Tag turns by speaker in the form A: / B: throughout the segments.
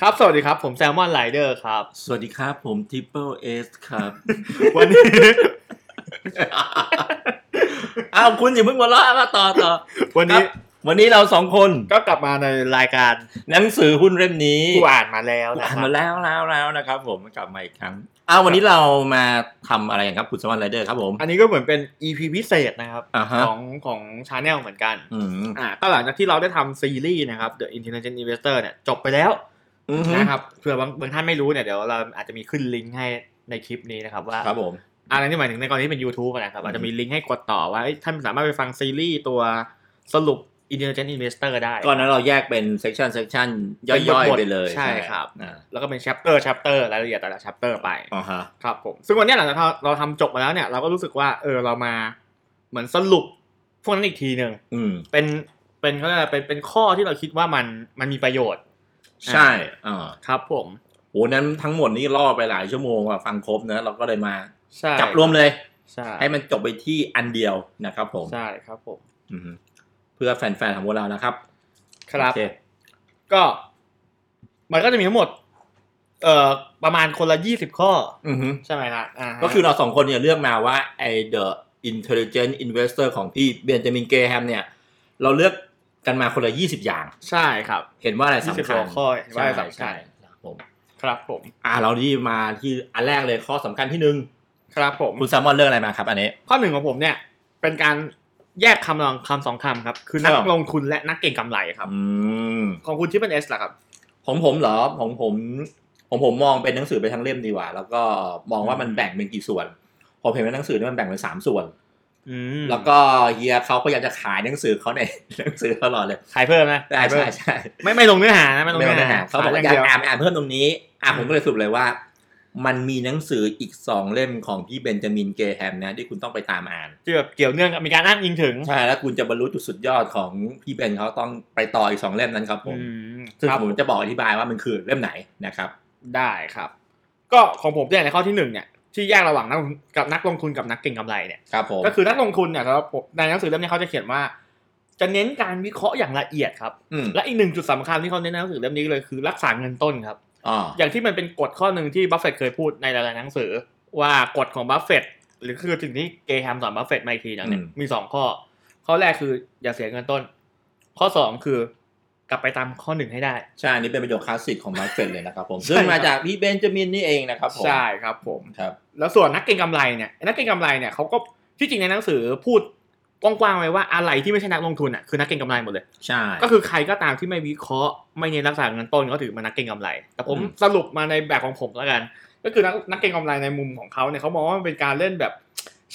A: ครับ สวัสดีครับ ผมแซลมอนไ i เดอร์ ครับ
B: สวัสดีครับ ผมทิปเปิลเอสครับ
A: วันนี้
B: อ้าวคุณอย่าเพิ่งหัวเราะมาต่อต่อ
A: วันนี้
B: ครับวันนี้เราสองคน
A: ก็กลับมาในรายการ
B: หนังสือหุ้นเล่มนี้
A: กูอ่านมาแล้วนะ
B: อ่า
A: คน รับ
B: มาแล้วแล้วแล้วนะครับ ผมกลับมาอีกครั้งอ้าววันนี้เรามาทำอะไรกันครับคุณสวัสดิ์ไรเดอร์ครับผม
A: อันนี้ก็เหมือนเป็น EP พิเศษนะครับ
B: อ่าฮะ
A: ของของชาแนลเหมือนกัน
B: อืม
A: อ่าก็หลังจากที่เราได้ทำซีรีส์นะครับ The Intelligent Investor เนี่ยจบไปแล้ว
B: อืม
A: นะครับเผื่อบางบางท่านไม่รู้เนี่ยเดี๋ยวเราอาจจะมีขึ้นลิงก์ให้ในคลิปนี้นะครับว่า
B: ครับผม
A: อันนั้นที่หมายถึงในกรณีที่เป็น YouTube อะนะครับอาจจะมีลิงก์ให้กดต่อว่าเอ้ยท่านสามารถไปฟังซีรีส์ตัวสรุป Intelligent Investor ได้
B: ก่อนนั้นเราแยกเป็นเซกชันเซกชันย่อยๆไปเลย
A: ใช่ครับ
B: อ่า
A: แล้วก็เป็น chapter chapter รายละเอียดแต่ละ chapter ไป
B: อ่าฮะ
A: ครับผม ซึ่งวันเนี้ยหลังจากเราเราทำจบมาแล้วเนี่ยเราก็รู้สึกว่าเออเรามาเหมือนสรุปพวกนั้นอีกทีหนึ่ง
B: อืม
A: เป็นเป็นเขาเรียกอะไรเป็นเป็นข้อที่เราคิดว่ามันมันมีประโยชน์
B: ใช่อ่า
A: ครับผม
B: โหนั้นทั้งหมดนี่ล่อไปหลายชั่วโมงอะฟังครบนะเราก็เลยมา
A: ใช่
B: จับรวมเลย
A: ใช่
B: ให้มันจบไปที่อันเดียวนะครับผม
A: ใช่ครับผม
B: อืมเพื่อแฟนๆ ของพวกเรานะครับ
A: ครับ
B: โอเ
A: ก็ มันก็จะมีทั้งหมด เอ่อประมาณคนละยี่สิบข้อ
B: อือฮึ
A: ใช่ไหมล่ะาฮะ
B: ก็คือเราสองคนเนี่ยเลือกมาว่าไอ The Intelligent Investor ของพี่เบนจามินเกรแฮมเนี่ย เราเลือกกันมาคนละ 20 อย่าง
A: ใช่ครับ
B: เห็นว่าอะไร
A: ยี่สิบ
B: สำคั
A: หั
B: ญ
A: วข้อเห็นว่าสำคัญ
B: ใช่ใช่ครับผม
A: ครับผม
B: อ่าเราที่มาที่อันแรกเลยข้อสำคัญที่หนึ่ง
A: ครับผม
B: คุณแซมมอนเลือกอะไรมาครับ อันนี้
A: ข้อหนึ่งของผมเนี่ย เป็นการแยกคำลองคำสองคำครับ คือนั
B: ครั
A: ก
B: บ
A: ลงทุนและนักเก็งกำไรครับ
B: อืม
A: ของคุณที่เป็นเอสล่ะครับ
B: ของผมเหรอของผมของผมมองเป็นหนังสือไปทั้งเล่มดีกว่า แล้วก็มองว่ามันแบ่งเป็นกี่ส่วนผมเห็นว่าหนังสือเนี่ยมันแบ่งเป็นสามส่วน
A: อืม
B: แล้วก็เฮียเขาก็อยากจะขายหนังสือเขาใน หนังสือตลอดเลย
A: ขายเพิ่มนะ
B: ใช่
A: ขายเพิ่
B: ใช่
A: ม
B: ใช่
A: ไม่ไม่ลงเนื้อหานะไม่ลง
B: ไม่
A: เนื้อ
B: ปัญหา
A: หา
B: เขาบอก
A: ข
B: ว่าอ
A: อายง
B: ย่าก
A: เดียว
B: อ่านอ่านเพิ่มตรงนี้ อ่ะผมก็เลยสรุปเลยว่า มันมีหนังสืออีกสองเล่มของพี่เบนจามินเกรแฮมนะที่คุณต้องไปตามอ่าน
A: ที่แบบเกี่ยวเนื่องกับมีการอ้างอิงถึง
B: ใช่แล้วคุณจะบรรลุจุดสุดยอดของพี่เบนเขาต้องไปต่ออีกสองเล่มนั้นครับผม
A: อืม
B: ซึ่ง
A: ครับ
B: ผมจะบอกอธิบายว่ามันคือเล่มไหนนะครับ
A: ได้ครับ ก็ของผมเนี่ยในข้อที่หนึ่งเนี่ยที่แยกระหว่างนักลงทุนกับนักลงทุนกับนักเก็งกำไรเนี่ย
B: ครับผม
A: ก็คือนักลงทุนเนี่ยครับผมในหนังสือเล่มนี้เขาจะเขียนว่า จะเน้นการวิเคราะห์อย่างละเอียดครับ
B: ม
A: และอีกหนึ่งจุดสำคัญที่เขาเน้นในหนังสือเล่มนี้เลยคือรักษาเงินต้นครับ
B: อ๋อ
A: อย่างที่มันเป็นกฎข้อหนึ่งที่บัฟเฟตเคยพูดในหลายๆหนังสือ ว่ากฎของบัฟเฟตหรือคือสิ่งที่เกรแฮมสอนบัฟเฟตมาอีกทีหนึงเนี่ยมีสองข้อ ข้อแรกคืออย่าเสียเงินต้น ข้อสองคือกลับไปตามข้อหนึ่งให้ได้
B: ใช่อันนี่เป็นประโยคคลาสสิกของมาร์เก็ตเลยนะครับผม
A: ใช่
B: ซึ่ง
A: ค
B: มา
A: รับ
B: จากพี่เบนจามินนี่เองนะครับผม
A: ใช่ครับผม
B: ครับ
A: แล้วส่วนนักเก็งกำไรเนี่ยนักเก็งกำไรเนี่ยเขาก็ที่จริงในหนังสือพูดกว้างๆไว้ว่าอะไรที่ไม่ใช่นักลงทุนอ่ะคือนักเก็งกำไรหมดเลย
B: ใช่
A: ก็คือใครก็ตามที่ไม่วิเคราะห์ไม่เน้นรักษาเงินต้นก็ถือมานักเก็งกำไร แต่ผม
B: อืม
A: สรุปมาในแบบของผมแล้วกัน ก็คือนักนักเก็งกำไรในมุมของเขาเนี่ยเขามองว่ามันเป็นการเล่นแบบ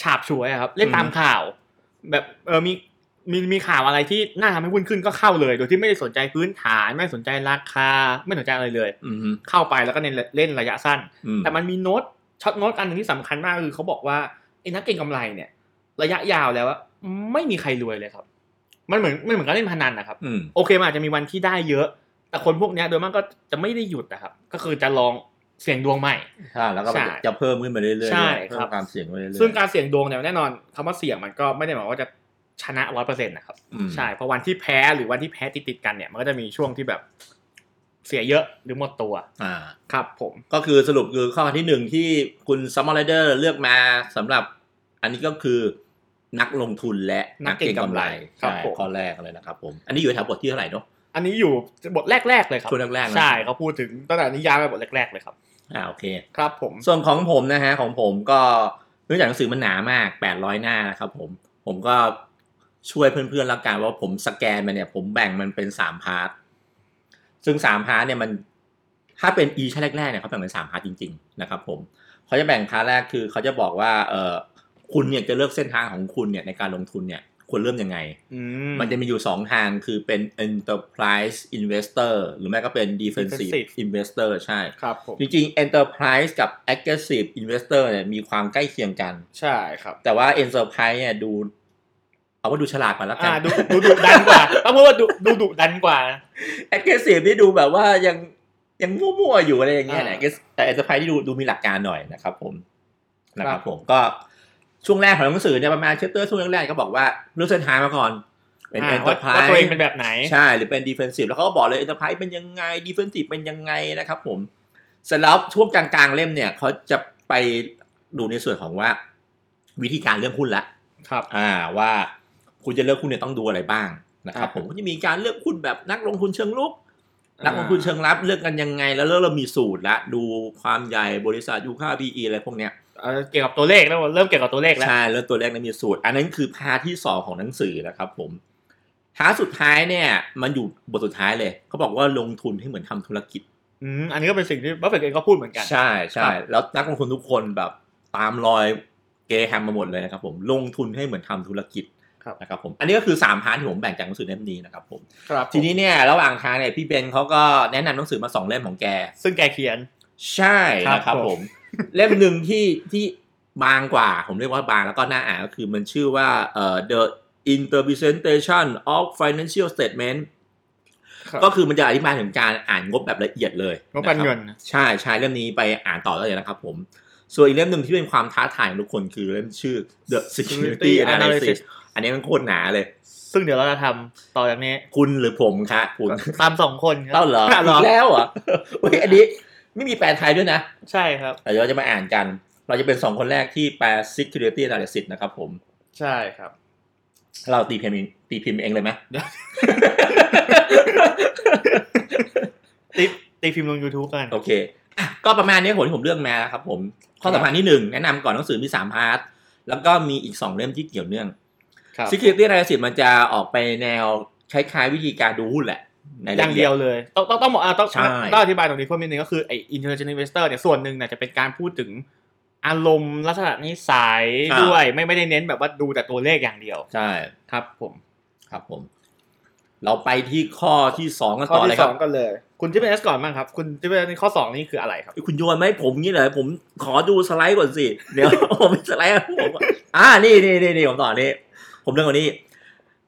A: ฉาบฉวยอะครับเล่นตามข่าว แบบเออมีมีมีข่าวอะไรที่น่าทำให้หุ้นขึ้นก็เข้าเลย โดยที่ไม่ได้สนใจพื้นฐานไม่สนใจราคาไม่สนใจอะไรเลย
B: อืมฮึ
A: เข้าไปแล้วก็เน้นเล่นระยะสั้น
B: อืม
A: แต่มันมีโน้ตช็อตโน้ตอันหนึงที่สำคัญมากคือเขาบอกว่าไอ้นักเก็งกำไรเนี่ย ระยะยาวแล้วอะไม่มีใครรวยเลยครับ มันเหมือนมันเหมือนการเล่นพนันนะครับ
B: อืม
A: โอเคมันอาจจะมีวันที่ได้เยอะ แต่คนพวกเนี้ยโดยมากก็จะไม่ได้หยุดนะครับ ก็คือจะลองเสี่ยงดวงใหม่
B: ใช่แล้วก็
A: ใช่
B: จะเพิ่มขึ้นมาเรื่อยๆ
A: ใช่
B: เพิ่
A: ครั
B: ม
A: บ
B: ความเสี่ยงไปเรื่อยๆ
A: ซึ่งการเสี่ยงดวงเนี่ยแน่นอนคำว่าเสี่ยงมันก็ไม่ได้หมายความว่าจะชนะร้อยเปอร์เซ็นต์นะครับ
B: อืม
A: ใช่เพราะวันที่แพ้หรือวันที่แพ้ติดติดๆกันเนี่ยมันก็จะมีช่วงที่แบบเสียเยอะหรือหมดตัว
B: อ่า
A: ครับ ผม
B: ก็คือสรุปคือข้อที่หนึ่งที่คุณซัมมอร์ไรเดอร์เลือกมาสำหรับ อันนี้ก็คือนักลงทุนและ
A: นักเก็งกำไรครับ
B: ใช่
A: ผม
B: ข้อแรกเลยนะครับผม อันนี้อยู่ในแถวบทที่เท่าไหร่เนาะ
A: อันนี้อยู่บทแรกๆเลยครับ
B: ช่วงแรกๆนะ
A: ใช่เขาพูดถึงตั้งแต่นิยายไปบทแรกๆเลยครับ
B: อ่าโอเค
A: ครับผม
B: ส่วนของผมนะฮะของผมก็เนื่องจากหนังสือมันหนามาก 800 หน้านะครับผมผมก็ช่วยเพื่อนๆละกันว่าผมสแกนมันเนี่ย ผมแบ่งมันเป็นสามพาร์ทซึ่งสามพาร์ทเนี่ยมันถ้าเป็นอีชั้นแรกๆเนี่ยเขาแบ่งเป็นสามพาร์ทจริงๆนะครับผมเขาจะแบ่งพาร์ทแรกคือเขาจะบอกว่าเออคุณเนี่ยจะเลือกเส้นทางของคุณเนี่ยในการลงทุนเนี่ยควรเริ่มยังไง
A: อื
B: มันจะมีอยู่ 2 ทางคือเป็น enterprise investor หรือไม่ก็เป็น defensive investor ใช่
A: ครับผม
B: จริงๆ Enterprise กับ Aggressive Investor เนี่ยมีความใกล้เคียงกัน
A: ใช่ครับ
B: แต่ว่า Enterprise เนี่ยดู เอาว่าดูฉลาดกว่าแล้วกั
A: อ่าดูดูดุดันกว่าต้องพูดว่าดูดูดุดันกว่า
B: แ Aggressive นี่ดูแบบว่ายังยังมั่วๆอยู่อะไรอย่างเงี้ย
A: อ่า
B: นะ Aggressive- แต่ Enterprise ที่ดูดูมีหลักการหน่อยนะครับผมนะค
A: ครั
B: รับบ ผมก็ช่วงแรกของหนังสือเนี่ยประมาณเชปเตอร์ช่วงแรกๆก็บอกว่าเลือกเส้นทางมาก่อน เป็น
A: อ่าว่า
B: enterprise
A: ว่าตัวเองเป็นแบบไหน
B: ใช่ หรือเป็น defensive แล้วเขาก็บอกเลย enterprise เป็นยังไง defensive เป็นยังไงนะครับผมเสร็จแล้วช่วงกลางๆเล่มเนี่ยเขาจะไปดูในส่วนของว่า วิธีการเลือกหุ้นละ
A: ครับ
B: อ่าว่าคุณจะเลือกหุ้นเนี่ยต้องดูอะไรบ้างนะครับ
A: อ่า
B: ผมก็จะมีการเลือกหุ้นแบบนักลงทุนเชิงลุก
A: อ่านั
B: นักลงทุนเชิงรับเลือกกันยังไง แล้วเริ่มเรามีสูตรละดูความใหญ่บริษัทยูค่า PE อะไรพวกเนี้ย
A: เอ่อเกี่ยวกับตัวเลขแล้วเริ่มเกี่ยวกับตัวเลขแล้ว
B: ใช่แล้วตัวแรกนั้นมีสูตร อันนั้นคือพาร์ทที่สองของหนังสือนะครับผมพาร์ทสุดท้ายเนี่ย มันอยู่บทสุดท้ายเลยเขาบอกว่าลงทุนให้เหมือนทำธุรกิจ
A: อืมอันนี้ก็เป็นสิ่งที่บัฟเฟตเองก็พูดเหมือนกัน
B: ใช่ใช่
A: ครับ
B: แล้วนักลงทุนทุกคนแบบตามรอยเกแฮมมาหมดเลยนะครับผมลงทุนให้เหมือนทำธุรกิจนะครับผมอันนี้ก็คือสามพาร์ทที่ผมแบ่งจากหนังสือเล่มนี้นะครับผม
A: ครับ
B: ทีนี้เนี่ยระหว่างทางเนี่ยพี่เบนเขาก็แนะนำหนังสือมาสองเล่มของแก
A: ซึ่งแกเขียน
B: ใช่
A: ครับ
B: นะครับ
A: ผม
B: ผม เล่มหนึ่งที่ที่บางกว่า ผมเรียกว่าบางแล้วก็น่าอ่านก็คือมันชื่อว่าเอ่อ The Interpretation of Financial Statement
A: ก็
B: ก็คือมันจะอธิบายถึงการอ่านงบแบบละเอียดเลย
A: งบการ
B: ะครั
A: เงิน
B: บ
A: นะ
B: ใช่ใช่เล่มนี้ไปอ่านต่อได้เลยนะครับผม ส่วนอีกเล่มหนึ่งที่เป็นความท้าทายของทุกคนคือเล่มชื่อ The Security Analysis อันนี้มันโคตรหนาเลย
A: ซึ่งเดี๋ยวเราจะทำต่อจากนี้
B: คุณหรือผมคะคุณ
A: ตามสองคนครั
B: เล่า
A: บ
B: เหรอ
A: อ่ะเหรอ
B: อีกแล้วเหรอ เฮ้ยอันนี้ไม่มีแปลไทยด้วยนะ
A: ใช่ครับ
B: เดี๋ยวเราจะมาอ่านกัน เราจะเป็นสองคนแรกที่แปล security analysis นะครับผม
A: ใช่ครับ
B: เราตีพิมพ์เองตีพิมพ์เองเลยไหม
A: ตีตีพิมพ์ลง YouTube กัน
B: โอเคอ่ะก็ประมาณนี้ผลที่ผมเลือกมานะครับผม ข้อสำคัญที่หนึ่งแนะนำก่อนหนังสือมีสามพาร์ท แล้วก็มีอีกสองเล่มที่เกี่ยวเนื่อง
A: ครับ
B: security analysis มันจะออกไปแนวคล้ายๆวิธีการดูหุ้นแหละใน
A: อ
B: ละ
A: ย่าง
B: อี
A: เดียวเลย ต้องต้องต้องบอกอ่ะต้อง
B: ใช่
A: ต้องอธิบายตรงนี้เพิ่มนิดนึงก็คือไอ้ intelligent investor เนี่ยส่วนหนึ่งเนี่ยจะเป็นการพูดถึงอารมณ์ลักษณะนิสัยด้วยไม่ไม่ได้เน้นแบบว่าดูแต่ตัวเลขอย่างเดียว
B: ใช่
A: ครับผม
B: ครับผม เราไปที่ข้อที่สองกันต่อเลยครับ
A: คุณที่เป็นเอสก่อนบ้างครับ คุณที่เป็นข้อสองนี่คืออะไรครับ
B: คุณโยนไหมาให้ผมงี้เลยผมขอดูสไลด์ก่อนสิ เดี๋ยว ผมมีสไลด์ให้ผมก่อน อ่านี่นี่นี่นี่ผมต่อนี่ผมเรื่องกว่านี้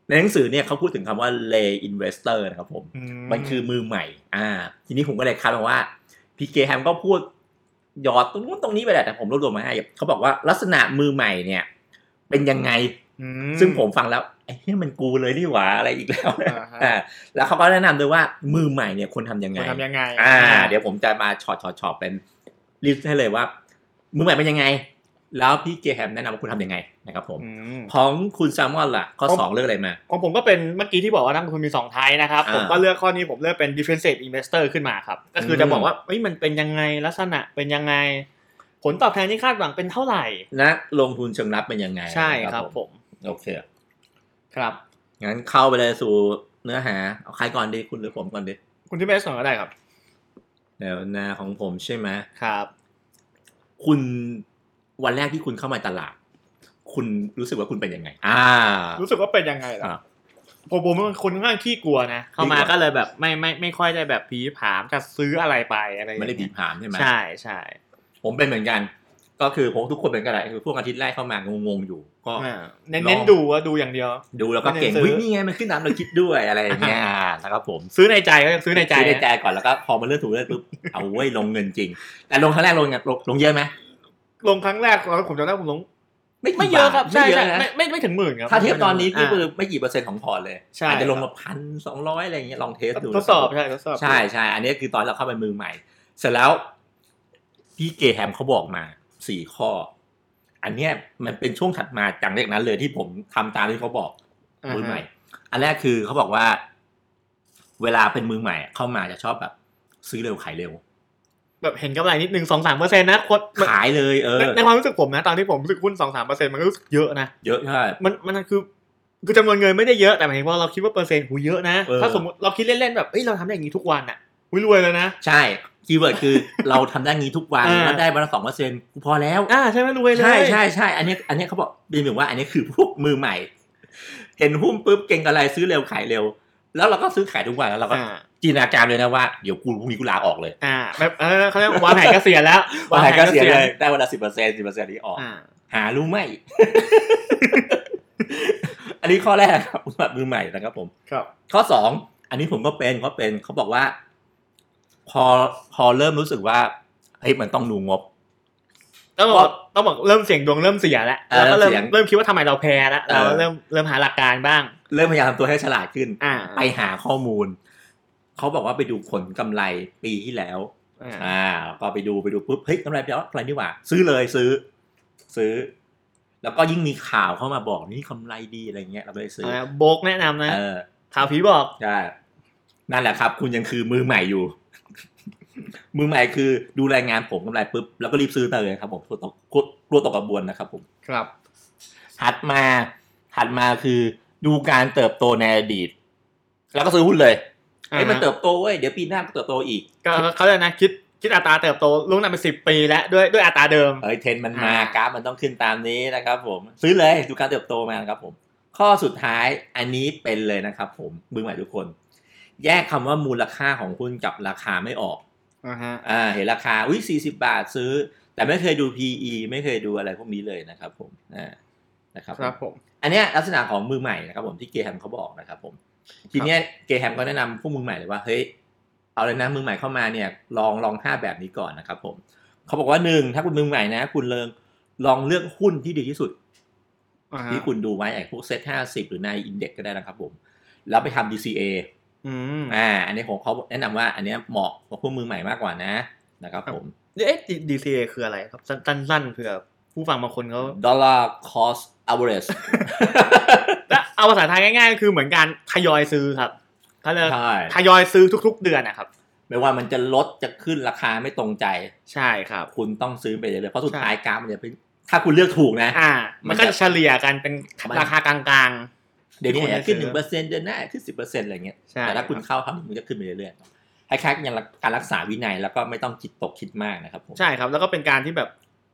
B: ในหนังสือเนี่ยเขาพูดถึงคำว่า lay investor นะครับผม มันคือมือใหม่ อ่า ทีนี้ผมก็เลยคัดมาว่าพีเกแฮมก็พูดหยอดตรงนู้นตรงนี้ไปแหละแต่ผมรวบรวมมาให้เขาบอกว่าลักษณะมือใหม่เนี่ย เป็นยังไง
A: อื
B: ซึ่งผมฟังแล้วไอ้เหี้ยมันกูเลยนี่หว่าอะไรอีกแล้ว
A: อ่าฮะ
B: อ่าแล้วเขาก็แนะนำด้วยว่ามือใหม่เนี่ยควรทำยัง
A: ค
B: ไง
A: วรทำยังไง
B: อ่าเดี๋ยวผมจะมาช็อตช็อตช็อตเป็นลิสต์ให้เลยว่า มือใหม่เป็นยังไง แล้วพี่เกแฮมแนะนำว่าคุณทำยังไงนะครับผม
A: อืม
B: ของคุณแซมมอนล่ะ ข้อ
A: ผม
B: สองเลือกอะไรมา
A: ของผมก็เป็นเมื่อกี้ที่บอกว่านักลงทุนมี 2 ไทป์นะครับ
B: อ่า
A: ผมก็เลือกข้อนี้ผมเลือกเป็น defensive investor ขึ้นมาครับ ก็คือ
B: ม
A: จะบอกว่าเอ้ยมันเป็นยังไงลักษณะเป็นยังไง ผลตอบแทนที่คาดหวังเป็นเท่าไหร่
B: นะลงทุนเชิงรับเป็นยังไง
A: ใช่
B: นะครับ
A: ผม
B: โอเค
A: ครับ
B: งั้นเข้าไปเลยสู่เนื้อหา เอาใครก่อนดีคุณหรือผมก่อนดี
A: คุณที่ไม่ได้สอนก็ได้ครับ
B: เดี๋ยวนะของผมใช่ไหม
A: ครับ
B: คุณวันแรกที่คุณเข้ามาตลาด คุณรู้สึกว่าคุณเป็นยังไง อ่า
A: รู้สึกว่าเป็นยังไงล่ะ
B: อ่า
A: ผมผมเป็นคนค่อนข้างขี้กลัวนะ เข้ามา
B: ขี้กลัว
A: ก็เลยแบบไม่ไม่ไม่ค่อยได้แบบผีผามจะซื้ออะไรไปอะไรอย่าง
B: ไม่ได้
A: เงี้ย
B: ผีผามใช่ไหม
A: ใช่ใช่
B: ผมเป็นเหมือนกัน ก็คือผมทุกคนเป็นกันแหละคือพวกอาทิตย์แรกเข้ามางงๆอยู่ ก็
A: อ่าเน้น
B: ลอง
A: เน้นดูว่าดูอย่างเดียว
B: ดูแล้วก็เก่ง
A: ไม่ได้ซื้อ
B: เฮ้ยนี่ไงมันขึ้นน้ำเราคิดด้วยอะไรอย่างเงี้ย นะครับผม
A: ซื้อในใจก็ยังซื้อในใจ
B: ซื้อใน
A: นะ
B: ใจก่อนแล้วก็พอมาเลื่อนถูกเลื่อนปุ๊บ เอาเว้ยลงเงินจริง แต่ลงครั้งแรกลงไงลงลงเยอะไหม
A: ลงครั้งแรกตอนผมจำได้ผมลง
B: ไม่กี่
A: ไม่เยอะครับ
B: บาท
A: ใช่
B: ไม่เยอะ
A: ใช่
B: นะ
A: ไม่ไม่ไม่ถึงหมื่นครับ
B: ถ้าเทียบตอนนี้ก็คือา ไม่กี่เปอร์เซ็นต์ของพอร์ตเลย
A: ใช่
B: อาจจะลงมาพันสองร้อยอะไรอย่างเงี้ยลองเทสดู
A: ทดสอบใช่ทดสอบ
B: ใช่ใช่อันนี้คือตอนเราเข้าไปมือใหม่ เสร็จแล้วพี่เกแฮมเขาบอกมาสี่ข้อ อันเนี้ยมันเป็นช่วงถัดมาจากเรื่องนั้นเลยที่ผมทำตามที่เขาบอก
A: าฮะ
B: มือใหม่ อันแรกคือเขาบอกว่า เวลาเป็นมือใหม่เข้ามาจะชอบแบบ ซื้อเร็วขายเร็ว
A: แบบเห็นกำไรนิดหนึ่งสองสามเปอร์เซ็นต์นะโคตรมัน
B: ขายเลยเออ
A: ในในความรู้สึกผมนะ ตอนที่ผมรู้สึกหุ้นสองสามเปอร์เซ็นต์มันก็รู้สึกเยอะนะ
B: เยอะใช่
A: มันมันคือคือจำนวนเงินไม่ได้เยอะแต่หมายถึงว่าเราคิดว่าเปอร์เซ็นต์หูเยอะนะ
B: เออ
A: ถ้าสมมติเราคิดเล่นๆแบบเอ้ยเราทำได้อย่างนี้ทุกวันอ่ะหุ้ยรวยแล้วนะ
B: ใช่คีย์เวิร์ดคือ เราทำได้งี้ทุกวัน
A: อ่า
B: แล้วได้วันละสองเปอร์เซ็นต์กูพอแล้ว
A: อ่าใช่ไหมรวยเลย
B: ใช่ใช่ใช่อันเนี้ยอันเนี้ยเขาบอกบีมบอกว่าอันนี้คือพวกมือใหม่ เห็นหุ้มปุ๊บเก่งกับอะไรซื้อเร็วขายเร็ว แล้วเราก็ซื้อขายทุกวันแล้วเราก็
A: อ่า
B: จินตนาการเลยนะว่าเดี๋ยวกูพรุ่งนี้กูลาออกเลย
A: อ่าแบบเออเขาเรียกว่าวางแผนเกษียณแล้ว
B: วันไหนก็เสียเลยได้วันละสิบเปอร์เซ็นต์สิบเปอร์เซ็นต์นี้ออก
A: อ่า
B: หารู้ไหม อันนี้ข้อแรกครับสำหรับมือใหม่นะครับผม
A: ครับ
B: ข้อสอง อันนี้ผมก็เป็นก็เป็นเขาบอกว่า พอพอเริ่มรู้สึกว่าเฮ้ยมันต้องดูงบ
A: เอ ต้องบอกต้องบอกเริ่มเสียงดวงเริ่มเสียแล้ว
B: เอ
A: แล้
B: อ
A: วก็
B: เริ่
A: เริ่
B: ม
A: ม
B: เสียง
A: เริ่มคิดว่าทำไมเราแพ้แล้วเรา
B: เออ
A: เริ่มเริ่มหาหลักการบ้าง
B: เริ่มพยายามทำตัวให้ฉลาดขึ้น
A: อ่า
B: ไปหาข้อมูล เขาบอกว่าไปดูผลกำไรปีที่แล้ว
A: อ่า
B: อ่าแล้วก็ไปดูไปดูปุ๊บเฮ้ยกำไรไปแล้วกำไรนี่หว่า ซื้อเลยซื้อ ซื้อ แล้วก็ยิ่งมีข่าวเข้ามาบอกนี่กำไรดีอะไรเงี้ยเราก็เลยซื้อ
A: เอาละโบกแนะนำนะ
B: เออ
A: ข่าวผีบอก
B: ใช่นั่นแหละครับ คุณยังคือมือใหม่อยู่ มือใหม่คือดูรายงานผมกำไรปุ๊บแล้วก็รีบซื้อเลยครับ ผมกลัวตกกลัวตกกระบวนนะครับ ผม
A: ครับ
B: ถัดมาถัดมาคือดูการเติบโตในอดีต แล้วก็ซื้อหุ้นเลยเอ้ย
A: อ่าฮะ
B: มันเติบโตเว้ยเดี๋ยวปีหน้ามันเติบโตอีก
A: ก็เขาเลยกนะคิดคิดอัตราเติบโตล่วงหน้าไปสิบปีแล้วด้วยด้วยอัตราเดิม
B: เอ้ยเทรนด์มันมา
A: อ่าก
B: ราฟมันต้องขึ้นตามนี้นะครับผม ซื้อเลยดูการเติบโตมานะครับผม ข้อสุดท้ายอันนี้เป็นเลยนะครับผมมือใหม่ทุกคน แยกคำว่ามูลค่าของหุ้นกับราคาไม่ออก
A: าฮะ
B: อ่าเห็นราคาอุ้ย40 บาทซื้อ แต่ไม่เคยดู PE ไม่เคยดูอะไรพวกนี้เลยนะครับผมอ่านะครับ
A: ครับผม
B: อันเนี้ยลักษณะของมือใหม่นะครับผมที่เกรแฮมเขาบอกนะครับผม ทีเนี้ยเกรแฮมก็แนะนำพวกมือใหม่เลยว่าเฮ้ยเอาเลยนะมือใหม่เข้ามาเนี่ยลองลองห้าแบบนี้ก่อนนะครับผม เขาบอกว่าหนึ่งถ้าคุณมือใหม่นะ คุณเลิงลองเลือกหุ้นที่ดีที่สุด
A: อ่าฮะ
B: ที่คุณดูไว้ไอ้พวกเซ็ตห้าสิบหรือในอินเด็กก็ได้นะครับผม แล้วไปทำ DCA
A: อืม
B: อ่าอันนี้ผมเขาแนะนำว่า อันเนี้ยเหมาะกับพวกมือใหม่มากกว่านะนะครับผม
A: เอ๊ะดีซีคืออะไรครับสั้นสั้นๆเผื่อผู้ฟังบางคนเขา
B: dollar cost average
A: แล้วเอาภาษาไทยง่ายๆ คือเหมือนการทยอยซื้อครับเขาเลยก
B: ใช่
A: ทยอยซื้อทุก ๆ เดือนนะครับ
B: ไม่ว่ามันจะลดจะขึ้นราคาไม่ตรงใจ
A: ใช่ครับ
B: คุณต้องซื้อไปเรื่อยๆเพราะสุด
A: ใช่
B: ท้ายกราฟมันจะเป็นถ้าคุณเลือกถูกนะ
A: อ่า มันก็จะเฉลี่ยกันเป็น
B: มัน
A: ราคากลาง
B: เดี๋ยวนี้
A: คุณ
B: อาจจะขึ้นห
A: ซื้
B: นึ่ง
A: อ
B: เปอร์เซ็นต์เดือนหน้าขึ้นสิบเปอร์เซ็นต์อะไรเงี้ย
A: ๆ ใช่
B: แต่ถ้าคุณ
A: รับ
B: เข้าทำมันก็ขึ้นไปเรื่อยๆคล้ายๆอย่างการรักษาวินัยแล้วก็ไม่ต้องคิดตกคิดมากนะครับผม
A: ใช่ครับ แล้วก็เป็นการที่แบบ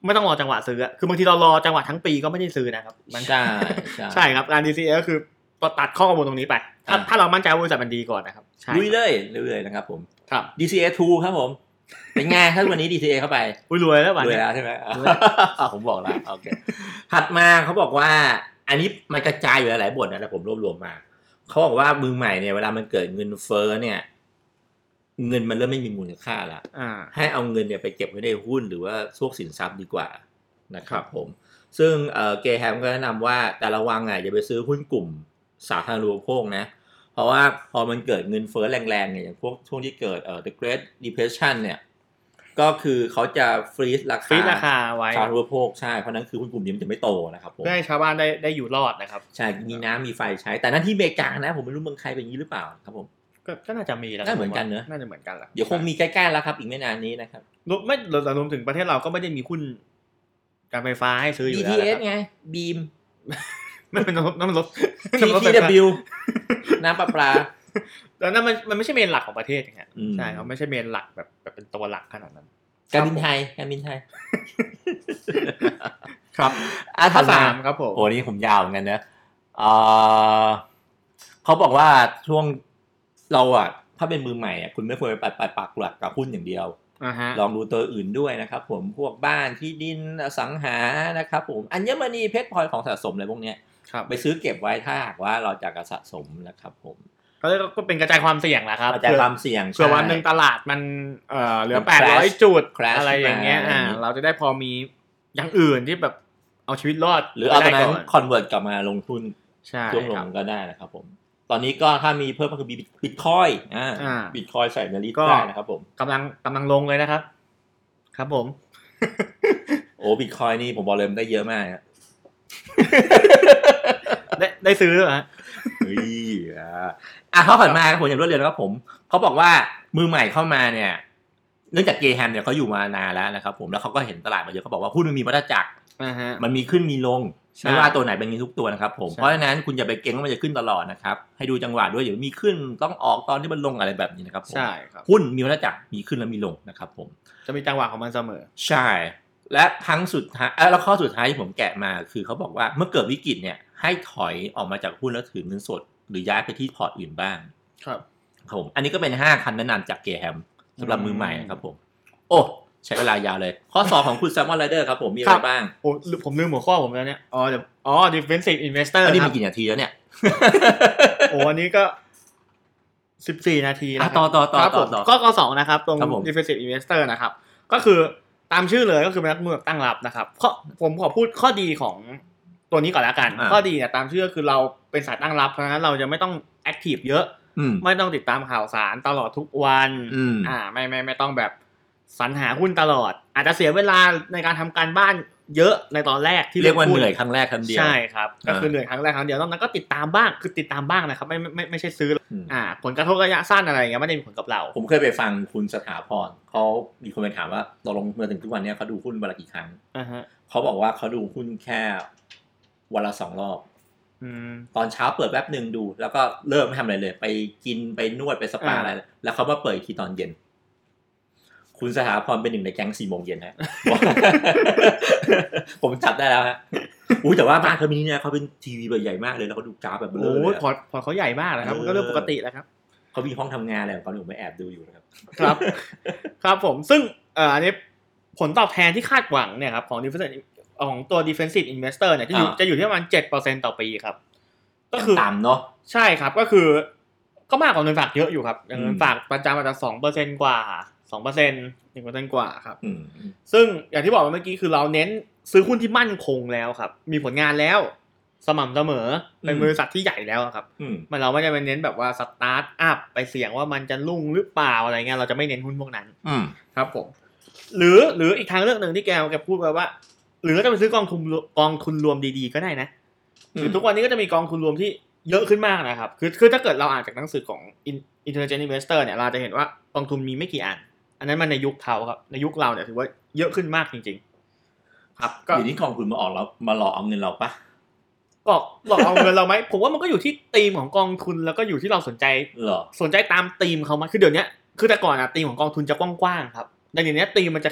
A: ไม่ต้องรอจังหวะซื้ออะคือบางทีเรารอจังหวะทั้งปีก็ไม่ได้ซื้อนะครับมัน
B: ใช่
A: ใช่
B: ใช่
A: ครับการ DCA ก็คือตัดข้อมูลตรงนี้ไป ถ้า
B: อ่า
A: ถ้าเรามั่นใจว่าบริษัทมันดีก่อนนะครับ ใช่
B: ลุยเลยลุยเลยนะครับผม
A: ครับ
B: DCA 2ครับผม เป็นไงถ้าวันนี้ DCA เข้าไป
A: อุ้ยรวยแล้ววัน
B: รวย
A: เนี้ย
B: แล้วใช่ไหม
A: รวยแล้ว
B: อ่ะ ผมบอกแล้วโอเคถัดมาเขาบอกว่า อันนี้มันกระจายอยู่หลายๆบทนะแต่ผมรวบรวมมาเขาบอกว่ามือใหม่เนี่ยเวลามันเกิดเงินเฟ้อเนี่ย เงินมันเริ่มไม่มีมูลค่าละ
A: อ่า
B: ให้เอาเงินเนี่ยไปเก็บไว้ในหุ้นหรือว่าพวกสินทรัพย์ดีกว่านะครับผม ซึ่งเอ่อเกรแฮมก็แนะนำว่าแต่ระวังอ่ะอย่าไปซื้อหุ้นกลุ่มสาธารณูปโภคนะ เพราะว่าพอมันเกิดเงินเฟ้อแรงๆเนี่ยอย่างพวกช่วงที่เกิดเอ่อ the Great Depression เนี่ยก็คือเขาจะฟรีซราคา
A: ฟีดราคาไว้
B: สาธารณูปโภคใช่เพราะนั้นคือหุ้นกลุ่มนี้มันจะไม่โตนะครับผม
A: เพื่อให้ชาวบ้านได้ได้อยู่รอดนะครับ
B: ใช่มีน้ำมีไฟใช้ แต่นั่นที่อเมริกานะ ผมไม่รู้เมืองไทยเป็นอย่างนี้หรือเปล่าครับผม
A: ก็ก็น่าจะมีแล้วครับ
B: น่าเหมือนกันเนอะ
A: น่าจะเหมือนกันแหละ
B: เดี๋ยวคงมีใกล้ๆแล้วครับอีกไม่นานนี้นะครับ
A: รวมไม่เรารวมถึงประเทศเราก็ไม่ได้มีหุ้นการไฟฟ้าให้ซื้ออยู่แล้วนะค
B: BTS
A: รับ
B: ไง Beam
A: ไม่เป็นน้ำน้ำมันรถ น้ำมันรถไฟฟ้า
B: TTW น้ำประปลา
A: แล้วนั่นมันมันไม่ใช่เมนหลักของประเทศนะฮะ
B: อืม
A: ใช่ครับไม่ใช่เมนหลักแบบแบบเป็นตัวหลักขนาดนั้น
B: การบินไทยการบินไทย
A: ครับ
B: อ่ะ
A: ข้
B: ถั
A: อ
B: ดมา
A: สามครับผม
B: โอ้นี่ผมยาวเหมือนกันนะเอ่อเขาบอกว่าช่วงเราอ่ะ ถ้าเป็นมือใหม่อ่ะคุณไม่ควรไปปัดปัดปักหลักกับหุ้นอย่างเดียว
A: อ่าฮะ
B: ลองดูตัวอื่นด้วยนะครับ ผมพวกบ้านที่ดินอสังหานะครับ ผมอัญมณีเพชรพลอยของสะสมอะไรพวกเนี้ย
A: ครับ
B: ไปซื้อเก็บไว้ถ้าหากว่าเราจะกระสะสมนะครับ ผม
A: ก็เลยก็เป็นกระจายความเสี่ยงแหละครับ
B: กระจายความเสี่ยง
A: เผื่อ
B: ใช่
A: วันหนึ่งตลาดมันเอ่อเหลือ
B: มัน
A: แปดร้อย
B: crash
A: จุด
B: crash
A: อะไรอย่างเงี้ย
B: มา
A: อ่า
B: อย่างนี้
A: เราจะได้พอมีอย่างอื่นที่แบบเอาชีวิตรอด
B: หรือเอาตอน
A: ได้
B: นั้น
A: ก่อน
B: คอนเวิร์ตกลับมาลงทุน
A: ใช่
B: ช่วงล
A: ครับ
B: งก็ได้นะครับผม ตอนนี้ก็ถ้ามีเพิ่มก็คือบิตคอยอ่า
A: อ่า
B: บิตคอยใส่ในลิสต์
A: ก็
B: ได้นะครับผม
A: กำลังกำลังลงเลยนะครับ ครับผม
B: โอ้บิตคอยนี่ผมบอกเลยมันได้เยอะมากอะ
A: ได้ได้ซื้อเหรอฮะ
B: เฮ้ยอ่ะอ่ะเขาผ่านมาครับผมอย่างรวดเร็วนะครับผมเขาบอกว่ามือใหม่เข้ามาเนี่ย เนื่องจากเกแฮมเนี่ยเขาอยู่มานานแล้วนะครับผมแล้วเขาก็เห็นตลาดมาเยอะเขาบอกว่าหุ้นมันมีวัฏจักร
A: อ่าฮะ
B: มันมีขึ้นมีลง
A: ใช่
B: ไม่ว่าตัวไหนเป็นอย่างนี้ทุกตัวนะครับผม
A: ใช่
B: เพราะฉะนั้นคุณอย่าไปเก็งว่ามันจะขึ้นตลอดนะครับ ให้ดูจังหวะด้วยอย่ามีขึ้นต้องออกตอนที่มันลงอะไรแบบนี้นะครับผม
A: ใช่ครับ
B: หุ้นมีวัฏจักรมีขึ้นและมีลงนะครับผม
A: จะมีจังหวะของมันเสมอ
B: ใช่ และครั้งสุดท้ายเอ่อแล้วข้อสุดท้ายที่ผมแกะมาคือเขาบอกว่าเมื่อเกิดวิกฤตเนี่ยให้ถอยออกมาจากหุ้นแล้วถือเงินสด หรือย้ายไปที่พอร์ตอื่นบ้าง
A: ครับ
B: ครับผมอันนี้ก็เป็น 5คำแนะนำจากเกรแฮมสำหรับ
A: อืม
B: มือใหม่ครับผม โอ้ใช้เวลายาวเลย ข้อสอบของคุณแซมมอนไรเดอร์ครับผมมีอะ
A: ค
B: ไร
A: รับ
B: บ้าง
A: โอ้ลืมผมลืมหัวข้อผมแล้วเนี่ย อ๋อเดี๋ยวอ๋อ defensive investor
B: อันนี้
A: ครั
B: มี
A: บ
B: กี่นาทีแล้วเนี่ย
A: โอ้อันนี้ก็สิบสี่นาทีแล้ว
B: อ่ะต่อต่อต่อ
A: ครับ
B: ต่อ
A: ผม
B: ต่อ
A: ก็ข้อสองนะครับ ตรง
B: ครับผม
A: defensive investor นะครับ ก็คือ ตามชื่อเลยก็คือเป็นนักเมืองตั้งรับนะครับข้อผมขอพูดข้อดีของตัวนี้ก่อนละกัน
B: อ่า
A: ข้อดีเนี่ยตามชื่อก็คือเราเป็นสายตั้งรับเพราะฉะนั้นเราจะไม่ต้องแอคทีฟเยอะ
B: อืม
A: ไม่ต้องติดตามข่าวสารตลอดทุกวัน
B: อืม
A: อ่าไม่ไม่ไม่ต้องแบบสรรหาหุ้นตลอด อาจจะเสียเวลาในการทำการบ้านเยอะในตอนแรกที่
B: เรียกว่า
A: พูด
B: เหนื่อยครั้งแรกครั้งเดียว
A: ใช่ครับ ก็คือ
B: เออ
A: เหนื่อยครั้งแรกครั้งเดียวนอกนั้นก็ติดตามบ้างคือติดตามบ้างนะครับไม่ไมไม่ไม่ใช่ซื้อ
B: อืม
A: อ่า ผลกระทบระยะสั้นอะไรอย่างเงี้ยไม่ได้มีผลกับเรา
B: ผมเคยไปฟังคุณสถาพรเขามีคนไปถามว่าตกลงเมื่อถึงทุกวันเนี้ยเขาดูหุ้นวันละกี่ครั้ง
A: อ่าฮะ
B: เขาบอกว่าเขาดูหุ้นแค่วันละสองรอบ
A: อืม
B: ตอนเช้าเปิดแป๊บหนึ่งดู แล้วก็เลิกไม่ทำอะไรเลย ไปกินไปนวดไปสปา
A: อ่า
B: อะไร แล้วเขามาเปิดอีกทีตอนเย็น คุณสถาพรเป็นหนึ่งในแก๊งสี่โมงเย็นนะ ผมจับได้แล้วฮะอุ้ยแต่ว่าบ้านเขามีเนี่ยเขาเป็นทีวีแบบใหญ่มากเลย แล้วเขาดูกราฟแบบเบลอ
A: โอ้
B: เลย ยอะ
A: พอร์ตพอร์ตเขาใหญ่มากนะครับมันก็เรื่องปกติแหล้วครับ
B: เขามีห้องทำงานอะไรของเขาเนี่ยผมไปแอบดูอยู่นะครับ
A: ครับ ครับผมซึ่งเอ่ออันนี้ผลตอบแทนที่คาดหวังเนี่ยครับของ defensive ของตัว defensive investor เนี่ยจะอยู่
B: อ่า
A: จะอยู่ที่ประมาณ7%ต่อปีครับ ก็คือ
B: ต่ำเนาะ
A: ใช่ครับก็คือก็มากกว่าเงินฝากเยอะอยู่ครับอย่างเงิ
B: อื
A: น
B: ม
A: ฝากประจำอาจจะสองเปอร์เซ็นกว่าสองเปอร์เซ็นหนึ่งเปอร์เซ็นกว่าครับ
B: อืม
A: ซึ่งอย่างที่บอกไปเมื่อกี้คือเราเน้นซื้อหุ้นที่มั่นคงแล้วครับ มีผลงานแล้ว สม่ำเสมอเป็น
B: อืม
A: บริษัทที่ใหญ่แล้วครับ
B: อืม
A: มันเราไม่ได้ไปเน้นแบบว่าสตาร์ทอัพไปเสี่ยงว่ามันจะรุ่งหรือเปล่าอะไรเงี้ยเราจะไม่เน้นหุ้นพวกนั้น
B: อืม
A: ครับผมหรือหรืออีกทางเลือกหนึ่งที่แกแกพูดไปว่า หรือก็จะไปซื้อกองทุนกองทุนรวมดีๆก็ได้นะ หรือทุกวันนี้ก็จะมีกองทุนรวมที่เยอะขึ้นมากนะครับ คือคือถ้าเกิดเราอ่านจากหนังสือของ In- Intelligent Investor เนี่ย เราจะเห็นว่ากองทุนมีไม่กี่อัน อันนั้นมันในยุคเขาครับ ในยุคเราเนี่ยถือว่าเยอะขึ้นมากจริง ๆ ครับ ก็
B: อยู่ที่กองทุนมาออกแล้วมาหลอกเอาเงินเราปะ
A: ก็หลอกเอาเงินเราไหม ผมว่ามันก็อยู่ที่ธีมของกองทุนแล้วก็อยู่ที่เราสนใจ
B: หรอ
A: สนใจตามธีมเขาไหมาคือเดี๋ยวเนี้ยคือแต่ก่อนอะธีมของกองทุนจะกว้างๆครับ แต่เดี๋ยวนี้ธีมมันจะ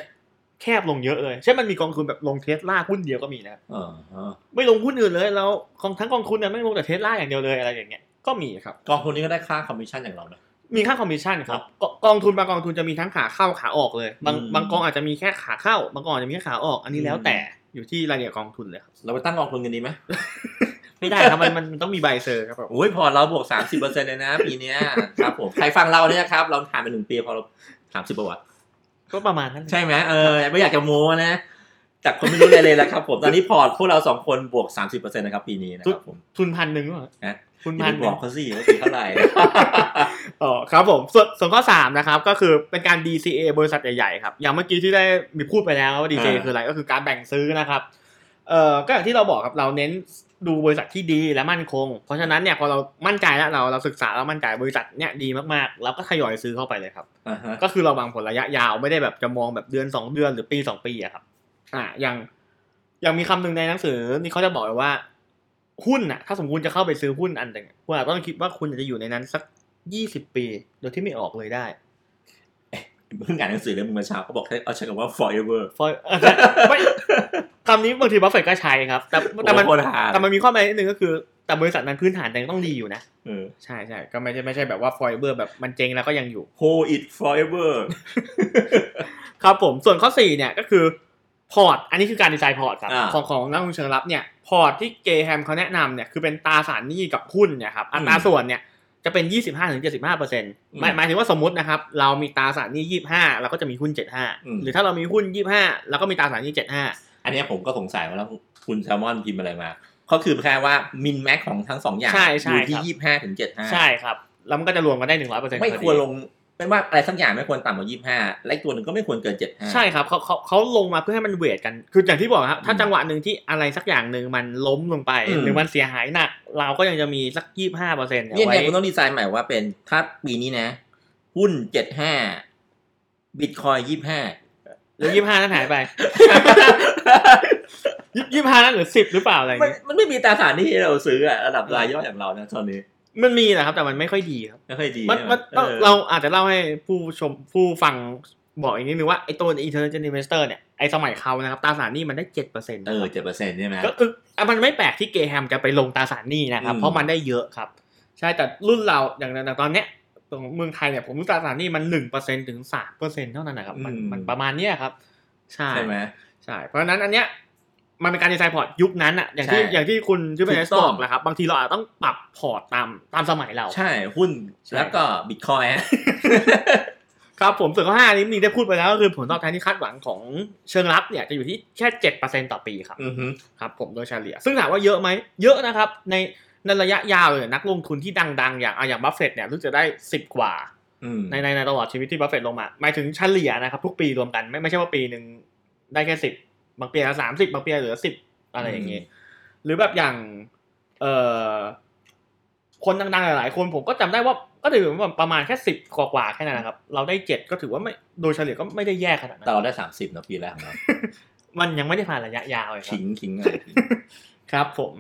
A: แคบลงเยอะเลย เช่นมันมีกองทุนแบบลงเทสลาหุ้นเดียวก็มีนะครับ
B: เออฮะ
A: ไม่ลงหุ้นอื่นเลยแล้วของทั้งกองทุนเนี่ยไม่ลงแต่เทสลาอย่างเดียวเลยอะไรอย่างเงี้ย ก็มีครับ
B: กองทุนนี้ก็ได้ค่าคอมมิชชั่นอย่างเรานะ
A: มีค่าคอมมิชชั่นค
B: ครั
A: รั
B: บบ
A: กกองทุนบางกองทุนจะมีทั้งขาเข้าขาออกเลย บาง
B: อืม
A: บางกองอาจจะมีแค่ขาเข้า บางกองอาจจะมีแค่ขาออก อันนี้
B: อืม
A: แล้วแต่อยู่ที่รายละเอียดกองทุนเลยครับ
B: เราไปตั้งกองทุนกันดีไหม
A: ไม่ได้ครับมันมันมันต้องมีใบเซอร์ครับผม
B: โอ้ยพอเราบวก 30เปอร์เซ็นต์เลยนะ ปีเนี้ยครับผมใครฟังเราเนี่ยครับ เราผ่านไปหนึ่งปีพอเราสามสิบประวัติ
A: ก็ประมาณนั้นแหละ
B: ใช่ไหมเออไม่อยากจะโม้นะจากคนไม่รู้เลยเลยแหละครับ ผมตอนนี้พอร์ตพวกเราสองคนบวก 30เปอร์เซ็นต์นะครับปีนี้นะครับผม
A: ทุนพันหนึ่งเหรอ
B: นะ
A: ทุน
B: อย่า
A: พั
B: ไป
A: นห
B: บ
A: นึ่
B: อง กเขาสิว่าปีเท่าไหร่
A: อ๋อครับผมส่วนส่วนข้อสามนะครับก็คือเป็นการ DCA บริษัทใหญ่ๆครับอย่างเมื่อกี้ที่ได้มีพูดไปแล้วว่า DCA
B: อ่า
A: คืออะไรก็คือการแบ่งซื้อนะครับเอ่อก็อย่างที่เราบอกครับเราเน้นดูบริษัทที่ดีและมั่นคง เพราะฉะนั้นเนี่ยพอเรามั่นใจแล้วเราเราศึกษาแล้วมั่นใจบริษัทเนี่ยดีมากๆเราก็ทยอยซื้อเข้าไปเลยครับ
B: อ่าฮะ
A: ก็คือเราวางผลระยะยาวไม่ได้แบบจะมองแบบเดือนสองเดือนหรือปีสองปีอะครับ อ่าอย่างอย่างมีคำหนึ่งในหนังสือ นี่เขาจะบอกไว้ว่า หุ้นอะถ้าสมมติคุณจะเข้าไปซื้อหุ้นอันหนึ่งอะคุณอาจต้องคิดว่าคุณจะอยู่ในนั้นสักยี่สิบปี โดยที่ไม่ออกเลยได้
B: เพิ่งอ่านหนังสือเล่มเมื่อเช้าเขาบอกให้เอาใช้คำว่า forever
A: for เอ่อไม่คำนี้บางทีบัฟเฟตก็ใช้ครับ แต่แต่มัน
B: โอ้โหโคตรหา
A: แต่มันมีข้อแม้นิดนึงก็คือ แต่บริษัทนั้นพื้นฐานแต่ยังต้องดีอยู่นะ
B: เออ
A: ใช่ใช่ก็ไม่ใช่ไม่ใช่แบบว่าฟอยเบอร์แบบมันเจ๊งแล้วก็ยังอยู่
B: hold it forever
A: ครับผมส่วนข้อ 4 เนี่ยก็คือพอร์ต อันนี้คือการดีไซน์พอร์ตครับ
B: อ่า
A: ของของนักลงทุนเชิงรับเนี่ยพอร์ตที่เกแฮมเขาแนะนำเนี่ยคือเป็นตราสารหนี้กับหุ้นเนี่ยครับอัตราส่วนเนี่ยจะเป็น 25-75%หมายหมายถึงว่าสมมตินะครับ เรามีตราสารหนี้ 25 เราก็จะมีหุ้น 75 หรือถ้าเรามีหุ้น 25 เราก็มีตราสารหนี้ 75
B: อันเนี้ยผมก็สงสัยมาแล้วคุณแซลมอนพิมพ์อะไรมาก็คือแค่ว่ามินแม็กของทั้งสองอย่าง
A: ใช่ใช่
B: อยู่
A: ค
B: ที่
A: รับ
B: ยี่ห้าถึงเจ็ดห้า
A: ใช่ครับแล้วมันก็จะรวมกันได้ 100%
B: ไม่
A: พอ
B: ค
A: ดี
B: วรลงไม่ว่าอะไรสักอย่างไม่ควรต่ำกว่ายี่ห้าและอีกตัวหนึ่งก็ไม่ควรเกินเจ็ดห้า
A: ใช่ครับเขาเขาเขาลงมาเพื่อให้มันเวทกันคืออย่างที่บอกครับถ้า
B: อืม
A: จังหวะหนึ่งที่อะไรสักอย่างหนึ่งมันล้มลงไป
B: อืม
A: หรือมันเสียหายหนัก เราก็ยังจะมีสัก 25%เนี่ย
B: เนี่ย
A: ไว้
B: เนี่ยคุณต้องดีไซน์ใหม่ว่าเป็นถ้าปีนี้นะ หุ้นเจ็ดห้าบิตคอยยี่ ห้า
A: แล้วยี่ห้านั้นหายไปยี่ห้านั้นเหรือสิบหรือเปล่าอะไรอย่าง
B: มัน
A: เงี้ย
B: มันไม่มีตราสารหนี้ให้เราซื้ออะระดับรายย่อยอย่างเรานะตอนนี้
A: มันมีนะครับ แต่มันไม่ค่อยดีครับ
B: ไม่ค่อยดี
A: มัน
B: ใช่ไห
A: มันต้อง
B: ออ
A: เราอาจจะเล่าให้ผู้ชมผู้ฟังบอกอีกนิดนึงว่าไอ้ตัว intelligent investor เนี่ยไอ้สมัยเขานะครับตราสารหนี้มันได้เจ็ดเปอร์เซ็นต์
B: เออเจ็ดเปอร์เซ็นต์ใช่ไหม
A: ก็คืออ่ะมันไม่แปลกที่เกแฮมจะไปลงตราสารหนี้นะครับ
B: อืม
A: เพราะมันได้เยอะครับ ใช่แต่รุ่นเราอย่างนั้นอย่างตอนเนี้ยของเมืองไทยเนี่ยผมรู้ตราสารหนี้มันหนึ่งเปอร์เซ็นถึงสามเปอร์เซ็นเท่านั้นนะครับมันมันประมาณเนี้ยครับ ใช่
B: ใช่ไหม
A: ใช่ เพราะฉะนั้นอันเนี้ยมันเป็นการดีไซน์พอร์ตยุคนั้นอะอย่างที่
B: ใช่
A: อย่างที่คุณชื่อเป็น
B: ถู
A: เอก ส
B: ต้อง
A: บอกนะครับ บางทีเราอาจต้องปรับพอร์ตตามตามสมัยเรา
B: ใช่หุ้น
A: ใช่
B: แล้วก็บิตคอยฮะ
A: ครับผมส่วนข้อห้านี้มีได้พูดไปแล้วก็คือผลตอบแทนที่คาดหวังของเชิงรับเนี่ยจะอยู่ที่แค่เจ็ดเปอร์เซ็นต่อปีครับ
B: อือฮึ
A: ครับผมโดยเฉลี่ย ซึ่งถามว่าเยอะไหมเยอะนะครับ ในในระยะยาวเลยนักลงทุนที่ดังๆ อย่างอ่ะอย่างบัฟเฟตเนี่ยรู้สึกจะได้สิบกว่า
B: อืม
A: ในในในตลอดชีวิตที่บัฟเฟตต์ลงมาหมายถึงเฉลี่ยนะครับ ทุกปีรวมกันไม่ไม่ใช่ว่าปีหนึ่งได้แค่สิบบางปีเหลือสามสิบบางปีเหลือสิบอะไรอย่างนี้
B: อืม
A: หรือแบบอย่างเอ่อคนดังๆหลายๆคนผมก็จำได้ว่าก็ถือว่าประมาณแค่สิบกว่าๆแค่นั้นนะครับ เราได้เจ็ดก็ถือว่าไม่โดยเฉลี่ยก็ไม่ได้แย่ขนาดนั้
B: แต่
A: น
B: เราได้สามสิบนะปีแรกของเรา
A: มันยังไม่ได้ผ่านระยะยาวเลยครั
B: ขิ
A: บ
B: งขิงอ่ะขิง
A: ครับผม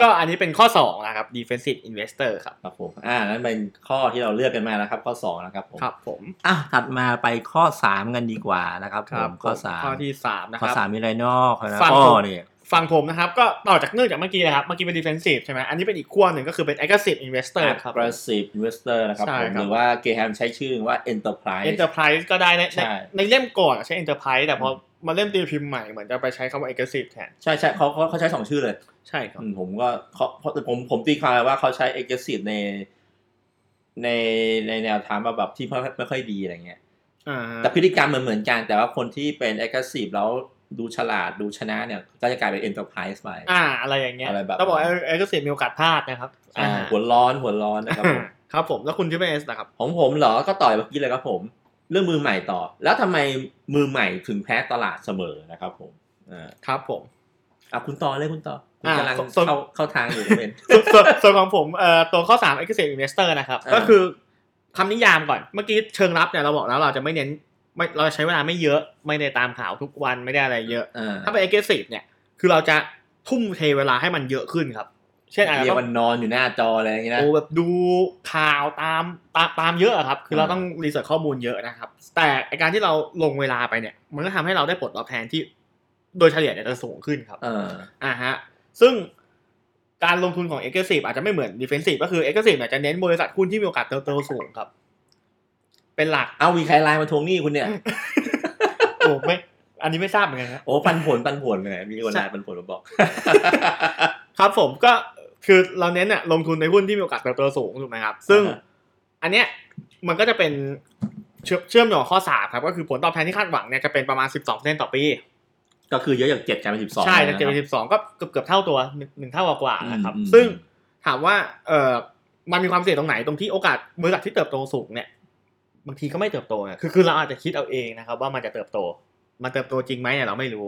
A: ก็อันนี้เป็นข้อสองนะครับ defensive investor ครับ
B: ครับผมอ่านั่นเป็นข้อที่เราเลือกกันมาแล้วครับ ข้อสองนะครับผม
A: ครับผม
B: อ่ะถัดมาไปข้อสามกันดีกว่านะครับผ
A: ครั
B: ม
A: บ
B: ข้อสาม
A: ข้อที่สามนะค
B: ข้อ
A: รับ
B: สามมีอะไรนอกครับ
A: ฟัง
B: อ๋
A: ผ
B: อ
A: ม
B: เนี่ย
A: ฝั่งผมนะครับ ก็ต่อจากเนื่องจากเมื่อกี้นะครับเมื่อกี้เป็น defensive ใช่ไหมอันนี้เป็นอีกขั้วหนึ่งก็คือเป็น aggressive investor ครับ
B: aggressive investor นะครับ
A: ใช่
B: ผม
A: ครั
B: ห
A: บ
B: รือว่าเกแฮมใช้ชื่อว่า enterprise
A: enterprise ก็ได้ใน
B: ใช่
A: ในในเล่มก่อนอะใช้ enterprise แต่พอมาเล่มตีพิมพ์ใหม่เหมือนจะไปใช้คำว่า aggressive แทน
B: ใช่ใช่เขาเขาเขาใช้สองชื่อเลย
A: ใช่ครับ
B: อืมผมก็เขาเพราะผมผมตีความว่าเขาใช้ aggressive ใน ในในแนวทางว่าแบบที่ไม่ไม่ค่อยดีอะไรเงี้ย
A: อ่า
B: แต่พฤติกรรมเหมือนเหมือนกัน แต่ว่าคนที่เป็น aggressive แล้วดูฉลาดดูชนะเนี่ย ก็จะกลายเป็น enterprise ไป
A: อ่าอะไรอย่างเงี้ย
B: อะไรแบบ
A: ต้องบอก aggressive มีโอกาสพลาดนะครับ
B: อ่า
A: อ่า
B: หัวร้อนหัวร้อนนะครับ ผม
A: ครับผมแล้วคุณชื่อเป็นเอสนะครับ
B: ของผมเหรอ ก็ต่อยเมื่อกี้เลยครับผม เรื่องมือใหม่ต่อ แล้วทำไมมือใหม่ถึงแพ้ตลาดเสมอนะครับผมอ่า
A: ครับผม
B: อ่ะคุณต่อเลยคุณต่อคุณ
A: อ่ะ
B: กำลัง
A: ส่วน
B: เข้าเข้าทางอยู่เป็น
A: ส่วน ส่วนส่วนของผมเอ่อตัวข้อ 3 aggressive investor นะครับ
B: อ่า
A: ก็คือคำนิยามก่อนเมื่อกี้เชิงรับเนี่ยเราบอกแล้วเราจะไม่เน้นไม่เราใช้เวลาไม่เยอะไม่ได้ตามข่าวทุกวันไม่ได้อะไร เยอะ
B: อ่า
A: ถ้าเป็น aggressive เนี่ย คือเราจะทุ่มเทเวลาให้มันเยอะขึ้นครับ เช่นอาจจะ
B: เรียก
A: ต้อ
B: ว่าง นอนอยู่หน้าจออะไรอย่างเงี้ยนะ
A: โอ้แบบดูข่าวตามตามตามเยอะอะครับ คือเรา
B: อ่า
A: ต้องรีเสิร์ชข้อมูลเยอะนะครับ แต่ไอ้การที่เราลงเวลาไปเนี่ย มันก็ทำให้เราได้ผลตอบแทนที่โดยเฉลี่ยเนี่ยจะสูงขึ้นครับ
B: เออ
A: อ่าฮะ ซึ่งการลงทุนของ a g g r e s s i v e อาจจะไม่เหมือน defensive ก็คือ a g g r e s s i v e เนี่ยจะเน้นบริษัทหุ้นที่มีโอกาสเติบโตสูงครับ เป็นหลัก
B: เอาวีใครไลน์มาทวงหนี้คุณเนี่ย
A: โอ้ไม่ อันนี้ไม่ทราบเหมือนกันครับ
B: โอ้ปันผลปันผลเลยมีคนไลน์ปันผลมาบอก
A: ครับผมก็คือเราเน้นเนี่ยลงทุนในหุ้นที่มีโอกาสเติบโตสูงถูกไหมครับ ซึ่ง
B: อ่าฮะ
A: อันเนี้ยมันก็จะเป็นเชื่อมเชื่อมโยงกับข้อสามครับ ก็คือผลตอบแทนที่คาดหวังเนี่ยจะเป็นประมาณ 12เซนต่อปี
B: ก็คือเยอะจากเจ็ดกลายเป็นสิบสอง
A: ใช่จากเจ็ดเป็นสิบสองก็เกือบเกือบเท่าตัวหนึ่งหนึ่งเท่ากว่าๆนะครับ ซึ่
B: ซึ่
A: ง
B: ง
A: ถามว่าเออมันมีความเสี่ยงตรงไหนตรงที่โอกาสบริษัทที่เติบโตสูงเนี่ย บางทีก็ไม่เติบโตนะคือคือเราอาจจะคิดเอาเองนะครับ ว่ามันจะเติบโต มันเติบโตจริงไหมเนี่ยเราไม่รู้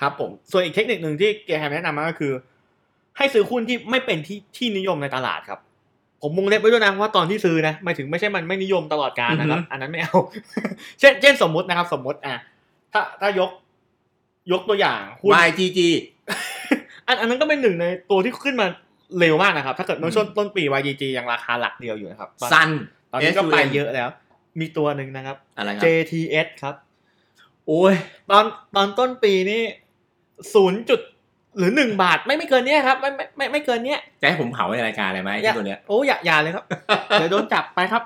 A: ครับผมส่วนอีกเทคนิคหนึ่งที่เกแฮมแนะนำมาก็คือ ให้ซื้อหุ้นที่ไม่เป็นที่ที่นิยมในตลาดครับ ผมวงเล็บไว้ด้วยนะว่าตอนที่ซื้อนะหมายถึงไม่ใช่มันไม่นิยมตลอดการนะครับ อันนั้นไม่เอา เช่นเช่นสมมตินะครับ สมมติอ่ะถ้าถ้ายกยกตัวอย่างหุ้น
B: วายจีจี
A: อันอันนั้นก็เป็นหนึ่งในตัวที่ขึ้นมาเร็วมากนะครับ ถ้าเกิดเมื่อช่วงต้นปี YGG ยังราคาหลักเดียวอยู่นะครับ ตอน
B: ซัน
A: ตอนนี้ก็ไปเยอะแล้ว มีตัวหนึ่งนะครับ
B: อะไรครับ
A: JTS ครับ
B: โอ้ย
A: ตอนตอนต้นปีนี่ศูนย์จุดหรือหนึ่งบาทไม่ไม่เกินเนี้ยครับ ไม่ไมไม่ไม่เกินเนี้ย
B: จะให้ผมเผาในรายการอะไรไหม
A: อ
B: ไอ้
A: ยาก
B: ตัวเนี้ย
A: โอ้อย่าอย่าเลยครับ เดี๋ยวโดนจับไปครับ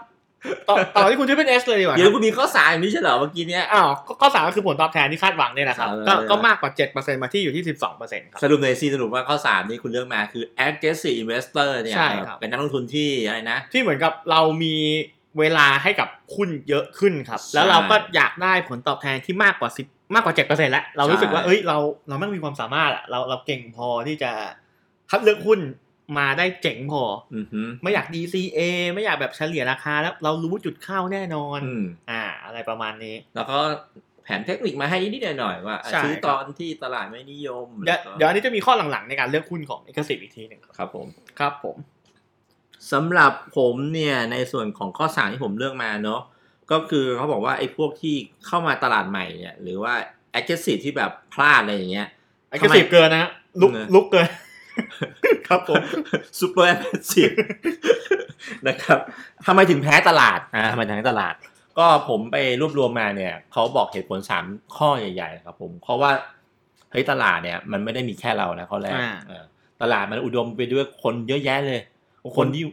A: ต่อต่อที่คุณที่เป็นเอสเลยดีกว่าค
B: เดี๋ยว
A: รับ
B: คุณมีข้อสายอย่างนี้ใช่เหรอเมื่อกี้เนี้ย
A: อ้าวก็ข้อสามก็คือผลตอบแทนที่คาดหวังเนี่ยนะครับ
B: ครับ
A: ก็ก็มากกว่าเจ็ดเปอร์เซ็นต์มาที่อยู่ที่สิบสองเปอร์เซ็นต์ครับ
B: สรุปในอยซีสรุปว่าข้อสามนี่คุณเลือกมาคือ aggressive investor เนี่ย
A: ใช่ครับ
B: เป็นนักลงทุนที่อะไรนะ
A: ที่เหมือนกับเรามีเวลาให้กับคุณเยอะขึ้นครับ แล้วเราก็อยากได้ผลตอบแทนที่มากกว่าสิมากกว่าเจ็ดเปอร์เซ็นต์แล้วเรารู้สึกว่า
B: ใช่
A: เอ้ยเราเราแม่งมีความสามารถอะเราเราเก่งพอที่จะคัดเลือกหุ้นมาได้เจ๋งพอ
B: อือหือ
A: ไม่อยาก DCA ไม่อยากแบบเฉลี่ยราคาแล้วเรารู้จุดเข้าแน่นอน
B: อืม
A: อ่า อะไรประมาณนี้
B: แล้วก็แผนเทคนิคมาให้นิดๆหน่อยๆว่าอ่ะ
A: ใช่
B: ซื้อตอนที่ตลาดไม่นิยม
A: เดี๋ยว
B: แล้วก็
A: เดี๋ยวอันนี้จะมีข้อหลังๆในการเลือกหุ้นของเอกสิทธิ์อีกทีหนึ่งครับ
B: ครับผม
A: ครับผม
B: สำหรับผมเนี่ยในส่วนของข้อสามที่ผมเลือกมาเนาะก็คือเขาบอกว่าไอ้พวกที่เข้ามาตลาดใหม่เนี่ยหรือว่า aggressive ที่แบบพลาดอะไรอย่างเงี้ย
A: เอกสิทธิ์เกินนะฮะลุก
B: เออ
A: ลุกเกิน ครับ ผม
B: super aggressive นะครับทำไมถึงแพ้ตลาดอ่าทำไมถึงแพ้ตลาด ก็ผมไปรวบรวมมาเนี่ยเขาบอกเหตุผลสามข้อใหญ่ๆนะครับผมเพราะว่าเฮ้ยตลาดเนี่ยมันไม่ได้มีแค่เรานะข้อแรก
A: อ่า
B: เออตลาดมันอุดมไปด้วยคนเยอะแยะเลย คนที่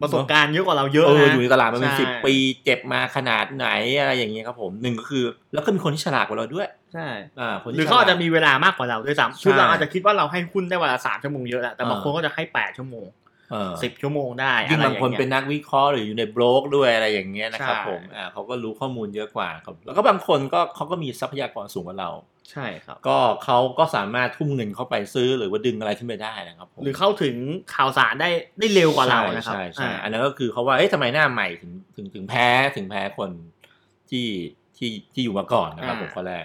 A: ประสบการณ์เยอะกว่าเราเยอะ
B: เออ
A: นะ
B: อยู่ในตลาดมาเป็น
A: ใช่
B: สิบปีเจ็บมาขนาดไหนอะไรอย่างเงี้ยครับผมหนึ่งก็คือ แล้วก็มีคนที่ฉลาดกว่าเราด้วย
A: ใช่
B: อ่าคน
A: ห
B: ที่
A: รือเขาอาจ
B: ฉลา
A: จะ
B: ด
A: มีเวลามากกว่าเราด้วย
B: ใช่
A: ซ้ำคือเราอาจจะคิดว่าเราให้หุ้นได้วันละสามชั่วโมงเยอะแหละแต่บาง
B: อ่า
A: คนก็จะให้แปดชั่วโมง
B: เออ
A: สิบชั่วโมงได้
B: ยิ่ง
A: อะไร
B: บางคน
A: อย่
B: เป็น
A: เย
B: นักวิเคราะห์หรืออยู่ในบล็อกด้วยอะไรอย่างเงี้ยนะครับ
A: ใช่
B: ผมอ่าเขาก็รู้ข้อมูลเยอะกว่าครับแล้วก็บางคนก็เขาก็มีทรัพยากรสูงกว่าเรา
A: ใช่ครับ
B: ก็เขาก็สามารถทุ่มเงินเข้าไปซื้อหรือว่าดึงอะไรขึ้นไปได้นะครับผม
A: หรือเข้าถึงข่าวสารได้ได้เร็วกว่าเรานะครับ
B: ใช่ใช่
A: อ่า
B: อันนั้นก็คือเขาว่าเอ๊ะทำไมหน้าใหม่ถึงถึงถึงแพ้ถึงแพ้คนที่ที่ที่อยู่มาก่อนนะครับ
A: อ่า
B: ผมข้อแรก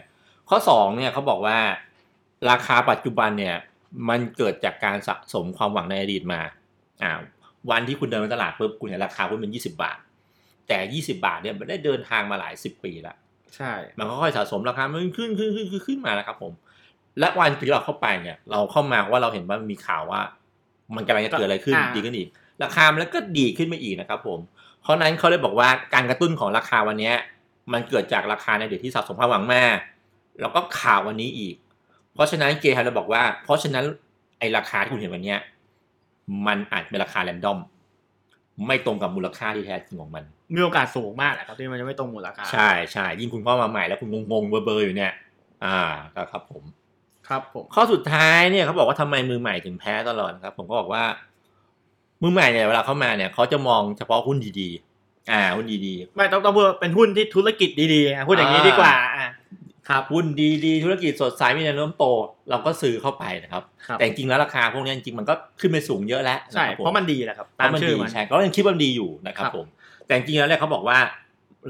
B: ข้อสองเนี่ยเขาบอกว่าราคาปัจจุบันเนี่ย มันเกิดจากการสะสมความหวังในอดีตมาอ่าวันที่คุณเดินไปตลาดปุ๊บคุณเห็นราคาหุ้นเป็นยี่สิบาท แต่ยี่สิบาทเนี่ยมันได้เดินทางมาหลายสิบปีแล้ว
A: ใช่
B: มันก็ค่อยสะสมราคามันขึ้นขึ้นขึ้นขึ้นขึ้นมานะครับผม และวันที่เราเข้าไปเนี่ย เราเข้ามาเพราะว่าเราเห็นว่ามันมีข่าวว่า มันกำลังจะเกิดอะไรขึ้นดีขึ้นอีก ราคามันก็ดีขึ้นมาอีกนะครับผม เพราะฉะนั้นเขาเลยบอกว่าการกระตุ้นของราคาวันเนี้ย มันเกิดจากราคาในเด็กที่สะสมความหวังมาแล้วก็ข่าววันนี้อีก เพราะฉะนั้นเกย์ฮันเลยบอกว่า เพราะฉะนั้นไอราคาที่คุณเห็นวันเนี้ยมันอาจเป็นราคาแรนดอม ไม่ตรงกับมูลค่าที่แท้จริงของมัน
A: มีโอกาสสูงมากนะครับที่มันจะไม่ตรงมูลค่า
B: ใช่ใช่ยิ่งคุณเข้ามาใหม่แล้วคุณงงๆเบอร์เบอร์อยู่เนี่ย อ่าครับผม
A: ครับผม
B: ข้อสุดท้ายเนี่ยเขาบอกว่าทำไมมือใหม่ถึงแพ้ตลอดนะครับ ผมก็บอกว่า มือใหม่เนี่ยเวลาเข้ามาเนี่ยเขาจะมองเฉพาะหุ้นดีๆ อ่าหุ้นดี
A: ไม่ต้องต้องพูดว่าเป็นหุ้นที่ธุรกิจดีๆอ่ะพูดอย่างนี้ดีกว่าอ่ะ
B: ๆครับหุ้นดีๆ ธุรกิจสดใสมีแนวโน้มโต เราก็ซื้อเข้าไปนะครับ
A: ครับ
B: แต่จริงๆแล้วราคาพวกเนี้ยจริงๆมันก็ขึ้นไปสูงเยอะแล้ว
A: ใช่
B: คบผ
A: เพราะมันดีแหละครับ
B: เพ
A: ตาม
B: ราะมัน
A: ชื่
B: ดี
A: อมัน
B: ใช่ก็ยังคิดว่ามันดีอยู่นะครับ
A: ครับ
B: ผม แต่จริงๆแล้วเนี่ยเขาบอกว่า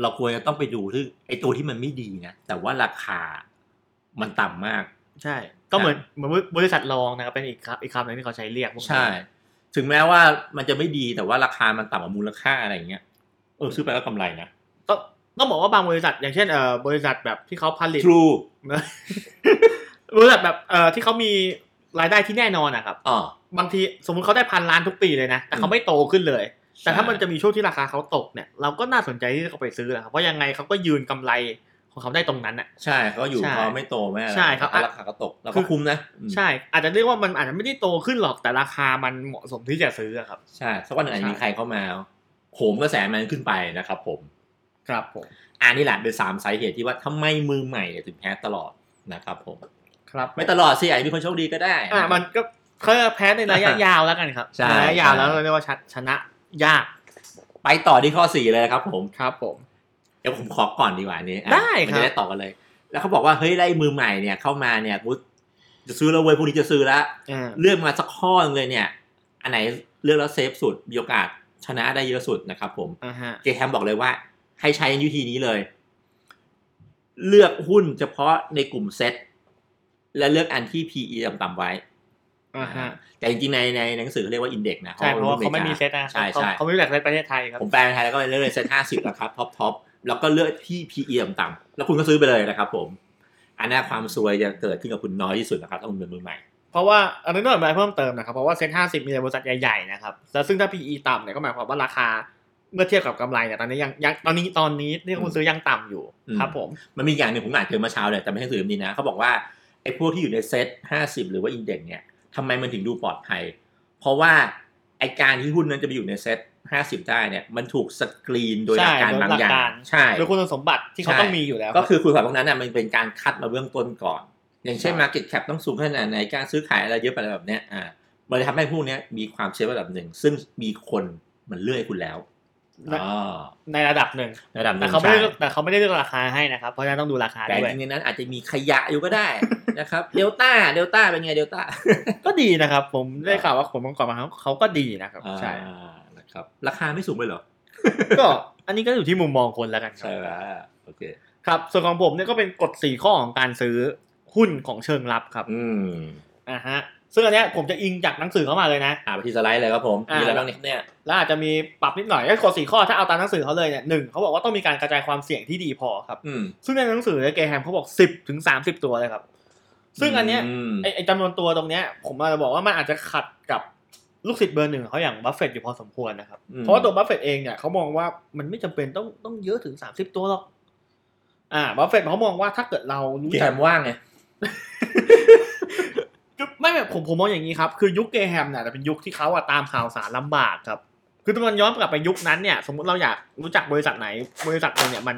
B: เราควรจะต้องไปดูที่ไอตัวที่มันไม่ดีนะ แต่ว่าราคามันต่ำมาก
A: ใช่ ก็เหมือนเหมือนบริษัทรองนะครับเป็นอีกครับอีกคำหนึ่งที่เขาใช้เรียกพวกนี้
B: ใช่ ถึงแม้ว่ามันจะไม่ดีแต่ว่าราคามันต่ำกว่ามูลค่าอะไรอย่างเงี้ยเออซื้อไปแล้วกำไรนะ
A: ต้องต้องบอกว่าบางบริษัทอย่างเช่นเอ่อบริษัทแบบที่เขาผลิต
B: True
A: บ ริษัทแบบเอ่อที่เขามีรายได้ที่แน่นอนนะครับ
B: อ๋อบ
A: างทีสมมติเขาได้พันล้านทุกปีเลยนะแต่เขาไม่โตขึ้นเลย แต่ถ้ามันจะมีช่วงที่ราคาเขาตกเนี่ยเราก็น่าสนใจที่จะเขาไปซื้อแหละครับเพราะยังไงเขาก็ยืนกำไรของเขาได้ตรงนั้นอ่ะ
B: ใช่เขาอยู่
A: ใช่
B: พอไม่โตไม่อะไร
A: ใช่ครับ
B: แล้วราคาก็ตกเรา
A: คื
B: ก็
A: อ
B: คุ้มนะอืม
A: ใช่ อาจจะเรียกว่ามันอาจจะไม่ได้โตขึ้นหรอกแต่ราคามันเหมาะสมที่จะซื้ออะครับ
B: ใช่สักวันหนึ่งอาจจะมีใครเข้ามาโหมกระแสมันขึ้นไปนะครับผม
A: ครับผม
B: อันนี้แหละเป็นสามสาเหตุที่ว่าทำไมมือใหม่เนี่ยถึงแพ้ตลอดนะครับผม
A: ครับ
B: ไม่ตลอดสิอาจจะมีคนโชคดีก็ได้
A: อ่ะมันก็เขาจะแพ้ในระยะยาวแล้วกันครับ
B: ใช่
A: ระยะยาวแล้วเราเรียกว่าชดชนะยาก
B: ไปต่อที่ข้อสี่เลยนะครับผม
A: ครับผม
B: เดี๋ยวผมขอก่อนดีกว่าอันนี้อ่ะ
A: ได้ครับ
B: มันจะได้ต่อกันเลย แล้วเขาบอกว่าเฮ้ยไล่มือใหม่เนี่ยเข้ามาเนี่ยกูจะซื้อแล้วเว้ยพวกนี้จะซื้อแล้ว
A: อ่า
B: เลือกมาสักข้อหนึงเลยเนี่ย อันไหนเลือกแล้วเซฟสุดมีโอกาสชนะได้เยอะสุดนะครับผม
A: อ่าฮะ
B: เจแฮมบอกเลยว่า ให้ใช้วิธีนี้เลย เลือกหุ้นเฉพาะในกลุ่มเซ็ตและเลือกอันที่ PE ต่ำๆไว้
A: อ่าฮะ
B: แต่จริงๆในในหนังสือเขาเรียกว่าอินเด็กนะ
A: ใช่เพราะว่าเขาไม่มีเซตนะ
B: ใช่
A: เขา
B: ใช่
A: เขาไม่มีแบบเซตประเทศไทยครับ
B: ผมแปลเป็นไทยแล้วก็เลยเลือกเซ็ตห้าสิบนะครับท็อปท็อปแล้วก็เลือกที่ PE ต่ำๆแล้วคุณก็ซื้อไปเลยนะครับผม อันน่าความซวยจะเกิดขึ้นกับคุณน้อยที่สุดนะครับถ้าคุณเป็นมือใหม่
A: เพราะว่าอันนี้ต้องอธิบายเพิ่มเติมนะครับ เพราะว่าเซ็นห้าสิบมีแต่บริษัทใหญ่ๆนะครับแล้วซึ่งถ้า PE ต่ำเนี่ยก็หมายความว่าราคาเมื่อเทียบกับกำไรเนี่ยตอนนี้ยังยังตอนนี้ตอนนี้ที่คุณซื้อยังต่ำอยู่
B: อืม
A: ครับผม
B: มันมีอย่างหนึ่งผมอ่านเจอเมื่อเช้าเลยแต่ไม่ใช่สื่อเล่มนี้นะเขาบอกว่าไอ้พวกที่อยู่ในเซ็ตห้าสิบหรือว่าอินเด็กเนี่ยทำไมมันถึงดูปลอดภัย เพราะว่าไอ้การที่หุ้นนั้นจะไปอยู่ในเซ็ตห้าสิบได้เนี่ยมันถูกสกรีนโดยหลักการบางอย่างใช่
A: โดยคุณสมบัติที่เขาต้องมีอยู่แล้ว
B: ก็คือคุณสมบัติพวกนั้นน่ะมันเป็นการคัดมาเบื้องต้นก่อน อย่างเช่น
A: ใช่
B: Market Cap ต้องสูงขนาดไหนการซื้อขายอะไรเยอะไปอะไรแบบเนี้ยอ่ามันเลยทำให้พวกเนี้ยมีความเชื่อระดับหนึ่ง ซึ่งมีคนมันเลื่อยคุณแล้ว
A: และ
B: อ๋อ
A: ในระดับหนึ่ง
B: ระดับหนึ่
A: แต่
B: ง
A: เขาไม่
B: ใช่
A: ได้แต่เขาไม่ได้เลือกราคาให้นะครับ เพราะฉะนั้นต้องดูราคา
B: แต่
A: ด้วย
B: จริงๆในนั้นอาจจะมีขยะอยู่ก็ได้ นะครับเดลต้าเดลต้าเป็นไงเดลต้า
A: ก็ดีนะครับ ผมได้ข่าวว่าผมเมื่อก่อนมาเขาเขาก็ดีนะครับใช่
B: อ่านะครับราคาไม่สูงไปเหรอ
A: ก็อันนี้ก็อยู่ที่มุมมองคนแล้วกันครับ
B: ใช่ไหมโอเค
A: ครับส่วนของผมเนี่ยก็เป็นกฎสี่ข้อของการซื้อหุ้นของเชิงลับครับ
B: อืม
A: อ่าฮะซึ่งอันเนี้ยผมจะอิงจากหนังสือเข้ามาเลยนะ
B: อ่าไปที่สไลด์เลยครับผม
A: อ่ามี
B: มีอะไรบ้างเนี่ยเนี่ย
A: แล้วอาจจะมีปรับนิดหน่อยก็กดสี่ข้อถ้าเอาตามหนังสือเขาเลยเนี่ยหนึ่งเขาบอกว่าต้องมีการกระจายความเสี่ยงที่ดีพอครับ
B: อืม
A: ซึ่งในหนังสือเนี่ยเกแฮมเขาบอกสิบถึงสามสิบตัวเลยครับ ซึ่งอันเนี้ย
B: ม
A: ไอ้ไอ้จำนวนตัวตรงเนี้ยผมอาจจะบอกว่ามันอาจจะขัดกับลูกศิษย์เบอร์หนึ่งของเขาอย่างบัฟเฟตต์อยู่พอสมควรนะครับ
B: อืม
A: เพราะว่าตัวบัฟเฟตต์เองเนี่ยเขามองว่ามันไม่จำเป็นต้องต้องเยอะถึงสามสิบตัวหรอกอ่าบัฟเฟตต์เขามองว่าถ้าเกิดเรารู้
B: เก
A: จัก
B: มว่างไง
A: ไม่แบบผมผมมองอย่างนี้ครับ คือยุคเกแฮมเนี่ยแต่เป็นยุคที่เขาอะตามข่าวสารลำบากครับ คือถ้ามันย้อนกลับไปยุคนั้นเนี่ย สมมติเราอยากรู้จักบริษัทไหน บริษัทหนึงเนี่ยมัน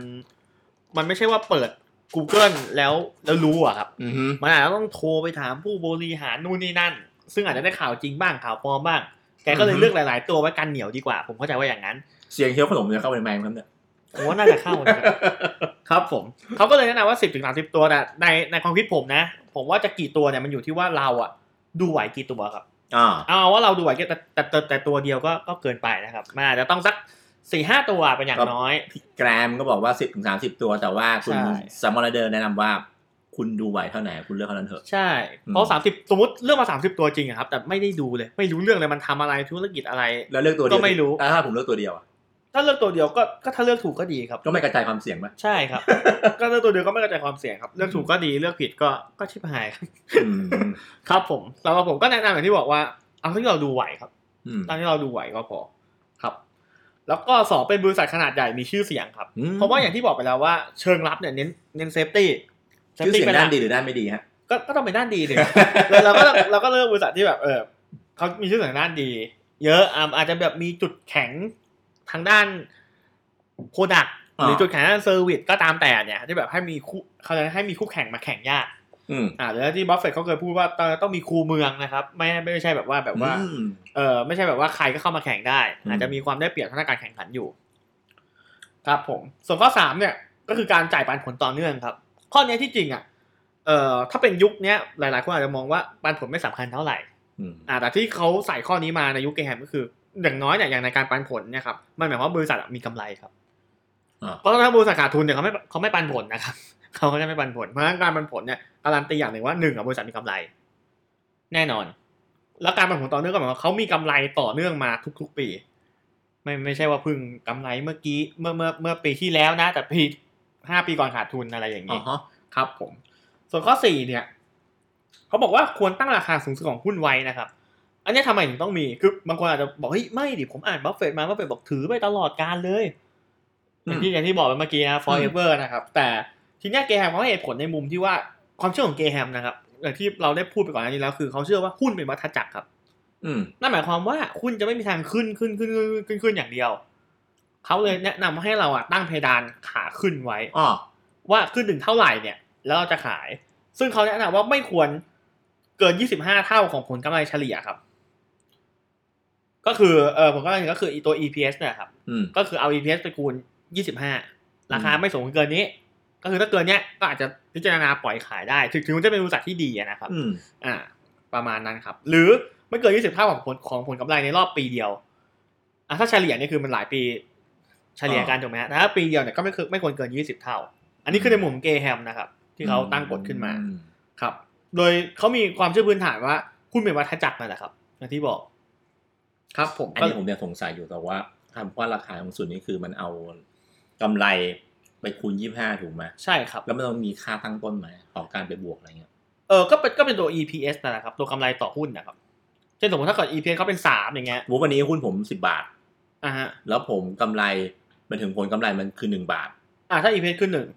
A: มันไม่ใช่ว่าเปิด Google แล้วแล้วรู้อะครับ
B: อือฮึ
A: มันอาจจะต้องโทรไปถามผู้บริหารนู่นนี่นั่น ซึ่งอาจจะได้ข่าวจริงบ้างข่าวปลอมบ้าง แกก็เลย
B: อือฮึ
A: เลือกหลาย ๆ ตัวไว้กันเหนียวดีกว่า ผมเข้าใจว่าอย่างนั้น
B: เสียงเคี้ยวขนมจะเข้าไปในไมค์ครับเนี่ย
A: ผมว่าน่าจะเข้านะครับ ครับผมเขาก็เลยแนะนำว่าสิบถึงสามสิบตัวนะในในความคิดผมนะ ผมว่าจะกี่ตัวเนี่ยมันอยู่ที่ว่าเราอะดูไหวกี่ตัวครับ
B: อ่า
A: เอาว่าเราดูไหวแค่แต่แต่แต่แต่ตัวเดียวก็ก็เกินไปนะครับมันอาจจะต้องสักสี่ห้าตัวเป็นอย่างน้อย
B: แกรมก็บอกว่าสิบถึงสามสิบตัว แต่ว่าคุณ
A: ใช่
B: สมอลเดอร์แนะนำว่า คุณดูไหวเท่าไหร่คุณเลือกเท่านั้นเถอะ
A: ใช่ เพ
B: อื
A: ราะ
B: ม
A: สามสิบสมมติเลือกมาสามสิบตัวจริงอะครับ แต่ไม่ได้ดูเลย ไม่รู้เรื่องเลยมันทำอะไรธุรกิจอะไร
B: แล้วเลือกตัวเดียว
A: ก็ไม่รู้
B: แล้วถ้าผมเลือกตัวเดียวอะ
A: ถ้าเลือกตัวเดียวก็ก็ถ้าเลือกถูกก็ดีครับ
B: ก็ไม่กระจายความเสี่ยงไหม
A: ใช่ ครับ ก็เลือกตัวเดียวก็ไม่กระจายความเสี่ยงครับ เลือกถูกก็ดีเลือกผิดก็ก็ชิบหายครับ
B: อืม
A: ครับผมสำหรับผมก็แนะนำอย่างที่บอกว่าเอาเท่าที่เราดูไหวครับ
B: อืม
A: ตามที่เราดูไหวก็พอครับ แล้วก็สองเป็นบริษัทขนาดใหญ่มีชื่อเสียงครับ เพราะว่าอย่างที่บอกไปแล้วว่าเชิงรับเนี่ยเน้นเน้นเซฟตี้
B: ชื่อเสียงด้านดีหรือด้านไม่ดีฮะ
A: ก็ก็ต้องเป็นด้าน ดีดิเลยเราก็เราก็เลือกบริษัทที่แบบเออเขามีชื่อเสียงด้านดี เยอะอ่ะอาจจะแบบมีจุดแข็งทางด้านโปรดักหรือ
B: อ่า
A: จุดแข็งด้านเซอร์วิสก็ตามแต่เนี่ยที่แบบให้มีคู่เขาจะให้มีคู่แข่งมาแข่งยาก
B: อืม
A: อ่าแล้วที่บัฟเฟตต์เขาเคยพูดว่าต้องมีครูเมืองนะครับ ไม่ไม่ใช่แบบว่าแบบว่า
B: อืม
A: เออไม่ใช่แบบว่าใครก็เข้ามาแข่งได้
B: อืม
A: อาจจะมีความได้เปรียบทางด้านการแข่งขันอยู่ ครับผม ส่วนข้อสามเนี่ยก็คือการจ่ายปันผลต่อเนื่องครับ ข้อเนี้ยที่จริงอ่ะเอ่อถ้าเป็นยุคเนี้ยหลายๆคนอาจจะมองว่าปันผลไม่สำคัญเท่าไหร่
B: อืม
A: อ่าแต่ที่เขาใส่ข้อนี้มาในยุคเกแฮมก็คือ อย่างน้อยเนี่ยอย่างในการปันผลเนี่ยครับมันหมายความว่าบริษัทอะมีกำไรครับ
B: อ่า
A: เพราะถ้าบริษัทขาดทุนเนี่ยเขาไม่เขาไม่ปันผลนะครับ เขาก็จะไม่ปันผลเพราะฉะนั้นการปันผลเนี่ยการันตีอย่างหนึ่งว่าหนึ่งอะบริษัทมีกำไร แน่นอน แล้วการปันผลต่อเนื่องก็หมายความว่าเขามีกำไรต่อเนื่องมาทุก ๆ ปี ไม่ไม่ใช่ว่าเพึ่งกำไรเมื่อกี้เมื่อเมื่อเมื่อปีที่แล้วนะ แต่ปีห้าปีก่อนขาดทุนอะไรอย่าง
B: อ๋
A: นี้
B: อฮะ
A: ครับผม ส่วนข้อสี่เนี่ยเขาบอกว่าควรตั้งราคาสูงสุดของหุ้นไว้นะครับ อันนี้ทำไมถึงต้องมี คือบางคนอาจจะบอกเฮ้ยไม่ดิผมอ่านบัฟเฟตมาบัฟเฟตบอกถือไปตลอดการเลย อย่างที่อย่างที่บอกไปเมื่อกี้นะ forever นะครับ แต่ทีเนี้ยเกย์แฮมเขาให้เหตุผลในมุมที่ว่าความเชื่อของเกย์แฮมนะครับอย่างที่เราได้พูดไปก่อนหน้านี้แล้วคือเขาเชื่อว่าหุ้นเป็นวัฏจักรครับ
B: อืม
A: นั่นหมายความว่าหุ้นจะไม่มีทางขึ้นขึ้นขึ้นขึ้นขึ้นขึ้นอย่างเดียว เขาเลยแนะนำให้เราอ่ะตั้งเพดานขาขึ้นไว้
B: อ๋อ
A: ว่าขึ้นถึงเท่าไหร่เนี่ย แล้วเราจะขาย ซึ่งเขาแนะนำว่าไม่ควรเกิน 25 เท่าของผลกำไรเฉลี่ยครับ ก็คือเออผลกำไรเฉลี่ยก็คืออีตัว EPS เนะครับ
B: อืม
A: ก็คือเอา EPS ไปคูณ 25 ราคาไม่สูงเกินนี้ ก็คือถ้าเกินเนี้ยก็อาจจะพิจารณาปล่อยขายได้ ถึงถึงมันจะเป็นบริษัทที่ดีอะนะครับ
B: อืม
A: อ่า ประมาณนั้นครับ หรือไม่เกิน 20 เท่าของผลของผลกำไรในรอบปีเดียวอ่ะถ้าเฉลี่ยนี่คือมันหลายปีเฉลี่ยกันถูกไหมฮะแต่ถ้าปีเดียวเนี่ยก็ไม่คือไม่ควรเกิน 20 เท่า อันนี้คือในมุมของเกย์แฮมนะครับ ที่เขาตั้งกฎขึ้นมา
B: อื
A: ครับ โดยเขามีความเชื่อพื้นฐานว่าหุ้นเป็นวัฏจักรนั่นแหละครับอย่างที่บอก ครับ ผม
B: อันนี้ผมยังสงสัยอยู่แต่ว่าคำว่าราคาของสุดนี่คือมันเอากำไรไปคูณยี่ห้าถูกไหม
A: ใช่ครับ
B: แล้วมันต้องมีค่าตั้งต้นไหมของการไปบวกอะไรเงี้ย
A: เออก็เป็นก็เป็นตัว EPS นั่นแหละครับ ตัวกำไรต่อหุ้นนะครับ เช่นสมมติถ้าเกิด EPS เขาเป็นสามอย่างเงี้ย
B: สมมุติวันนี้หุ้นผมสิบบาท
A: อ่าฮะ
B: แล้วผมกำไรมันถึงผลกำไรมันคือหนึ่งบาท
A: อ่าถ้า EPS ขึ้นหนึ่ง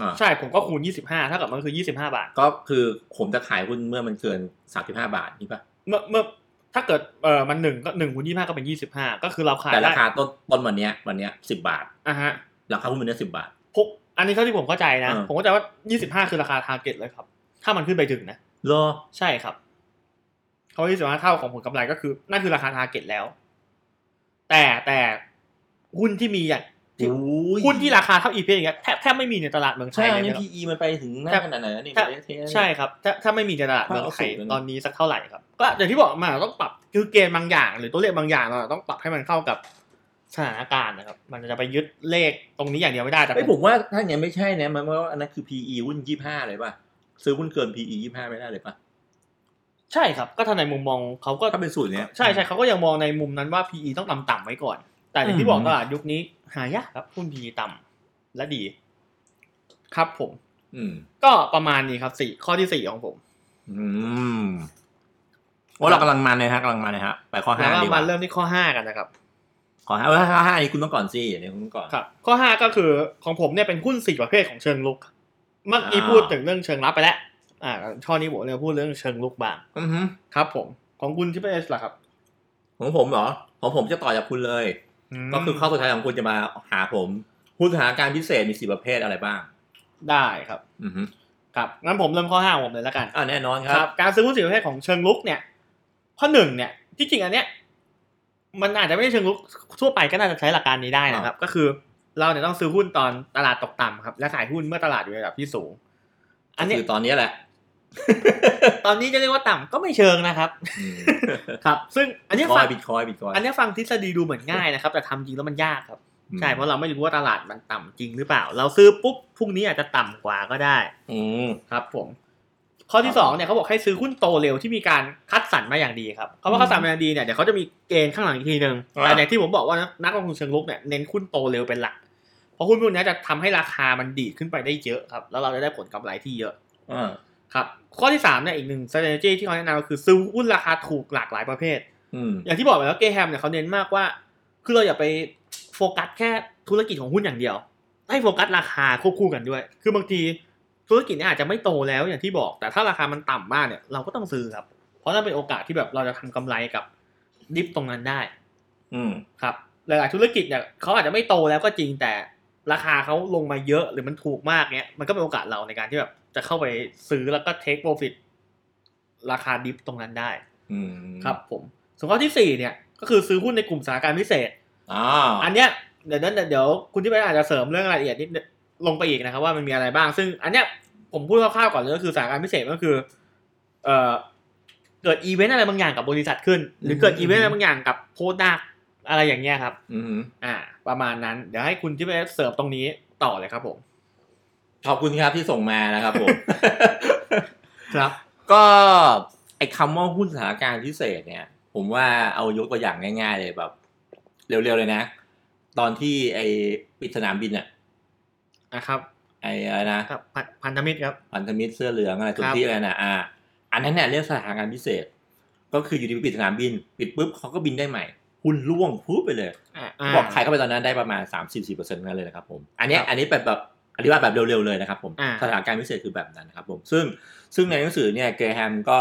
B: อ่า
A: ใช่ผมก็คูณยี่สิบห้าเท่ากับมันคือยี่สิบห้าบาท
B: ก็คือผมจะขายหุ้นเมื่อมันเกินสามสิบห้าบาทนี่ปะ
A: เมื่อเมื่อถ้าเกิดเออมันหนึ่งก็หนึ่งคูณยี่ห้าก็เป็นยี่สิบห้าก็คือเราขาย
B: แต่รา
A: ได้
B: คาต้นต้นวันเนี้ยวันเนี้ยสิบบาท
A: อ่าฮะ
B: ราคาหุ้นวันเนี้ยสิบบาท
A: พวกอันนี้เท่าที่ผมเข้าใจนะ
B: อ่า
A: ผมเข้าใจว่ายี่สิบห้าคือราคา target เลยครับ ถ้ามันขึ้นไปถึงนะ
B: เหรอ
A: ใช่ครับเขาที่สิบห้าเท่าของผลกำไรก็คือนั่นคือราคา target แล้ว แต่แต่หุ้นที่มีอย่างที่ หุ้นที่ราคาเท่า EPS อย่างเงี้ยแทบแทบไม่มีในตลาดเมืองไท
B: ใช่
A: ยเล
B: อั
A: ย
B: นนี้
A: นะครับ
B: PE มันไปถึงหน้าขนาดไหนแล้วนี่
A: ใช่
B: เทส
A: ใช่ครับถ้าถ้าไม่มีในตลาดเมืองไทย
B: ภาคเอาสูง
A: ตอนนี้สักเท่าไหร่ครับ ก็อย่างที่บอกมาต้องปรับคือเกณฑ์บางอย่าง หรือตัวเลขบางอย่างเราต้องปรับให้มันเข้ากับสถานการณ์นะครับ มันจะไปยึดเลขตรงนี้อย่างเดียวไม่ได้แต่
B: ไอยผมว่าถ้าอย่างนี้ไม่ใช่นะมันว่าอันนั้นคือ PE หุ้นยี่ห้าเลยป่ะซื้อหุ้นเกิน PE ยี่ห้าไม่ได้เลยป่ะ
A: ใช่ครับ ก็ทางในมุมมองเขาก็
B: ถ้าเป็นสูตรเนี้ย
A: ใช่ใช่เขาก็ยังมองในมุมนั้นว่า PE ต้องต่ำๆไว้ก่อน แต่อย่างที่
B: อืม
A: บอกตลาดยุคนี้หายากครับหุ้น PE ต่ำและดี ครับผม
B: อืม
A: ก็ประมาณนี้ครับสี่ข้อที่สี่ของผม
B: อืมว่าเรากำลังมันเลยฮะกำลังมันเลยฮะไปข้อ
A: แล้
B: ห้าว
A: ก็
B: ดีก
A: มา
B: ว่า
A: เริ่มที่ข้อห้ากันนะครับ
B: ขอห้าว่าข้อห้านี่คุณต้องก่อนสิเนี่ยวคุณต้องก่อน
A: ครับข้อห้าก็คือของผมเนี่ยเป็นหุ้นสี่ประเภทของเชิงลุก เมื่อกี้
B: อ่า
A: พูดถึงเรื่องเชิงรับไปแล้ว อ่าข้อนี้ผมเนี่ยพูดเรื่องเชิงลุกบ้าง
B: อือฮึ
A: ครับผมของคุณที่เป็นเอสล่ะครับ
B: ของผมเหรอของผมจะต่อจากคุณเลย ก็คือข้อสุดท้ายของคุณจะมาหาผมหุ้นสถานการณ์พิเศษมีสี่ประเภทอะไรบ้าง
A: ได้ครับ
B: อือฮึ
A: ครับงั้นผมเริ่มข้อห้าผมเลยแล้วกัน
B: อ่าแน่นอนครับ
A: การซื้อหุ้นสี่ประเภทของเชิงลุกเนี่ย ข้อหนึ่งเนี่ยที่จริงอันเนี้ย มันอาจจะไม่ได้เชิงลุกทั่วไปก็น่าจะใช้หลักการนี้ได้นะครับ ก็คือเราเนี่ยต้องซื้อหุ้นตอนตลาดตกต่ำครับ และขายหุ้นเมื่อตลาดอยู่ในระดับที่สูง อันเนี้ย
B: คือตอนเนี้ยแหละ
A: ตอนนี้จะเรียกว่าต่ำก็ไม่เชิงนะครับ ครับ ซึ่งอันเนี้ย
B: คอ
A: ฟั
B: ย
A: ง
B: บิตคอยบิตคอย
A: อันเนี้ยฟังทฤษฎีดูเหมือนง่ายนะครับ แต่ทำจริงแล้วมันยากครับ ใช่เพราะเราไม่รู้ว่าตลาดมันต่ำจริงหรือเปล่า เราซื้อปุ๊บพรุ่งนี้อาจจะต่ำกว่าก็ได้
B: อืม
A: ครับผม ข้อที่สองเนี่ยเขาบอกให้ซื้อหุ้นโตเร็วที่มีการคัดสรรมาอย่างดีครับเขาว่าคัดสรรมาอย่างดีเนี่ยเดี๋ยวเขาจะมีเกณฑ์ข้างหลังอีกทีหนึ่ง
B: อ่า
A: แต่อย่างที่ผมบอกว่านักนักลงทุนเชิงลุกเนี่ยเน้นหุ้นโตเร็วเป็นหลัก เพราะหุ้นพวกนี้จะทำให้ราคามันดีดขึ้นไปได้เยอะครับแล้วเราจะได้ผลกำไรที่เยอะ
B: อ่า
A: ครับข้อที่สามเนี่ยอีกหนึ่ง strategy ที่เขาแนะนำก็คือซื้อหุ้นราคาถูกหลากหลายประเภท
B: อืม
A: อย่างที่บอกไปแล้วเกแฮมเนี่ยเขาเน้นมากว่า คือเราอย่าไปโฟกัสแค่ธุรกิจของหุ้นอย่างเดียว ให้โฟกัสราคาควบคู่กันด้วย คือบางทีธุรกิจเนี่ยอาจจะไม่โตแล้วอย่างที่บอก แต่ถ้าราคามันต่ำมากเนี่ยเราก็ต้องซื้อครับ เพราะนั่นเป็นโอกาสที่แบบเราจะทำกำไรกับดิฟตรงนั้นได้
B: อืม
A: ครับ หลายๆธุรกิจเนี่ยเขาอาจจะไม่โตแล้วก็จริงแต่ราคาเขาลงมาเยอะหรือมันถูกมากเนี่ยมันก็เป็นโอกาสเราในการที่แบบจะเข้าไปซื้อแล้วก็เทคโปรฟิตราคาดิฟตรงนั้นได้
B: อืม
A: ครับผมส่วนข้อที่สี่เนี่ยก็คือซื้อหุ้นในกลุ่มสถานการณ์พิเศษ
B: อ่า
A: อันเนี้ยเดี๋ยวนั้นเดี๋ยวคุณที่ไปอาจจะเสริมเรื่องรายละเอียดนิดลงไปอีกนะครับว่ามันมีอะไรบ้าง ซึ่งอันเนี้ยผมพูดคร่าวๆก่อนเลยก็คือสถานการณ์พิเศษก็คือเอ่อเกิดอีเวนต์อะไรบางอย่างกับบริษัทขึ้น หรือเกิดอีเวนต์อะไรบางอย่างกับโพดักอะไรอย่างเงี้ยครับ
B: อืม
A: อ่า ประมาณนั้น เดี๋ยวให้คุณที่ไปเสริมตรงนี้ต่อเลยครับผม
B: ขอบคุณครับที่ส่งมานะครับผม
A: ครับ
B: ก็ไอ้คำว่าหุ้นสถานการณ์พิเศษเนี่ย ผมว่าเอายกตัวอย่างง่าย ๆ เลยแบบ เร็วๆเลยนะ ตอนที่ไอ้ปิดสนามบินอะ
A: อ่ะครับ
B: ไอ้อะไรนะ
A: ครับพันพันธมิตรครับ
B: พันธมิตรเสื้อเหลืองอะไร
A: ครับ
B: ทุกที่อะไรนะอ่า อันนั้นเนี่ยเรียกสถานการณ์พิเศษ ก็คืออยู่ดีปิดสนามบิน ปิดปุ๊บเขาก็บินได้ใหม่ หุ้นร่วงปุ๊บไปเลย
A: อ่า
B: บอกใครเข้าไปตอนนั้นได้ประมาณ 3 4 4เปอร์เซ็นต์นั้นเลยนะครับผม อันเนี้
A: ค
B: ย
A: รับ
B: อันนี้แบบแบบอธิบายแบบเร็วๆเลยนะครับผม
A: อ่า
B: สถานการณ์พิเศษคือแบบนั้นนะครับผม ซึ่งซึ่งในหนังสือเนี่ยเกรแฮมก็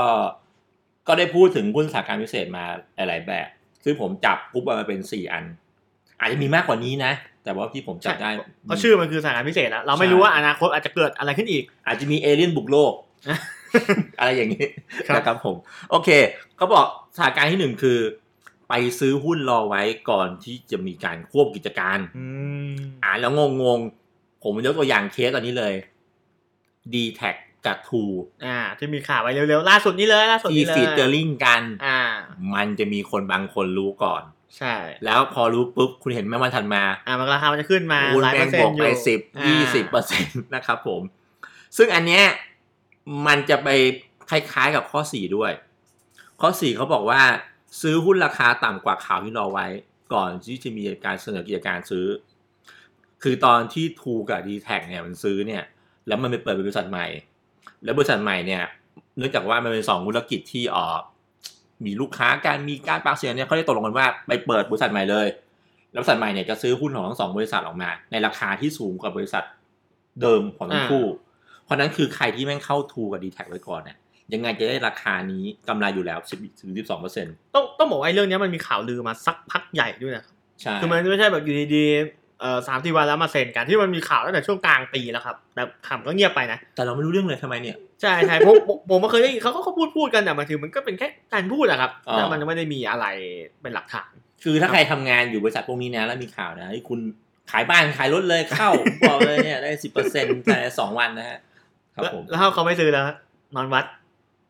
B: ก็ได้พูดถึงหุ้นสถานการณ์พิเศษมาหลายๆแบบ ซึ่งผมจับกรุ๊ปเอามาเป็น 4 อัน อาจจะมีมากกว่านี้นะ แต่ว่าที่ผมจับได้
A: เพราะชื่อมันคือสถานการณ์พิเศษแล้วเราไม่รู้ว่าอนาคตอาจจะเกิดอะไรขึ้นอีก
B: อาจจะมีเอเลี่ยนบุกโล ก
A: อ่ะ
B: อะไรอย่างนี้
A: ครับ
B: นะครับผม โอเคเขาบอกสถานการณ์ที่หนึ่งคือ ไปซื้อหุ้นรอไว้ก่อนที่จะมีการควบกิจการ
A: อืม
B: อ่านแล้วงงงๆ ผมยกตัวอย่างเคสอันนี้เลย d t แทกับทู
A: อ่า ที่มีข่าวไปเร็วๆ ล่าสุดนี้เลยล่าสุด
B: ที่
A: นี้เลย
B: ฟีเจอริงกัน
A: อ่า
B: มันจะมีคนบางคนรู้ก่อน
A: ใช่
B: แล้วพอรู้ปุ๊บ คุณเห็นไหมวันถัดมา
A: อ่ามันราคามันจะขึ้นมา
B: คุณ
A: หลาย
B: แม่
A: เปอง ร์เซ็นต์อ
B: บวกไป
A: ยู่
B: สิบยี่สิบเปอร์เซ็ นต์นะครับผม ซึ่งอันเนี้ยมันจะไปคล้ายๆกับข้อสี่ด้วย ข้อสี่เขาบอกว่า ซื้อหุ้นราคาต่ำกว่าข่าวที่รอไว้ ก่อนที่จะมีการเสนอกิจการซื้อ คือตอนที่ทูกับดีแท็เนี่ยมันซื้อเนี่ย แล้วมันไปเปิดเป็นบริษัทใหม่ แล้วบริษัทใหม่เนี่ยเนื่องจากว่ามันเป็นสองธุรกิจที่ออกมีลูกค้าการมีการปากเสียงเนี่ยเขาได้ตกลงกันว่าไปเปิดบริษัทใหม่เลย แล้วบริษัทใหม่เนี่ยจะซื้อหุ้นของทั้งสองบริษัทออกมา ในราคาที่สูงกว่าบริษัทเดิมของทั้งคู่ เพราะฉะนั้นคือใครที่แม่งเข้าทูกับดีแท็ไว้ก่อนเนี่ยยังไงจะได้ราคานี้กำไรอยู่แล้วสิบถึงสิบสองเปอร์เซ็นต์
A: ต้องต้องบอกว่าไอ้เรื่องเนี้ยมันมีข่าวลือมาสักพักใหญ่ด้วยนะครับ
B: ใช่
A: คือมันไม่ใช่แบบอยู่ดีๆเอ่อสามสี่วันแล้วมาเซ็นกันที่มันมีข่าวตั้งแต่ช่วงกลางปีแล้วครับ แต่ข่าวก็เงียบไปนะ
B: แต่เราไม่รู้เรื่องเลยทำไมเนี่ย
A: ใช่ใช่ผมผมผมก็เคยได้ยินเขาก็เขาพูดพูดกันแต่มาถึงมันก็เป็นแค่การพูดอะครับ
B: อ๋อ
A: แต่มันยังไม่ได้มีอะไรเป็นหลักฐาน
B: คือถ้าใครทำงานอยู่บริษัทพวกนี้นะแล้วมีข่าวนะที่คุณขายบ้านขายรถเลยเข้า บอกเลยเนี่ยได้สิบเปอร์เซ็นต์ภายในสองวันนะฮะครับผม
A: แล้วถ้าเขาไม่ซื้อแล้วนอนวัด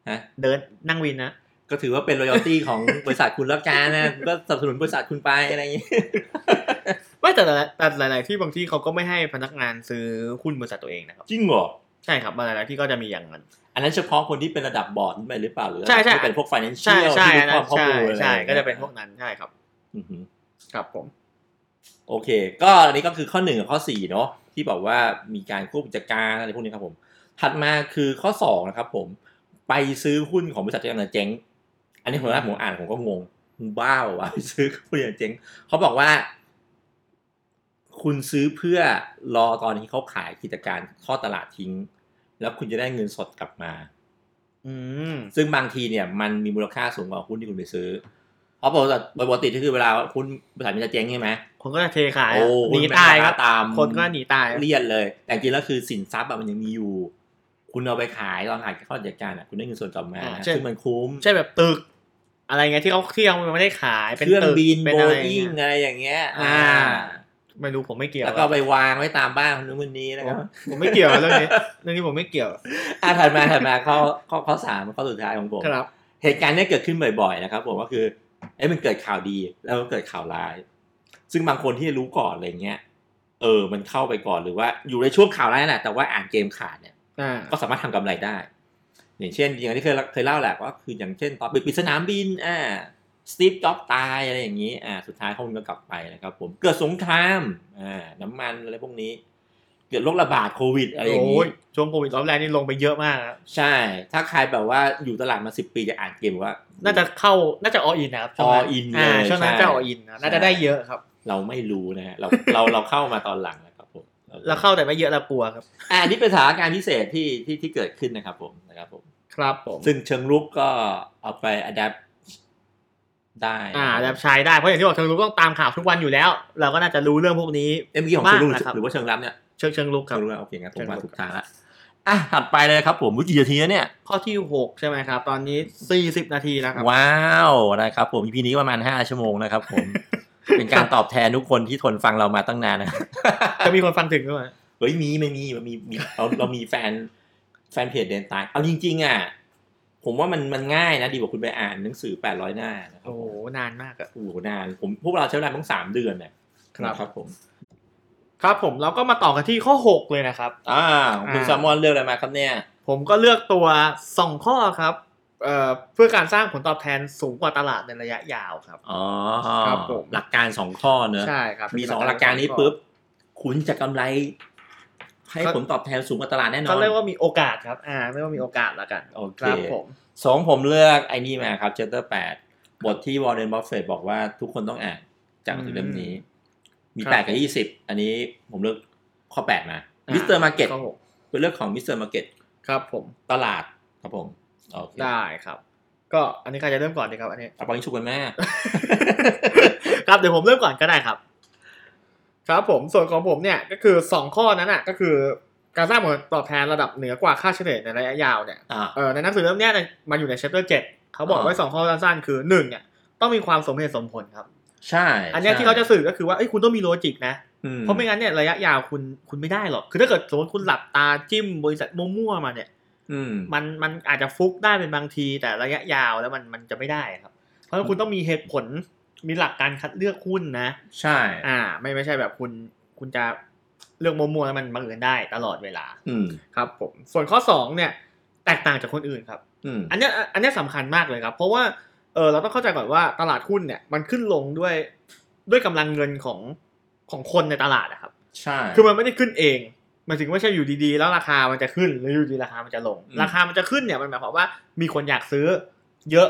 B: ฮะ
A: เดินนั่งวินนะ
B: ก็ถือว่าเป็นรอยัลตี้ของบริษัทคุณแล้วกันนะ ก็สนับสนุนบริษัทคุณไปอะไรอย่างนี้
A: ไม่แต่หลายแต่หลายๆที่บางที่เขาก็ไม่ให้พนักงานซื้อหุ้นบริษัทตัวเองนะครับ
B: จริงเหรอ
A: ใช่ครับหลายๆที่ก็จะมีอย่างนั้น
B: อันนั้นเฉพาะคนที่เป็นระดับบอร์ดขึ้นไปหรือเปล่าหรือ
A: ใช่ใช่
B: ที่เป็นพวก financial
A: ใช่ใช่
B: ที่
A: อัน
B: รู้
A: นั้
B: คน วามข้อ
A: ใช่
B: มูลอะไร
A: ใช่ก็จะเป็นพวกนั้นใช่ครับ
B: อือหือ
A: ครับผม
B: โอเค ก็อันนี้ก็คือข้อหนึ่งกับข้อสี่เนาะที่บอกว่ามีการควบกิจการอะไรพวกนี้ครับผม ถัดมาคือข้อสองนะครับผม ไปซื้อหุ้นของบริษัทที่กำลังจะเจ๊ง อันนี้ผมว่าผมอ่านผมก็งงมึงบ้าเปล่าวะ ไปซื้อหุ้นที่กำลังเจ๊งเขาบอกว่า คุณซื้อเพื่อรอตอนที่เขาขายกิจการข้อตลาดทิ้ง แล้วคุณจะได้เงินสดกลับมา
A: อืม
B: ซึ่งบางทีเนี่ยมันมีมูลค่าสูงกว่าหุ้นที่คุณไปซื้อ เพราะปกติปกติก็คือเวลาหุ้นบริษัทมันจะเจ๊งใช่ไหม
A: คนก็จะเทขาย
B: โอ้
A: ห
B: หุ้
A: นีตายครับ
B: ตาม
A: คนก็หนีตาย
B: เลียดเลย แต่จริงแล้วคือสินทรัพย์อะมันยังมีอยู่ คุณเอาไปขายตอนขายข้อจัดการอะคุณได้เงินส่วนกลับมา
A: อ่าเช่น
B: ซึ่งมันคุ้ม
A: ใช่แบบตึก อะไรเงี้ยที่เขาที่เขายังไม่ได้ขายเป็น
B: เครื่อง
A: ตึก
B: บิน
A: เป็น
B: โบ
A: อะไร
B: อิง
A: เงี้ย
B: อะไรอย่างเงี้ย
A: อ่า ไม่รู้ผมไม่เกี่ยว
B: แล้วก็ไปวางไว้ตามบ้านคนนู้นคนนี้
A: ผม
B: นะครับ
A: ผมไม่เกี่ยวเรื่องนี้เรื่องนี้ผมไม่เกี่ยว
B: อ่าถัดมาถัดมาข้อข้อข้อสามข้อสุดท้ายของผม
A: ครับ
B: เหตุการณ์เนี้เกิดขึ้นบ่อยๆนะครับผมก็คือเอ้มันเกิดข่าวดีแล้วก็เกิดข่าวร้าย ซึ่งบางคนที่รู้ก่อนอะไรเงี้ยเออมันเข้าไปก่อนหรือว่าอยู่ในช่วงข่าวร้ายแหละแต่ว่าอ่านเกมขาดเนี่ย
A: อ่า
B: ก็สามารถทำกำไรได้ อย่างเช่นอย่างที่เคยเคยเล่าแหละว่าคืออย่างเช่นตอนปิดสนามบินอ่าสตีฟจ็อบตายอะไรอย่างนี้อ่าสุดท้ายเขาก็กลับไปนะครับผมเกิดสงครามอ่าน้ำมันอะไรพวกนี้ เกิดโรคระบาดโควิดอะไรอย่างนี้
A: โอ้ยช่วงโควิดรอบแรกนี่ลงไปเยอะมากนะ
B: ใช่ ถ้าใครแบบว่าอยู่ตลาดมาสิบปีจะอ่านเกมว่า
A: น่าจะเข้าน่าจะออินนะครับช่วงนั้น
B: all in เลย
A: อ่าช่วงนั้นจะ
B: ใช่
A: ออินนะน่าจะได้เยอะครับ
B: เราไม่รู้นะฮะเราเราเราเข้ามาตอนหลังนะครับผม
A: แล้วเข้าแต่ไม่เยอะละกลัวครับ
B: อ่าอันนี้เป็นสถานการณ์พิเศษที่ที่ที่เกิดขึ้นนะครับผมนะครับผม
A: ครับผม
B: ซึ่งเชิงรุกก็เอาไปอัดแอปได้
A: อ่าแบบใช้ได้เพราะอย่างที่บอกเชิงลุกต้องตามข่าวทุกวันอยู่แล้ว เราก็น่าจะรู้เรื่องพวกนี้
B: เอ็มกี้ของเชิงรุก
A: บ้างนะครับ
B: หรือว่าเชิงรับเนี่ย
A: เชิงเชิงลุกค
B: เชิ
A: รับ
B: งรุกนะโอเคงั้นผ
A: เชิ
B: ม
A: งรุก
B: มาถูกทางละอ่ะถัดไปเลยครับผมวิกิจะทีแล้วเนี่ย
A: ข้อที่หกใช่ไหมครับ ตอนนี้สี่สิบนาทีแล้วครับ
B: ว้าวนะครับผม EP นี้ประมาณ 5 ชั่วโมงนะครับ ผม เป็นการตอบแทนทุกคนที่ทนฟังเรามาตั้งนานนะ
A: จะมีคนฟังถึงด้วย
B: เฮ้ยมีไม่มีมันมีมีเราเรามีแฟนแฟนเพจเดนตายเอาจริงๆอ่ะผมว่ามันมันง่ายนะ ดีกว่าคุณไปอ่านหนังสือแปดร้อยหน้านะครับ
A: โอ้โหนานมากอะ
B: โอ้โหนานผมพวกเราใช้เวลาตั้งสามเดือนเนี่ย
A: ครับ
B: ครับผม
A: ครับผมเราก็มาต่อกันที่ข้อ 6 เลยนะครับ
B: อ่าคุณแซมมอนเลือกอะไรมาครับเนี่ย
A: ผมก็เลือกตัว 2 ข้อครับเอ่อเพื่อการสร้างผลตอบแทนสูงกว่าตลาดในระยะยาวครับ
B: อ๋อ
A: ครับผม
B: หลักการสองข้อเนอะ
A: ใช่ครับ
B: มีสองหลักการนี้ปุ๊บคุณจะกำไรให้ผลตอบแทนสูงกว่าตลาดแน่นอ
A: ก็
B: น
A: เรียกว่ามีโอกาสครับ อ่าเรียกว่ามีโอกาสละกัน
B: โอเค
A: ครับผม
B: สองผมเลือกไอ้นี่มาครับเจนเตอร์แปดบทที่วอร์เรนบัฟเฟตบอกว่าทุกคนต้องอ่านจากหนังสือเล่มนี้ มีแปดกับยี่สิบอันนี้ผมเลือกข้อแปดมามิสเตอร์มาเก็ต
A: ข้อหก
B: เป็นเรื่องของมิสเตอร์มาเก็ต
A: ครับผม
B: ตลาดครับผมโอเค
A: ได้ครับ ก็อันนี้ใครจะเริ่มก่อนดีครับอันนี้
B: เอาไปชุกกันแม่
A: ครับเดี๋ยวผมเริ่มก่อนก็ได้ครับ ครับผมส่วนของผมเนี่ยก็คือสองข้อนั้นอ่ะก็คือการสร้างผลตอบแทนระดับเหนือกว่าค่าเฉลี่ยในระยะยาวเนี่ย
B: อ่า
A: เออในหนังสือเล่มเนี้ยมันอยู่ใน chapter เจ็ดเขาบอกไว้
B: อ่า
A: สองข้อสั้นๆคือหนึ่งเนี่ยต้องมีความสมเหตุสมผลครับ
B: ใช่
A: อันเนี้ยที่เขาจะสื่อก็คือว่าเอ้ยคุณต้องมีโลจิกนะ
B: อื
A: เพราะไม่งั้นเนี่ยระยะยาวคุณคุณไม่ได้หรอกคือถ้าเกิดสมมติคุณหลับตาจิ้มบริษัทมั่วๆมาเนี่ย
B: อืม
A: มันมันอาจจะฟุกได้เป็นบางทีแต่ระยะยาวแล้วมันมันจะไม่ได้ครับ เพราะฉะนั้นคุณต้องมีเหตุผลมีหลักการคัดเลือกหุ้นนะ
B: ใช่
A: อ่าไม่ไม่ใช่แบบคุณคุณจะเลือกมัวๆแล้วมันบังเอิญได้ตลอดเวลา
B: อืม
A: ครับผมส่วนข้อสองเนี่ยแตกต่างจากคนอื่นครับ
B: อืม
A: อันเนี้ยอันเนี้ยสำคัญมากเลยครับ เพราะว่าเออเราต้องเข้าใจก่อนว่าตลาดหุ้นเนี่ยมันขึ้นลงด้วยด้วยกำลังเงินของของคนในตลาดนะครับ
B: ใช่
A: คือมันไม่ได้ขึ้นเองหมันถึงไม่ใช่อยู่ดีๆ แล้วราคามันจะขึ้นหรืออยู่ดีราคามันจะลง ราคามันจะขึ้นเนี่ยมันหมายความว่ามีคนอยากซื้อ เยอะ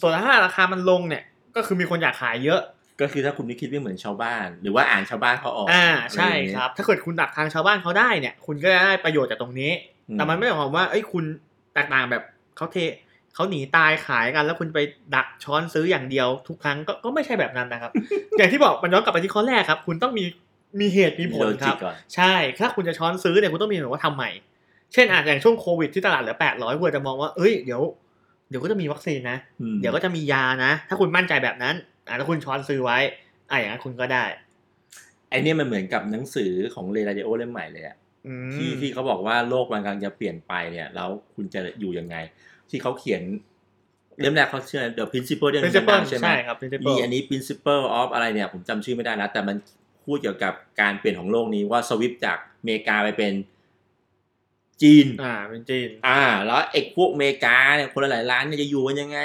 A: ส่วนถ้าราคามันลงเนี่ยก็คือมีคนอยากขายเยอะ
B: ก็คือถ้าคุณไม่คิดไม่เหมือนชาวบ้าน หรือว่าอ่านชาวบ้านเขาออก
A: อ่าใช่
B: อะไอย่างเงี้ย
A: ครับ ถ้าเกิดคุณดักทางชาวบ้านเขาได้เนี่ย คุณก็จะได้ประโยชน์จากตรงนี้
B: อืม
A: แต่มันไม่ได้หมายความว่าเอ้ยคุณแตกต่างแบบเขาเทเขาหนีตายขายกัน แล้วคุณไปดักช้อนซื้ออย่างเดียวทุกครั้งก็ก็ไม่ใช่แบบนั้น นะครับ อย่างที่บอกมันย้อนกลับไปที่ข้อแรกครับ คุณต้องมีมีเหตุมีผลค
B: โจิ
A: รับ
B: ก่อน
A: ใช่ถ้าคุณจะช้อนซื้อเนี่ยคุณต้องมีเหตุผลว่าทำไมเช่นอาจอย่างช่วงโควิดที่ตลาดเหลือแปดร้อยคุณอาจจะมองว่าเอ้ยเดี๋ยวเดี๋ยวก็จะมีวัคซีนนะ
B: อืม
A: เดี๋ยวก็จะมียานะ ถ้าคุณมั่นใจแบบนั้นอ่าถ้าคุณช้อนซื้อไว้อ่าอย่างนั้นคุณก็ได้
B: ไอเนี่ยมันเหมือนกับหนังสือของเรลาเดโอเล่มใหม่เลยอะ
A: อืม
B: ที่ที่เขาบอกว่าโลกมันกำลังจะเปลี่ยนไปเนี่ย แล้วคุณจะอยู่ยังไง ที่เขาเขียนเล่มแรกเขาเชื่อ The Principle เรื่อง
A: principle
B: ใช่ไหม
A: ใช่ครับ
B: มี
A: principle
B: อันนี้ Principle of อะไรเนี่ย ผมจำชื่อไม่ได้นะ แต่มันพูดเกี่ยวกับการเปลี่ยนของโลกนี้ว่าสวิปจากอเมริกาไปเป็นจีน
A: อ่าเป็นจีน
B: อ่า แล้วไอ้พวกอเมริกาเนี่ยคนละหลายล้านเนี่ยจะอยู่กันยังไง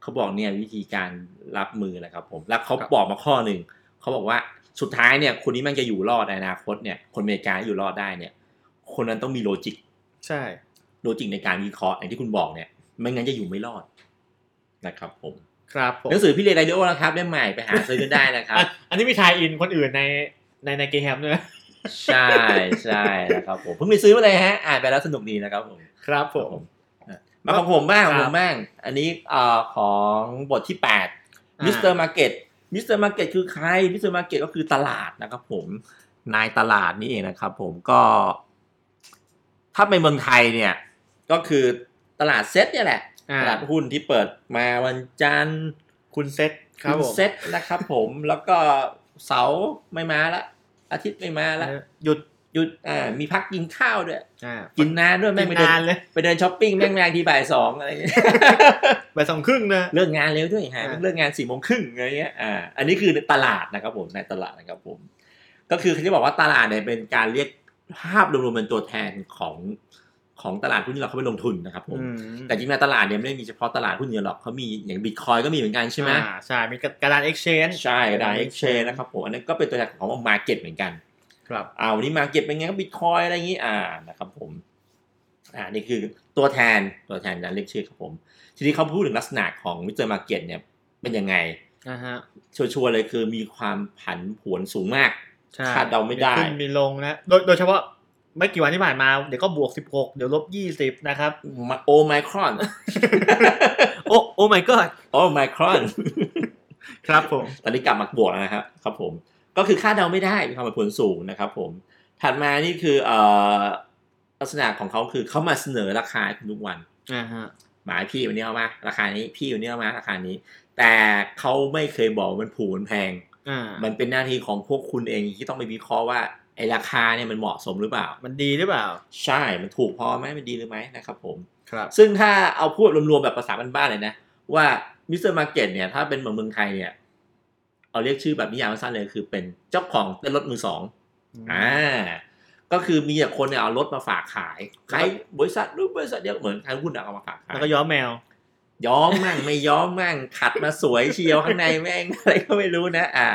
B: เขาบอกเนี่ยวิธีการรับมือนะครับผมแล้วเขา
A: ครับ
B: บอกมาข้อหนึ่งเขาบอกว่าสุดท้ายเนี่ยคนนี้มันจะอยู่รอดในอนาคตเนี่ย คนอเมริกาอยู่รอดได้เนี่ย คนนั้นต้องมีโลจิก
A: ใช่
B: โลจิกในการวิเคราะห์อย่างที่คุณบอกเนี่ย ไม่งั้นจะอยู่ไม่รอดนะครับผม
A: ครับผม
B: หนังสือพี่เลไรเดโอนะครับเล่มใหม่ไปหาซื้อกันได้นะครั บ
A: อ่ะอันนี้มีทายอินคนอื่นในในในเกมแฮมด้วยนะ
B: ใช่ใช่นะครับผมเพิ่งไปซื้อมาเลยฮะอ่านไปแล้วสนุกดีนะครับผม
A: ครับผม
B: มาของผมบ้าง
A: ครั
B: ข
A: บ
B: องผมบ้าง อันนี้เอ่อของบทที่8
A: า
B: มิสเตอร์มาร์เก็ตมิสเตอร์มาร์เก็ตคือใครมิสเตอร์มาร์เก็ตก็คือตลาดนะครับผมนายตลาดนี่เองนะครับผมก็ ถ้าเป็นเมืองไทยเนี่ย ก็คือตลาดเซ็ตเนี่ยแหละ
A: อ่า
B: ตลาดหุ้นที่เปิดมาวันจันทร์
A: คุณเซตครับ
B: คุ
A: ผ
B: ณ
A: ม
B: เซ็ตนะครับผมแล้วก็เสาร์ไม่มาละ อาทิตย์ไม่มาละ
A: หยุด
B: หยุดอ่ามีพักกินข้าวด้วย
A: อ่า
B: กินน้ำด้วย
A: กิ
B: แม่ง
A: น
B: ไปเดิ
A: นาน
B: น
A: เลย
B: ไปเดินช้อปปิ้งแม่งแม่งทีบ่ายสองอะไรอย่างเงี้ย
A: บ่ายสองครึ่งนะ
B: เลิกงานเร็วด้วยหา
A: อ่า
B: เลิกงานสี่โมงครึ่งอะไรเงี้ย อ่า อันนี้คือในตลาดนะครับผมในตลาดนะครับผม ก็คือเขาจะบอกว่าตลาดเนี่ยเป็นการเรียกภาพรวมๆเป็นตัวแทนของของตลาดหุ้นที่เราเข้าไปลงทุนนะครับผม
A: อืม
B: แต่จริงๆแล้วตลาดเนี่ยไม่ได้มีเฉพาะตลาดหุ้นอย่างเดียวหรอกเขามีอย่างบิตคอยก็มีเหมือนกันใช่ไหม
A: อ่าใช่มีกระดาน exchange
B: ใช่กระดาษเอ็กชแนนนะครับผมอันนั้นก็เป็นตัวแทนของมาเก็ตเหมือนกัน
A: ครับ
B: อ่าวันนี้มาเก็ตเป็นไงก็บิตคอยอะไรอย่างนี้อ่านะครับผม อ่านี่คือตัวแทนตัวแทนการเรียกชื่อครับผม ทีนี้เขาพูดถึงลักษณะของมิสเตอร์มาเก็ตเนี่ยเป็นยังไง
A: อ่าฮะ
B: ชัวร์ๆเลยคือมีความผันผวนสูงมาก
A: ใช่
B: คาดเดาไม่ได้
A: ขึ้นมีลงนะ โดยโดยเฉพาะไม่กี่วันที่ผ่านมา เดี๋ยวก็บวก 16 เดี๋ยวลบ 20 นะครับ
B: มาโอไมคร อน
A: โอ้โอ้ my god
B: โอไมครอน
A: ครับผม
B: ตอนนี้กลับมาบวกแล้วนะครับครับผม ก็คือคาดเดาไม่ได้มีความผันผวนสูงนะครับผม ถัดมานี่คือเอ่อลักษณะของเขาคือเขามาเสนอราคาให้คุณทุกวัน
A: อ่าฮะ
B: หมายพี่อยู่เนี่ยเอามาราคานี้พี่อยู่เนี่ยเอามาราคานี้ แต่เขาไม่เคยบอกว่ามันผูกมันแพง
A: อ่า
B: มันเป็นหน้าที่ของพวกคุณเองที่ต้องไปวิเคราะห์ว่าไอราคาเนี่ยมันเหมาะสมหรือเปล่า
A: มันดีหรือเปล่า
B: ใช่ มันถูกพอไหมมันดีหรือไหมนะครับผม
A: ครับ
B: ซึ่งถ้าเอาพูดรวมๆแบบภาษาบ้านๆเลยนะ ว่ามิสเตอร์มาร์เก็ตเนี่ย ถ้าเป็นเหมือนเมืองไทยเนี่ย เอาเรียกชื่อแบบนิยามสั้นๆเลยคือเป็นเจ้าของเต้นรถมือสองอ่าก็คือมีแต่คนเนี่ยเอารถมาฝากขายใครบริษัทนู้นบริษัทเดียวเหมือนใครหุ้นอะเอามาฝากขาย
A: แล้วก็ย้อมแมว
B: ย้อมมั่งไม่ย้อมมั่งขัดมาสวยเชียวข้างในแม่ง อะไรก็ไม่รู้นะอ่า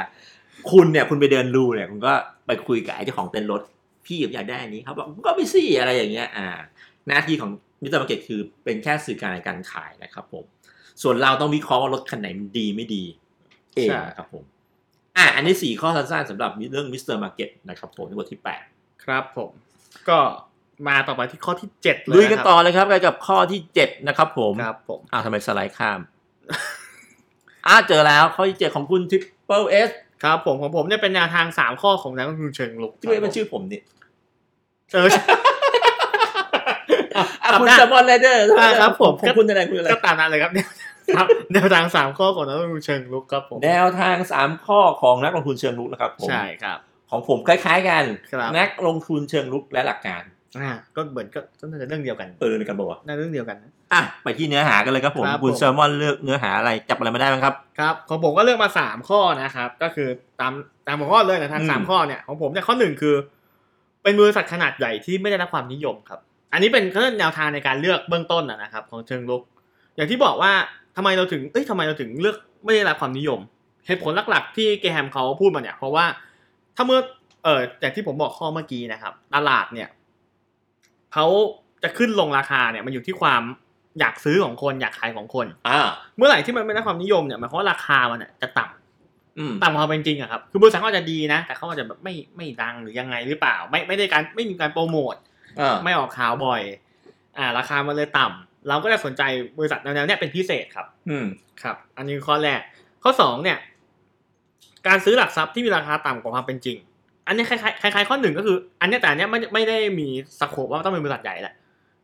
B: คุณเนี่ยคุณไปเดินดูเนี่ยคุณก็ไปคุยกับไอ้เจ้าของเต้นรถ พี่อยากได้อันนี้เขาบอกก็ไปสิอะไรอย่างเงี้ยอ่า หน้าที่ของมิสเตอร์มาร์เก็ตคือเป็นแค่สื่อการในการขายนะครับผม ส่วนเราต้องวิเคราะห์ว่ารถคันไหนมันดีไม่ดี เอง
A: ใช่
B: นะครับผม อ่ะอันนี้สี่ข้อสั้นๆสำหรับเรื่องมิสเตอร์มาร์เก็ตนะครับผมในบทที่แปด
A: ครับผม ก็มาต่อไปที่ข้อที่ 7 เลย
B: ลุยกัน
A: ครับ
B: ต่อเลยครับไปกับข้อที่เจ็ดนะครับผม
A: ครับผม
B: อ้าวทำไมสไลด์ข้าม อ่าเจอแล้วข้อที่เจ็ดของคุณ Triple S
A: ครับผมของผมเนี่ยเป็นแนวทาง 3 ข้อของนักลงทุนเชิงลุก
B: ที่ไม่เป็นชื่อผมนี่
A: เออ
B: อ่ะคุณ
A: อ่ะ
B: สมอนไรเดอร์
A: อ่ะครับผม
B: ของคุณอะไรคุณอะไร
A: ก็ตามนั้นเลยครับเนี่ยครับแนวทางสามข้อของนักลงทุนเชิงลุกครับผม
B: แนวทางสามข้อของนักลงทุนเชิงลุกนะครับผม
A: ใช่ครับ
B: ของผมคล้ายๆกัน
A: ครับ
B: นักลงทุนเชิงลุกและหลักการ
A: อ่าก็เหมือนก็น่าจะเรื่องเดียวกัน
B: เออในการบอกว่า
A: น่าจะเรื่องเดียวกันนะ
B: อ่ะ ไปที่เนื้อหากันเลยครับผม
A: ครับ
B: คุณ
A: ผม
B: แซลมอนเลือกเนื้อหาอะไร จับอะไรมาได้บ้างครับ
A: ครับของผมก็เลือกมาสามข้อนะครับ ก็คือตามตามหัวข้อเลยนะทั้ง
B: อืม
A: สามข้อเนี่ยของผมเนี่ยข้อหนึ่งคือ เป็นบริษัทขนาดใหญ่ที่ไม่ได้รับความนิยมครับ อันนี้เป็นเขาเรียกแนวทางในการเลือกเบื้องต้นนะนะครับ ของเชิงลุก อย่างที่บอกว่าทำไมเราถึงเอ้ยทำไมเราถึงเลือกไม่ได้รับความนิยม เหตุผลหลักๆ ที่เกรแฮมเขาพูดมาเนี่ยเพราะว่าถ้าเมื่อเออจากที่ผมบอกข้อเมื่อกี้นะครับ ตลาดเนี่ยเขาจะขึ้นลงราคาเนี่ยมันอยู่ที่ความอยากซื้อของคนอยากขายของคน
B: อ่า
A: เมื่อไหร่ที่มันไม่ได้ความนิยมเนี่ยหมายความว่าราคามันเนี่ยจะต่ำ
B: อืม
A: ต่ำกว่าความเป็นจริงอะครับ คือบริษัทเขาอาจจะดีนะ แต่เขาอาจจะแบบไม่ไม่ดังหรือยังไงหรือเปล่า ไม่ไม่ได้การไม่มีการโปรโมท
B: อ่า
A: ไม่ออกข่าวบ่อย อ่า ราคามันเลยต่ำเราก็จะสนใจบริษัทแนวๆเนี้ยเป็นพิเศษครับ
B: อืม
A: ครับ อันนี้คือข้อแรกข้อสองเนี่ย การซื้อหลักทรัพย์ที่มีราคาต่ำกว่าความเป็นจริง อันนี้คล้ายๆคล้ายๆข้อหนึ่งก็คือ อันเนี้ยแต่อันเนี้ยไม่ไม่ได้มีสโคปว่าต้องเป็นบริษัทใหญ่แหละ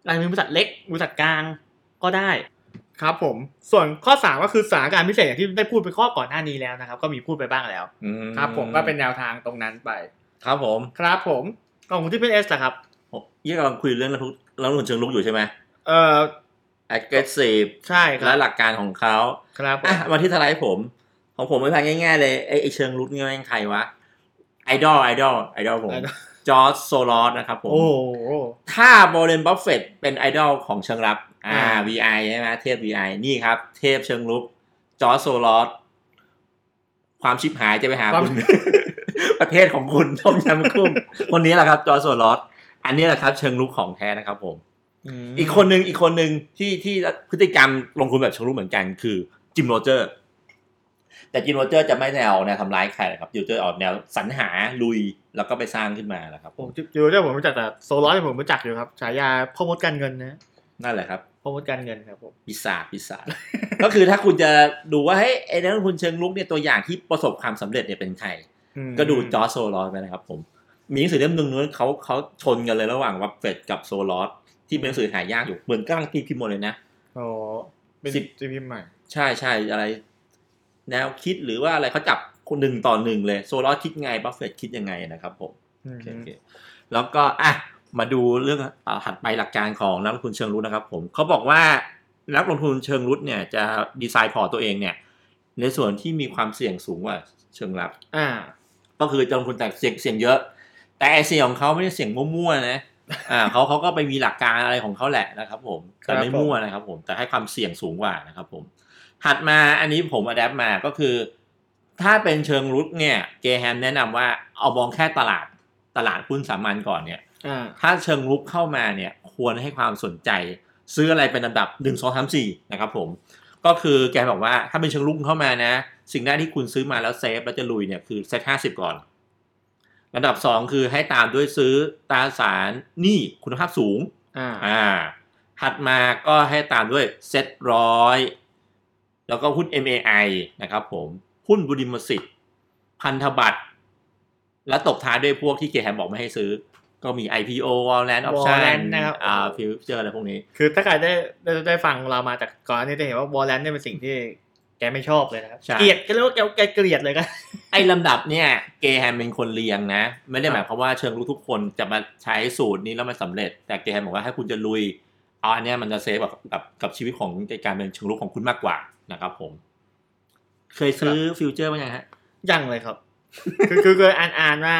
A: อาจจะเป็นบริษัทเล็กบริษัทกลางก็ได้ครับผมส่วนข้อสามก็คือสถานการณ์พิเศษอย่างที่ได้พูดไปข้อก่อนหน้านี้แล้วนะครับ ก็มีพูดไปบ้างแล้ว
B: อื
A: ครับผมก็เป็นแนวทางตรงนั้นไป
B: ครับผม
A: ครับผมกล่องที่เป็นเอสนะครับ
B: ยี่งกำลังคุยเรื่องนักลงทุนนักลงทุนเชิงลุกอยู่ใช่ไหม
A: เออ
B: aggressive
A: ใช่ครั
B: และ
A: บ
B: หลักการของเขา
A: ครับผม
B: อ่ะมาที่สไลด์ผม ของผมไม่แพงง่ายๆเลยไอ้ไอ้เชิงลุกนี่แม่งใครวะ ไอดอล ไอดอล ไอดอลผม จอร์จโซลอสนะครับผม
A: โอ้โห
B: ถ้าบร e เ b นบัฟเฟตเป็นไอดอลของเชิงรับ อ่า
A: อ่า
B: VI ใช่ไหมเทพ VI นี่ครับ เทพเชิงลุก จอร์จโซลอสความชิบหายจะไปหา
A: ความ
B: คุณ ประเทศของคุณ ทมยำกุ้งคนนี้แหละครับ จอร์จโซลอสอันนี้แหละครับเชิงลุกของแท้นะครับผม
A: ม
B: อีกคนหนึ่งอีกคนหนึ่งที่ที่พฤติกรรมลงทุนแบบเชิงลุกเหมือนกันคือจิมโรเจอร์ แต่จิมโรเจอร์จะไม่แนวแนวทำร้ายใครนะครับจิมโรเจอร์ออกแนวสรรหาลุยแล้วก็ไปสร้างขึ้นมาแหละครับ
A: ผมเจอได้ผมรู้จักแต่โซลาร์ที่ยผมรู้จักอยู่ครับฉายาพ่อมดการเงินนะ
B: นั่นแหละครับ
A: พราะมดการเงินครับผม
B: ปีศาจปีศาจ ก็คือถ้าคุณจะดูว่าเฮ้ยไอ้นักลงทุนเชิงลุกเนี่ยตัวอย่างที่ประสบความสำเร็จเนี่ยเป็นใคร ก็ดูจอร์จโซลอสไปนะครับผม มีหนังสือเล่มหนึ่งนู้นเขาเขาชนกันเลยระหว่างวัฟเฟตกับโซลอสที่เป็นหนังสือหายากอยู่เหมือนกำลังตีพิมพ์หมดเลยนะ
A: โอ้ เป็น
B: สิบ
A: จีพิมพ์ใหม่
B: ใช่ใช่อะไร แนวคิดหรือว่าอะไรเขาจับคนหนึ่งต่อหนึ่งเลยโซลอสคิดไงบัฟเฟตคิดยังไงนะครับผม โอเคโอเคแล้วก็อ่ะมาดูเรื่องอาถัดไปหลักการของนักลงทุนเชิงรุกนะครับผมเขาบอกว่านักลงทุนเชิงรุกเนี่ยจะดีไซน์พอร์ตตัวเองเนี่ยในส่วนที่มีความเสี่ยงสูงกว่าเชิงรับ
A: อ่า
B: ก็คือจะลงทุนแต่เสี่ยงเสี่ยงเยอะ แต่ไอ้เสี่ยงของเขาไม่ได้เสี่ยงมั่วๆนะอ่า เขาเขาก็ไปมีหลักการอะไรของเขาแหละนะครับผมแต่
A: ครั
B: ไม่
A: บผม
B: มั่วนะครับผมแต่ให้ความเสี่ยงสูงกว่านะครับผมถัดมาอันนี้ผมอัดแอปมาก็คือ ถ้าเป็นเชิงรุกเนี่ยเกแฮมแนะนำว่าเอามองแค่ตลาดตลาดหุ้นสามัญก่อนเนี่ย
A: อ่า
B: ถ้าเชิงรุกเข้ามาเนี่ยควรให้ความสนใจ ซื้ออะไรเป็นลำดับ 1 2 3 4นะครับผมก็คือแกบอกว่าถ้าเป็นเชิงรุกเข้ามานะ สิ่งแรกที่คุณซื้อมาแล้วเซฟแล้วจะลุยเนี่ยคือเซตห้าสิบก่อนลำดับ 2 คือให้ตามด้วยซื้อตราสารหนี้คุณภาพสูง
A: อ่า
B: อ่าถัดมาก็ให้ตามด้วยเซตร้อยแล้วก็หุ้น MAI นะครับผม หุ้นบุริมสิทธิ์ พันธบัตร และตกท้ายด้วยพวกที่เกแฮมบอกไม่ให้ซื้อ ก็มี IPO Wall Land Option
A: Warrant นะครับ
B: อ่า Future อะไรพวกนี้
A: คือถ้าใครได้ได้ได้ฟังเรามาจากก่อนอันนี้จะเห็นว่าวอลเลนเนี่ยเป็นสิ่งที่แกไม่ชอบเลยนะครับ
B: ใช่
A: เกลียดก็เรียกว่าแกแกเกลียดเลยก็
B: ไอ้ลำดับเนี่ยเกแฮมเป็นคนเรียงนะ ไม่ได้หมายความว่าเชิงรู้ทุกคนจะมาใช้สูตรนี้แล้วมันสำเร็จ แต่เกแฮมบอกว่าถ้าคุณจะลุยเอาอันเนี้ยมันจะเซฟกับกับกับชีวิตของการเป็นเชิงรู้ของคุณมากกว่านะครับผม เคยซื้อฟิวเจอร์บ้างยังฮะ
A: ยังเลย ครับ คือคือเคยอ่านอ่านมา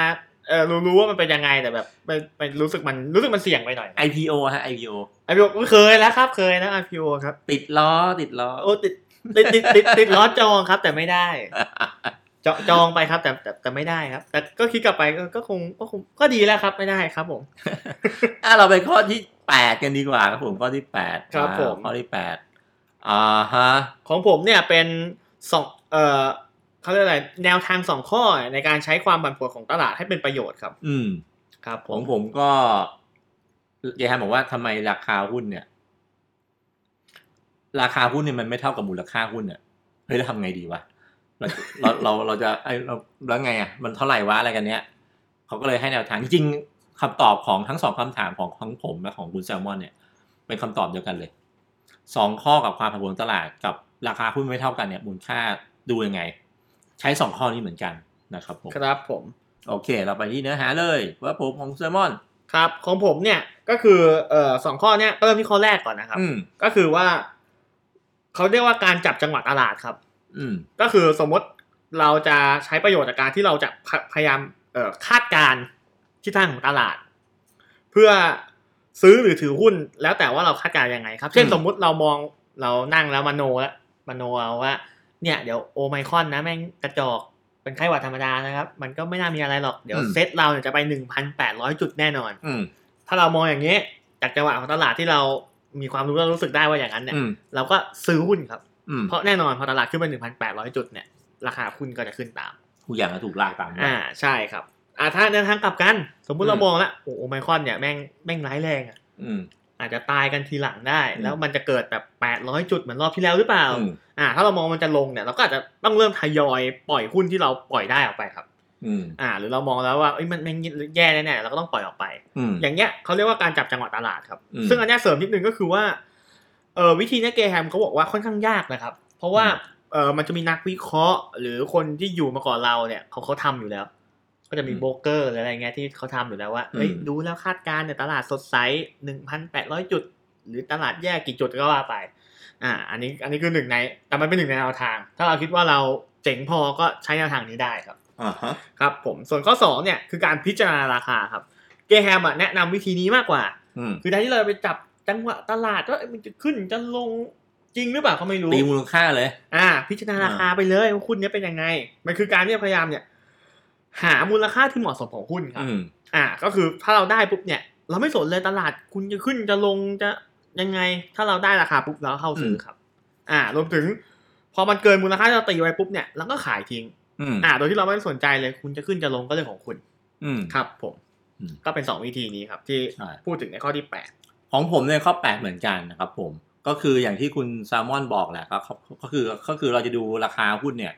A: เออรู้รู้ว่ามันเป็นยังไงแต่แบบไปไปรู้สึกมันรู้สึกมันเสี่ยงไปหน่อย
B: IPO ฮะ IPO
A: ไอพีโอเคยแล้วครับเคยนะไอพีโอครับ
B: ติดล้อติดล้อ
A: โอ้ติดติดติดติดติดล้อจองครับ แต่ไม่ได้ จองจองไปครับแต่แต่แต่ไม่ได้ครับ แต่ก็คิดกลับไปก็ก็คงก็คงก็ดีแล้วครับไม่ได้ครับผม
B: อ่ะเราไปข้อที่แปดกันดีกว่าครับผมข้อที่แปด
A: ครับ
B: อ่า
A: ผม
B: ข้อที่แปดอ่าฮะ
A: ของผมเนี่ยเป็นสองเอ่อเขาเรียกอะไรแนวทางสองข้อในการใช้ความผันผวนของตลาดให้เป็นประโยชน์ครับ
B: อืม
A: ครับผ
B: ขอ
A: ม
B: งผมก็เจฮันบอกว่าทำไมราคาหุ้นเนี่ย ราคาหุ้นเนี่ยมันไม่เท่ากับมูลค่าหุ้นเนี่ยเฮ้ยเราทำไงดีวะเราเราเราเราจะไอเราแล้วไงอ่ะมันเท่าไหร่วะอะไรกันเนี้ยเขาก็เลยให้แนวทางจริงๆคำตอบของทั้งสองคำถามของของผมและของคุณแซลมอนเนี่ย เป็นคำตอบเดียวกันเลยสองข้อกับความผันผวนตลาดกับราคาหุ้นไม่เท่ากันเนี่ยมูลค่าดูยังไง ใช้สองข้อนี้เหมือนกันนะครับผม
A: ครับผม
B: โอเค เราไปที่เนื้อหาเลยว่าผมของแซลมอน
A: ครับของผมเนี่ยก็คือเอ่อสองข้อเนี่ยเริ่มที่ข้อแรกก่อนนะครับ
B: อืม
A: ก็คือว่าเขาเรียกว่าการจับจังหวะตลาดครับ
B: อืม
A: ก็คือสมมติเราจะใช้ประโยชน์จากการที่เราจะพะพยายามเอ่อคาดการณ์ทิศทางของตลาด เพื่อซื้อหรือถือหุ้นแล้วแต่ว่าเราคาดการณ์ยังไงครับ เช่น
B: อืม
A: สมมุติเรามองเรานั่งแล้วมโนแล้วมโนเอาว่า เนี่ยเดี๋ยวโอไมครอนนะแม่งกระจอกเป็นไข้หวัดธรรมดานะครับ มันก็ไม่น่ามีอะไรหรอกเดี๋ยวเซตเราเนี่ยจะไป 1,800 จุดแน่นอน
B: อืม
A: ถ้าเรามองอย่างนี้จากจังหวะของตลาดที่เรามีความรู้และรู้สึกได้ว่าอย่างนั้นเนี่ย
B: อืม
A: เราก็ซื้อหุ้นครับ
B: อืม
A: เพราะแน่นอนพอตลาดขึ้นไป 1,800 จุดเนี่ย ราคาหุ้นก็จะขึ้นตาม
B: ทุกอย่างก็ถูกลากตามมา
A: อ่าใช่ครับ อ่าถ้าในทางกลับกัน สมมุติเรา
B: อืม
A: มองแล้วโอ้โอไมครอนเนี่ยแม่งแม่งร้ายแรงอะ
B: อืม
A: อาจจะตายกันทีหลังได้
B: อืม
A: แล้วมันจะเกิดแบบ 800 จุดเหมือนรอบที่แล้วหรือเปล่า
B: อืม
A: อ่า ถ้าเรามองมันจะลงเนี่ยเราก็อาจจะต้องเริ่มทยอยปล่อยหุ้นที่เราปล่อยได้ออกไปครับ
B: อืม
A: อ่า หรือเรามองแล้วว่าเอ้ยมันแม่งแย่แน่ๆเราก็ต้องปล่อยออกไป
B: อืม
A: อย่างเงี้ยเขาเรียกว่าการจับจังหวะตลาดครับ
B: อืม
A: ซึ่งอันเนี้ยเสริมนิดนึงก็คือว่าเออวิธีเนี้ยเกแฮมเขาบอกว่าค่อนข้างยากนะครับ เพราะว่า
B: อืม
A: เออมันจะมีนักวิเคราะห์ หรือคนที่อยู่มาก่อนเราเนี่ยเขาเขาทำอยู่แล้ว ก็จะมีโบรกเกอร์หรืออะไรเงี้ยที่เขาทำอยู่แล้วว่าเอ้ยดูแล้วคาดการณ์เนี่ยตลาดสดใสหนึ่งพันแปดร้อยจุด หรือตลาดแย่กี่จุดก็ว่าไป อ่า อันนี้อันนี้คือหนึ่งในแต่มันเป็นหนึ่งในแนวทาง ถ้าเราคิดว่าเราเจ๋งพอก็ใช้แนวทางนี้ได้ครับ
B: อ่าฮะ
A: ครับผมส่วนข้อ2เนี่ยคือการพิจารณาราคาครับเกแฮมอะแนะนำวิธีนี้มากกว่า
B: อืม
A: คือแทนที่เราจะไปจับจังหวะตลาดว่าเอ้ยมันจะขึ้นจะลงจริงหรือเปล่าก็ไม่รู้
B: ตีมูลค่าเลย
A: อ่า พิจารณาราคาไปเลยว่าหุ้นเนี้ยเป็นยังไง มันคือการที่พยายามเนี่ย หามูลค่าที่เหมาะสมของหุ้นครับ
B: อืม
A: อ่า ก็คือถ้าเราได้ปุ๊บเนี่ย เราไม่สนเลยตลาดคุณจะขึ้นจะลงจะยังไง ถ้าเราได้ราคาปุ๊บเราเข้าซื้ออ
B: ม
A: ครับ อ่ารวมถึง พอมันเกินมูลค่าที่เราตีไว้ปุ๊บเนี่ยเราก็ขายทิ้ง
B: อืม
A: อ่า โดยที่เราไม่สนใจเลยคุณจะขึ้นจะลงก็เรื่องของคุณ
B: อืม
A: ครับผม
B: อืม
A: ก็เป็นสองวิธีนี้ครับ ที่
B: ใช่
A: พูดถึงในข้อที่แปด
B: ของผมเนี่ยข้อแปดเหมือนกันนะครับผม ก็คืออย่างที่คุณแซลมอนบอกแหละก็ก็ก็คือก็คือเราจะดูราคาหุ้นเนี่ย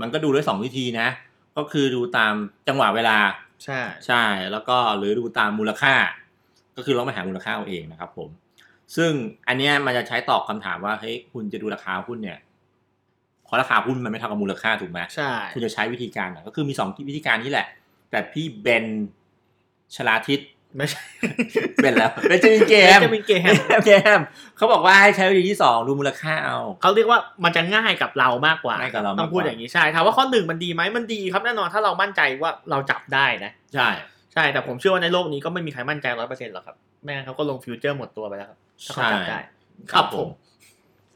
B: มันก็ดูได้สองวิธีนะ ก็คือดูตามจังหวะเวลา
A: ใช่
B: ใช่แล้วก็หรือดูตามมูลค่า ก็คือเราไปหามูลค่าเอาเองนะครับผม ซึ่งอันเนี้ยมันจะใช้ตอบคำถามว่าเฮ้ยคุณจะดูราคาหุ้นเนี่ยเพราะราคาหุ้นมันไม่เท่ากับมูลค่าถูกไหม
A: ใช่
B: คุณจะใช้วิธีการไหนก็คือมีสองวิธีการนี่แหละ แต่พี่เบนชลาทิศ
A: ไม่ใช่
B: เบนแล้ว เบนจามินเกม
A: จะเป็นเกม
B: เกมเขาบอกว่าให้ใช้วิธีที่สองดูมูลค่าเอา
A: เขาเรียกว่ามันจะง่ายกับเรามากกว่า
B: ง่ายกับเรามากกว่า
A: ต้องพูดอย่างนี้ใช่ถามว่าข้อหนึ่งมันดีไหมมันดีครับแน่นอนถ้าเรามั่นใจว่าเราจับได้นะ
B: ใช่
A: ใช่แต่ผมเชื่อว่าในโลกนี้ก็ไม่มีใครมั่นใจร้อยเปอร์เซ็นต์หรอกครับไม่งั้นเขาก็ลงฟิวเจอร์หมดตัวไปแล้วครับถ้าเขาจับ
B: ใช่
A: ได้
B: ครับผม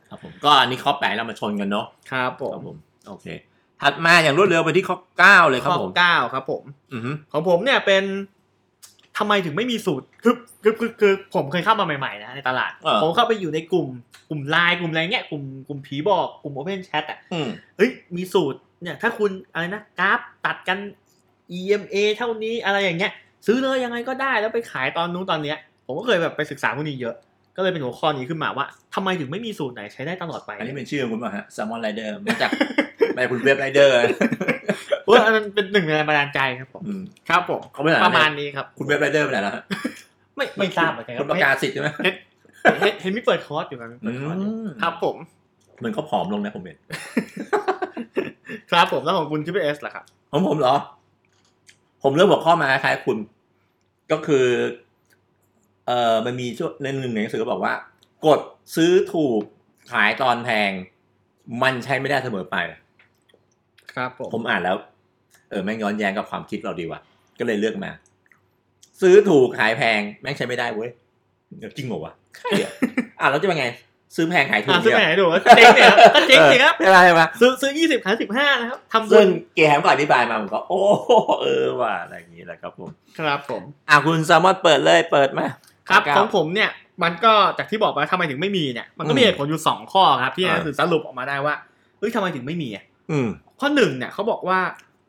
B: ครับผม ก็อันนี้ข้อแปดเรามาชนกันเนาะ
A: ครับผ
B: ครั
A: ม
B: บผม โอเค ถัดมาอย่างรวดเร็วไปที่ข้อเก้าเลยค
A: ข้
B: รับ
A: อ
B: ผม
A: เก้าครับผม
B: อือฮึ
A: ของผมเนี่ยเป็นทำไมถึงไม่มีสูตรคือคือคือคือผมเคยเข้ามาใหม่ๆนะในตลาด
B: เออ
A: ผมเข้าไปอยู่ในกลุ่มกลุ่มไลน์กลุ่มอะไรเงี้ยกลุ่มกลุ่มผีบอกกลุ่มโอเพนแชทอ่ะ
B: อืม
A: เฮ้ยมีสูตรเนี่ยถ้าคุณอะไรนะกราฟตัดกัน EMA เท่านี้อะไรอย่างเงี้ย ซื้อเลยยังไงก็ได้แล้วไปขายตอนนู้นตอนเนี้ย ผมก็เคยแบบไปศึกษาพวกนี้เยอะ ก็เลยเป็นหัวข้อนี้ขึ้นมาว่าทำไมถึงไม่มีสูตรไหนใช้ได้ตลอดไป
B: อันนี้เป็นชื่อของคุณป่ะฮะ s ซ l m o n Rider มาจาก มาจากคุณเว็บไรเดอร์
A: เอออันนั้นเป็นหนึ่งในแรงบันดาลใจครับผมครับผม
B: เขาไม่ไหน
A: ประมาณนี้ครับ
B: คุณเว็บไรเดอร์ไปไหนแล้วฮะ
A: ไม่ไม่ทราบเหมือนกันครั
B: คุ
A: บ
B: ณประกาศสิทธิ์ใช่ไหม
A: เห็นเห็นมีเปิดคอร์สอยู่กัน
B: อื
A: เปิดคอร์สอยู่
B: ม
A: ครับผม
B: เหมือนเขาผอมลงนะผมเห็น
A: ครับผมแล้วของคุณทิปเอสล่ะครับ
B: ของผมเหรอ ผมเลือกหัวข้อมาคล้ายๆคุณ ก็คือ เอ่อมันมีช่วงในหนึ่งในหนังสือบอกว่า กดซื้อถูกขายตอนแพง มันใช้ไม่ได้เสมอไป
A: ครับผม
B: ผมอ่านแล้ว เออแม่งย้อนแย้งกับความคิดเราดีว่ะ ก็เลยเลือกมา ซื้อถูกขายแพง แม่งใช้ไม่ได้เว้ยเดี๋ยวจริงเหรอวะใช่อะอ่ะแล้วจะเป็นไง ซื้อแพงขายถูก
A: อ่าซื้อไปไห
B: เนี่ย
A: นดูเจ๊งเนี่ยครับก็เจ๊งสิครับ
B: ไม่เป็นไรวะ
A: ซื้อซื้อยี่สิบขายสิบห้านะครับทำบุ
B: ซึ่ง
A: ญ
B: เกแฮมก็อธิบายมาผมก็ โอ้เออว่ะอะไรอย่างนี้แหละครับผม
A: ครับผม
B: อ่ะคุณแซมมอนเปิดเลยเปิดมา
A: ครับข
B: เก้า
A: องผมเนี่ย มันก็จากที่บอกไปว่าทำไมถึงไม่มีเนี่ย มันก็มี
B: อืม
A: เหตุผลอยู่สองข้อครับที่
B: อ่า
A: หนังสือสรุปออกมาได้ว่าเฮ้ยทำไมถึงไม่มีอะ
B: อืม
A: ข้อหนึ่งเนี่ยเขาบอกว่า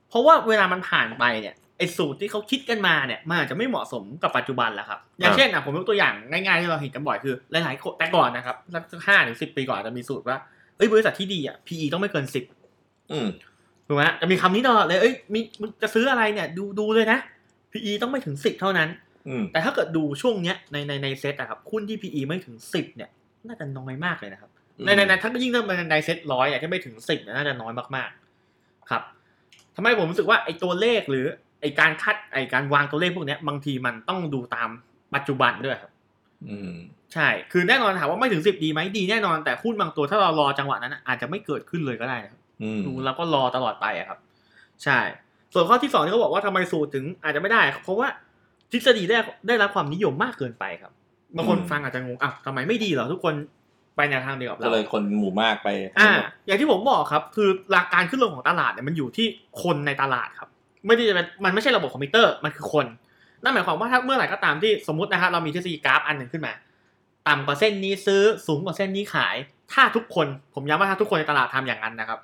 A: เพราะว่าเวลามันผ่านไปเนี่ยไอ้สูตรที่เขาคิดกันมาเนี่ยมันอาจจะไม่เหมาะสมกับปัจจุบันแล้วครับ อย่าง
B: อ่า
A: เช่นอ่ะผมยกตัวอย่างง่ายๆที่เราเห็นกันบ่อยคือหลายๆคนแต่ก่อนนะครับสักห้าถึงสิบปีก่อนจะมีสูตรว่าเอ้ยบริษัทที่ดีอ่ะ PE ต้องไม่เกินสิบ
B: อืม
A: ถูกไหมจะมีคำนี้ตลอดเลย เอ้ยมีมึงจะซื้ออะไรเนี่ย ดูดูเลยนะ PE ต้องไม่ถึงสิบเท่านั้น
B: อืม
A: แต่ถ้าเกิดดูช่วงเนี้ยในในในเซ็ตอะครับหุ้นที่ PE ไม่ถึงสิบเนี่ย น่าจะน้อยมากเลยนะครับ ในในในถ้ายิ่งถ้ามันในเซ็ตร้อยอะที่ไม่ถึงสิบน่าจะน้อยมากๆ ครับทำไมผมรู้สึกว่าไอ้ตัวเลขหรือไอ้การคัดไอ้การวางตัวเลขพวกเนี้ยบางทีมันต้องดูตามปัจจุบันด้วยครับ
B: อืม
A: ใช่ คือแน่นอนถามว่าไม่ถึงสิบดีไหมดีแน่นอน แต่หุ้นบางตัวถ้าเรารอจังหวะนั้นอะอาจจะไม่เกิดขึ้นเลยก็ได้นะครับ
B: อืม
A: ดูแล้วก็รอตลอดไปอะครับ ใช่ ส่วนข้อที่สองที่เขาบอกว่าทำไมสูตรถึงอาจจะไม่ได้ เพราะว่าทฤษฎีแรกได้รับความนิยมมากเกินไปครับบางคน
B: อืม
A: ฟังอาจจะงงอ่ะทำไมไม่ดีเหรอทุกคนไปแนวทางเดียวกับ
B: ก็
A: เรา
B: เลยคนหมู่มากไป
A: อ่า อย่างที่ผมบอกครับ คือหลักการขึ้นลงของตลาดเนี่ยมันอยู่ที่คนในตลาดครับ ไม่ได้จะเป็นมันไม่ใช่ระบบคอมพิวเตอร์มันคือคน นั่นหมายความว่าถ้าเมื่อไหร่ก็ตามที่สมมตินะครับเรามีทฤษฎีกราฟอันหนึ่งขึ้นมา ต่ำกว่าเส้นนี้ซื้อสูงกว่าเส้นนี้ขาย ถ้าทุกคนผมย้ำว่าถ้าทุกคนในตลาดทำอย่างนั้นนะครับ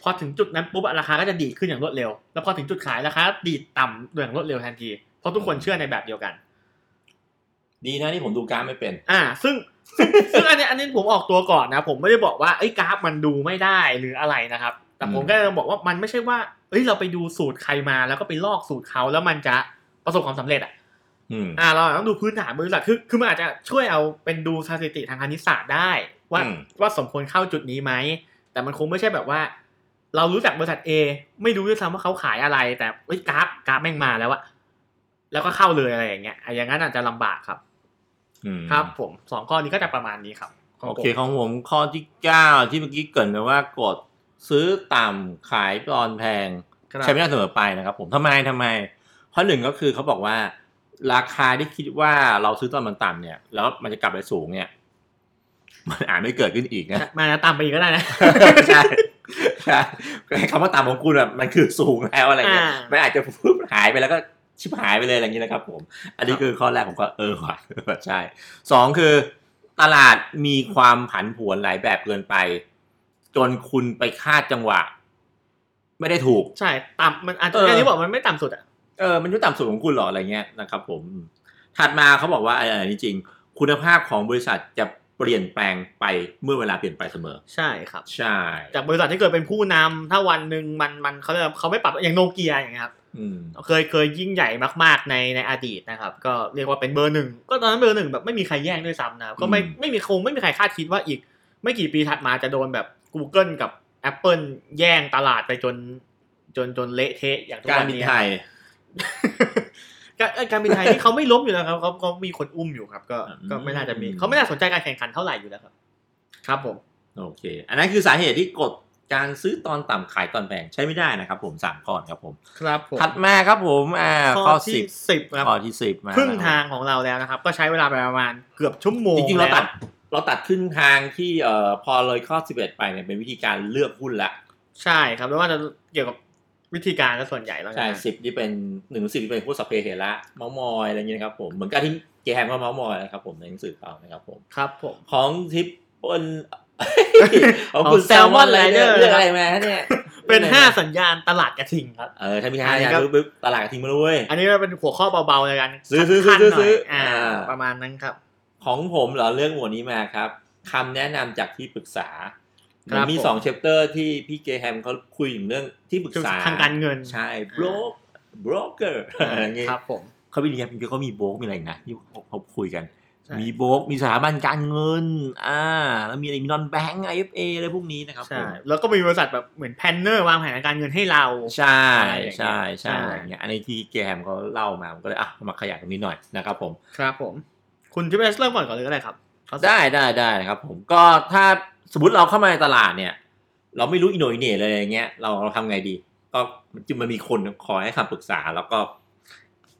A: พอถึงจุดนั้นปุ๊บราคาก็จะดีดขึ้นอย่างรวดเร็ว แล้วพอถึงจุดขายราคาดีดต่ำอย่างรวดเร็วทันที เพราะทุกคนเชื่อในแบบเดียวกัน
B: ดีนะที่ผมดูกราฟไม่เป็น
A: อ่า ซึ่งซึ่ง ซึ่งอันเนี้ยอันนี้ผมออกตัวก่อนนะ ผมไม่ได้บอกว่าไอ้ยกราฟมันดูไม่ได้หรืออะไรนะครับ แต่ผม
B: อืม
A: ก็จะบอกว่ามันไม่ใช่ว่าเอ้ยเราไปดูสูตรใครมาแล้วก็ไปลอกสูตรเขาแล้วมันจะประสบความสำเร็จอะ
B: อืม
A: อ่าเราต้องดูพื้นฐานบริษัทคือคือมันอาจจะช่วยเอาเป็นดูสถิติทางคณิตศาสตร์ได้ ว่า
B: อืม
A: ว่าสมควรเข้าจุดนี้ไหม แต่มันคงไม่ใช่แบบว่า เรารู้จักบริษัท A ไม่รู้ด้วยซ้ำว่าเขาขายอะไร แต่เอ้ยกราฟกราฟแม่งมาแล้วอะแล้วก็เข้าเลยอะไรอย่างเงี้ยอ่ะอย่างนั้นอาจจะลำบากครับ
B: อืม
A: ครับ ผมสองข้อนี้ก็จะประมาณนี้ครับขง
B: โอ
A: ผม
B: เคของผมข้อที่เก้าที่เมื่อกี้เกรินไปว่ากดซื้อต่ำขายตอนแพง
A: ครับ
B: ใช้ไม่ได้เสมอไปนะครับผมทำไมทำไม เพราะหนึ่งก็คือเขาบอกว่า ราคาที่คิดว่าเราซื้อตอนมันต่ำเนี่ย แล้วมันจะกลับไปสูงเนี่ย มันอาจไม่เกิดขึ้นอีกนะ
A: มาตามไปอีกก็ได้ นะ
B: ใช่ใช่คำว่าต่ำของคุณแบบมันคือสูงแล้วอะไรเงี้ย
A: อ่ามั
B: มันอาจจะพูดหายไปแล้วก็ชิบหายไปเลยอะไรอย่างนี้นะครับผม อันนี้คือข้อแรกผมก็เออว่ะ ใช่สองคือ ตลาดมีความผันผวนหลายแบบเกินไป จนคุณไปคาดจังหวะ ไม่ได้ถูก
A: ใช่ต่ำมันอาจจะ
B: เออ
A: อย่างที่บอกมันไม่ต่ำสุดอะ
B: เออมันอยุ่ต่ำสุดของคุณเหรออะไรเงี้ยนะครับผมอืมถัดมาเขาบอกว่าอันนี้จริง คุณภาพของบริษัทจะเปลี่ยนแปลงไปเมื่อเวลาเปลี่ยนไปเสมอ
A: ใช่ครับ
B: ใช่
A: จากบริษัทที่เกิดเป็นผู้นำถ้าวันหนึ่งมันมันเขาเรียกว่าเขาไม่ปรับอย่างโนเกียอย่างเงี้ยครับ
B: อืม
A: เคยเคยยิ่งใหญ่มาก ๆ ในในอดีตนะครับ ก็เรียกว่าเป็นเบอร์หนึ่งก็ตอนนั้นเบอร์หนึ่งแบบไม่มีใครแย่งด้วยซ้ำนะครับก็ไม่
B: อืม
A: ไม่มีคงไม่มีใครคาดคิดว่าอีก ไม่กี่ปีถัดมาจะโดนแบบ Google กับ Apple แย่งตลาดไปจน จนจนเละเทะอย่างทุก
B: การ
A: วัน
B: บิน
A: นี้
B: ไทย
A: การเอ้ยการบินไทยนี่เขาไม่ล้มอยู่แล้วครับเขาเขามีคนอุ้มอยู่ครับ ก็ก็ไม่น่าจะมี
B: อืม
A: เขาไม่น่าสนใจการแข่งขันเท่าไหร่อยู่แล้วครับ ครับผม
B: โอเค อันนั้นคือสาเหตุที่กฎการซื้อตอนต่ำขายตอนแพงใช้ไม่ได้นะครับผมสามข้อครับผม
A: ครับผม
B: ถัดมาครับผมอ่า
A: ข้
B: ข้
A: อ
B: อ
A: ที่
B: สิบ
A: สิบครับ
B: ข้อที่สิบมา
A: ครึ่งทางของเราแล้วนะครับ ก็ใช้เวลาไปประมาณเกือบชั่วโมง
B: จริงๆเราตัด
A: แล้ว
B: เราตัดครึ่งทางที่เอ่อพอเลยข้อสิบเอ็ดไปเนี่ยเป็นวิธีการเลือกหุ้นละ
A: ใช่ครับแล้วว่าจะเกี่ยวกับวิธีการและส่วนใหญ่แล้วกั
B: ใช่
A: นนะ
B: สิบที่เป็นหนึ่งสิบที่เป็นพวกสพเปเฮระเมามอยอะไรอย่างเงี้ยนะครับผมเหมือนกับที่เจแฮมก็เมามอยนะครับผมในหนังสือเขานะครับผม
A: ครับผม
B: ของทิปเปิล ของคุณแซลมอนไรเดอร์เลือกอะไรมาเนี่ย
A: เป็นห้าสัญญาณตลาดกระทิงครับ
B: เออถ้ามีห้าอย่างปุ๊บตลาดกระทิ้งมาเลย
A: อันนี้เป็นหัวข้อเบาๆในการ
B: ซื้อซื้อ
A: ขั้นๆ
B: ซื้อ
A: หน่ย
B: ซื้อ
A: อ่า
B: อ่า
A: ประมาณนั้นครับ
B: ของผมเหรอเรื่องหมวดนี้มาครับคำแนะนำจากที่ปรึกษา
A: ครับ
B: มันมี
A: ผม
B: สองเชปเตอร์ที่พี่เจแฮมเขาคุยถึงเรื่องที่ปรึกษา
A: ทางการเงิน
B: ใช่บรกบรกเกอร์อะไรเงี้ย
A: ครับผม
B: เขามีเนี่ยเขามีโบรกมีอะไรอีกนะที่เขาคุยกัน
A: ใช่
B: มีโบรกมีสถาบันการเงินอ่าแล้วมีอะไรมีนอนแบงก์ไอเอฟเออะไรพวกนี้นะครับผ
A: ใช่
B: ม
A: แล้วก็มีบริษัทแบบเหมือนแพนเนอร์วางแผนการเงินให้เรา
B: ใช่
A: ใช่
B: ใช่
A: ใช่
B: ใช่อย่างเงี้ยอันนี้ที่เจแฮมเขาเล่ามาผมก็เลยอ่ะเอามาขยายตรงนี้หน่อยนะครับผม
A: ครับผม คุณทิเบสเริ่มก่อนก่อนเลยก็ได้ครับเขา
B: ได้ได้ได้นะครับผมก็ถ้าสมมติเราเข้ามาในตลาดเนี่ย เราไม่รู้อินโนอินเหน่เลยอย่างเงี้ยเราเราทำไงดี ก็มันจึงมันมีคนคอยให้คำปรึกษา แล้วก็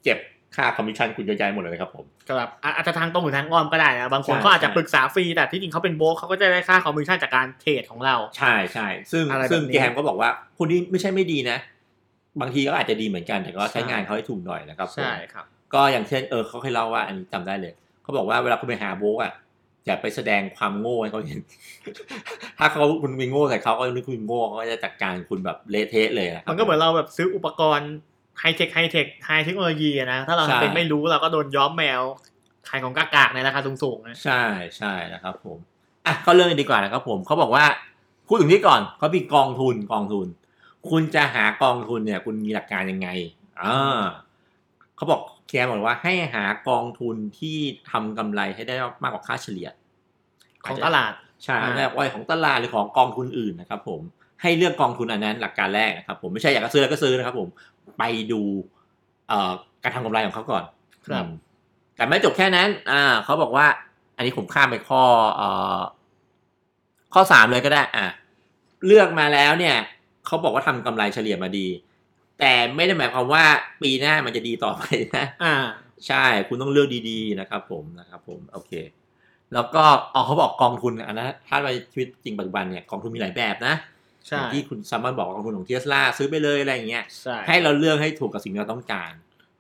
B: เจ็บค่าคอมมิชชั่นคุณเยอะแยะหมดเลยนะครับผม
A: ครับอ่ะอาจจะทางตรงหรือทางอ้อมก็ได้นะบางคน
B: ใช่
A: เขาอาจจะ
B: ใช่
A: ปรึกษาฟรีแต่ที่จริงเขาเป็นโบรกเขาก็จะได้ค่าคอมมิชชั่นจากการเทรดของเรา
B: ใช่ใช่ซึ่ง
A: อะไรแบบนี้
B: ซึ่งแกมก็บอกว่าคนนี้ไม่ใช่ไม่ดีนะ บางทีก็อาจจะดีเหมือนกันแต่ก็ใช้
A: ใช่
B: งานเขาให้ถูกหน่อยนะครับผม
A: ใช่ครับ
B: ก็อย่างเช่นเออเขาเคยเล่าว่าอันนี้จำได้เลยเขาบอกว่าเวลาคุณไปหาโบกอ่ะอย่าไปแสดงความโง่ให้เขาเห็น ถ้าเขาคุณไปโง่ใส่เขาก็นึกคุณโง่เขาก็จะจัดการคุณแบบเละเทะเลยะครับ
A: มันก็เหมือนเราแบบซื้ออุปกรณ์ไฮเทคไฮเทคไฮเทคโนโลยีอะนะ ถ้าเรา
B: ใช่
A: ทำเป็นไม่รู้เราก็โดนย้อมแมว ขายของกากๆในราคาสูงๆนะ
B: ใช่ใช่นะครับผมอ่ะเข้าเรื่องกันดีกว่านะครับผมเขาบอกว่าพูดถึงนี้ก่อนเขามีกองทุนกองทุน คุณจะหากองทุนเนี่ย คุณมีหลักการยังไงอ่าเขาบอกแคมบอกว่าให้หากองทุนที่ทำกำไรให้ได้มากกว่าค่าเฉลี่ย
A: ของตลาด
B: ใช่
A: อ่า
B: แรกว่าของตลาดหรือของกองทุนอื่นนะครับผมให้เลือกกองทุนอันนั้นหลักการแรกนะครับ ผมไม่ใช่อยากจะซื้อแล้วก็ซื้อนะครับ ผมไปดูเอ่อการทำกำไรของเขาก่อน
A: ครับ
B: อืมแต่ไม่จบแค่นั้น อ่า เขาบอกว่า อันนี้ผมข้ามไปข้อเอ่อข้อสามเลยก็ได้ อ่าเลือกมาแล้วเนี่ย เขาบอกว่าทำกำไรเฉลี่ยมาดี แต่ไม่ได้หมายความว่าปีหน้ามันจะดีต่อไปนะ
A: อ่า
B: ใช่ คุณต้องเลือกดีๆนะครับผมนะครับผม โอเค แล้วก็อ๋อเขาบอกกองทุนอันนั้นถ้าในชีวิตจริงปัจจุบันเนี่ยกองทุนมีหลายแบบนะ
A: ใช่
B: อย่างที่คุณซัมมอนบอกว่ากองทุนของเทสลาซื้อไปเลยอะไรอย่างเงี้ย
A: ใช่
B: ให้เราเลือกให้ถูกกับสิ่งที่เราต้องการ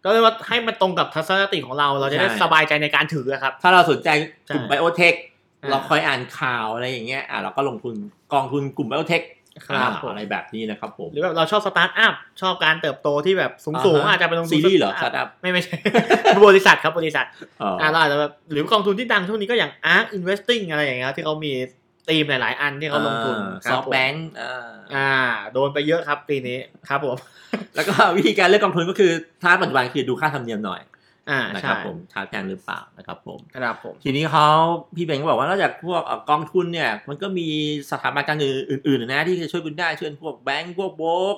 A: ก็เลยกว่าให้มันตรงกับทัศนคติของเราเราจะได้
B: ใช่
A: สบายใจในการถืออะครับ
B: ถ้าเราสนใจกลุ่ม
A: ใช่
B: ไบโอเทค
A: อ่า
B: เราคอยอ่านข่าวอะไรอย่างเงี้ยอ่ะเราก็ลงทุนกองทุนกลุ่มไบโอเทค
A: ครับผม
B: อะไรแบบนี้นะครับผม
A: หรือแบบเราชอบสตาร์ทอัพชอบการเติบโตที่แบบสูงๆ
B: อ่าฮะ
A: อาจจะไปลงทุน
B: ซีรีส์เหรอ startup
A: ไม่ไม่ใช่ บริษัทครับบริษัท
B: เอ่ออ
A: อ่าเราอาจจะแบบหรือกองทุนที่ดังช่วงนี้ก็อย่าง ARK Investing อะไรอย่างเงี้ยที่เขามีธีมหลาย ๆ อันที่เขาลงทุนค
B: อ่าซ
A: รั
B: อบ ฟ
A: ผม
B: แบงก์อ่า
A: อ่า โดนไปเยอะครับปีนี้ครับผม
B: แล้วก็ วิธีการเลือกกองทุนก็คือถ้าปัจจุบันคือดูค่าธรรมเนียมหน่อย
A: อ่า
B: นะค
A: ใช่
B: รับผมชาร์จแพงหรือเปล่านะครับผม
A: ครับผม
B: ทีนี้เขาพี่เบงก็บอกว่านอกจากพวกเอ่อกองทุนเนี่ย มันก็มีสถาบันการเงินอื่นๆนะที่จะช่วยคุณได้เช่นพวกแบงก์พวกโบรก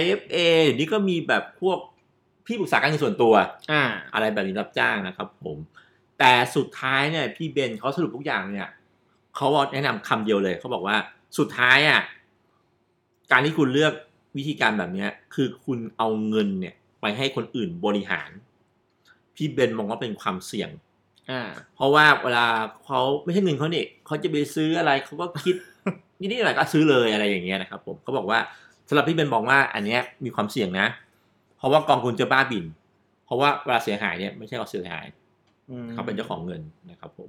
B: IFA เดี๋ยวนี้ก็มีแบบพวกพี่ปรึกษาการเงินส่วนตัว
A: อ่า
B: อะไรแบบนี้รับจ้างนะครับผม แต่สุดท้ายเนี่ยพี่เบนเขาสรุปทุกอย่างเนี่ยเขาบอกแนะนำคำเดียวเลยเขาบอกว่าสุดท้ายอ่ะการที่คุณเลือกวิธีการแบบเนี้ย คือคุณเอาเงินเนี่ย ไปให้คนอื่นบริหาร พี่เบนมองว่าเป็นความเสี่ยง
A: อ่า
B: เพราะว่าเวลาเขาไม่ใช่เงินเขาเนี่ยเขาจะไปซื้ออะไรเขาก็ คิด นิดๆหน่อยๆก็ซื้อเลยอะไรอย่างเงี้ยนะครับผมเขาบอกว่าสำหรับพี่เบนมองว่าอันเนี้ยมีความเสี่ยงนะ เพราะว่ากองทุนจะบ้าบิน เพราะว่าเวลาเสียหายเนี่ยไม่ใช่เขาเสียหาย
A: อืม
B: เขาเป็นเจ้าของเงินนะครับผม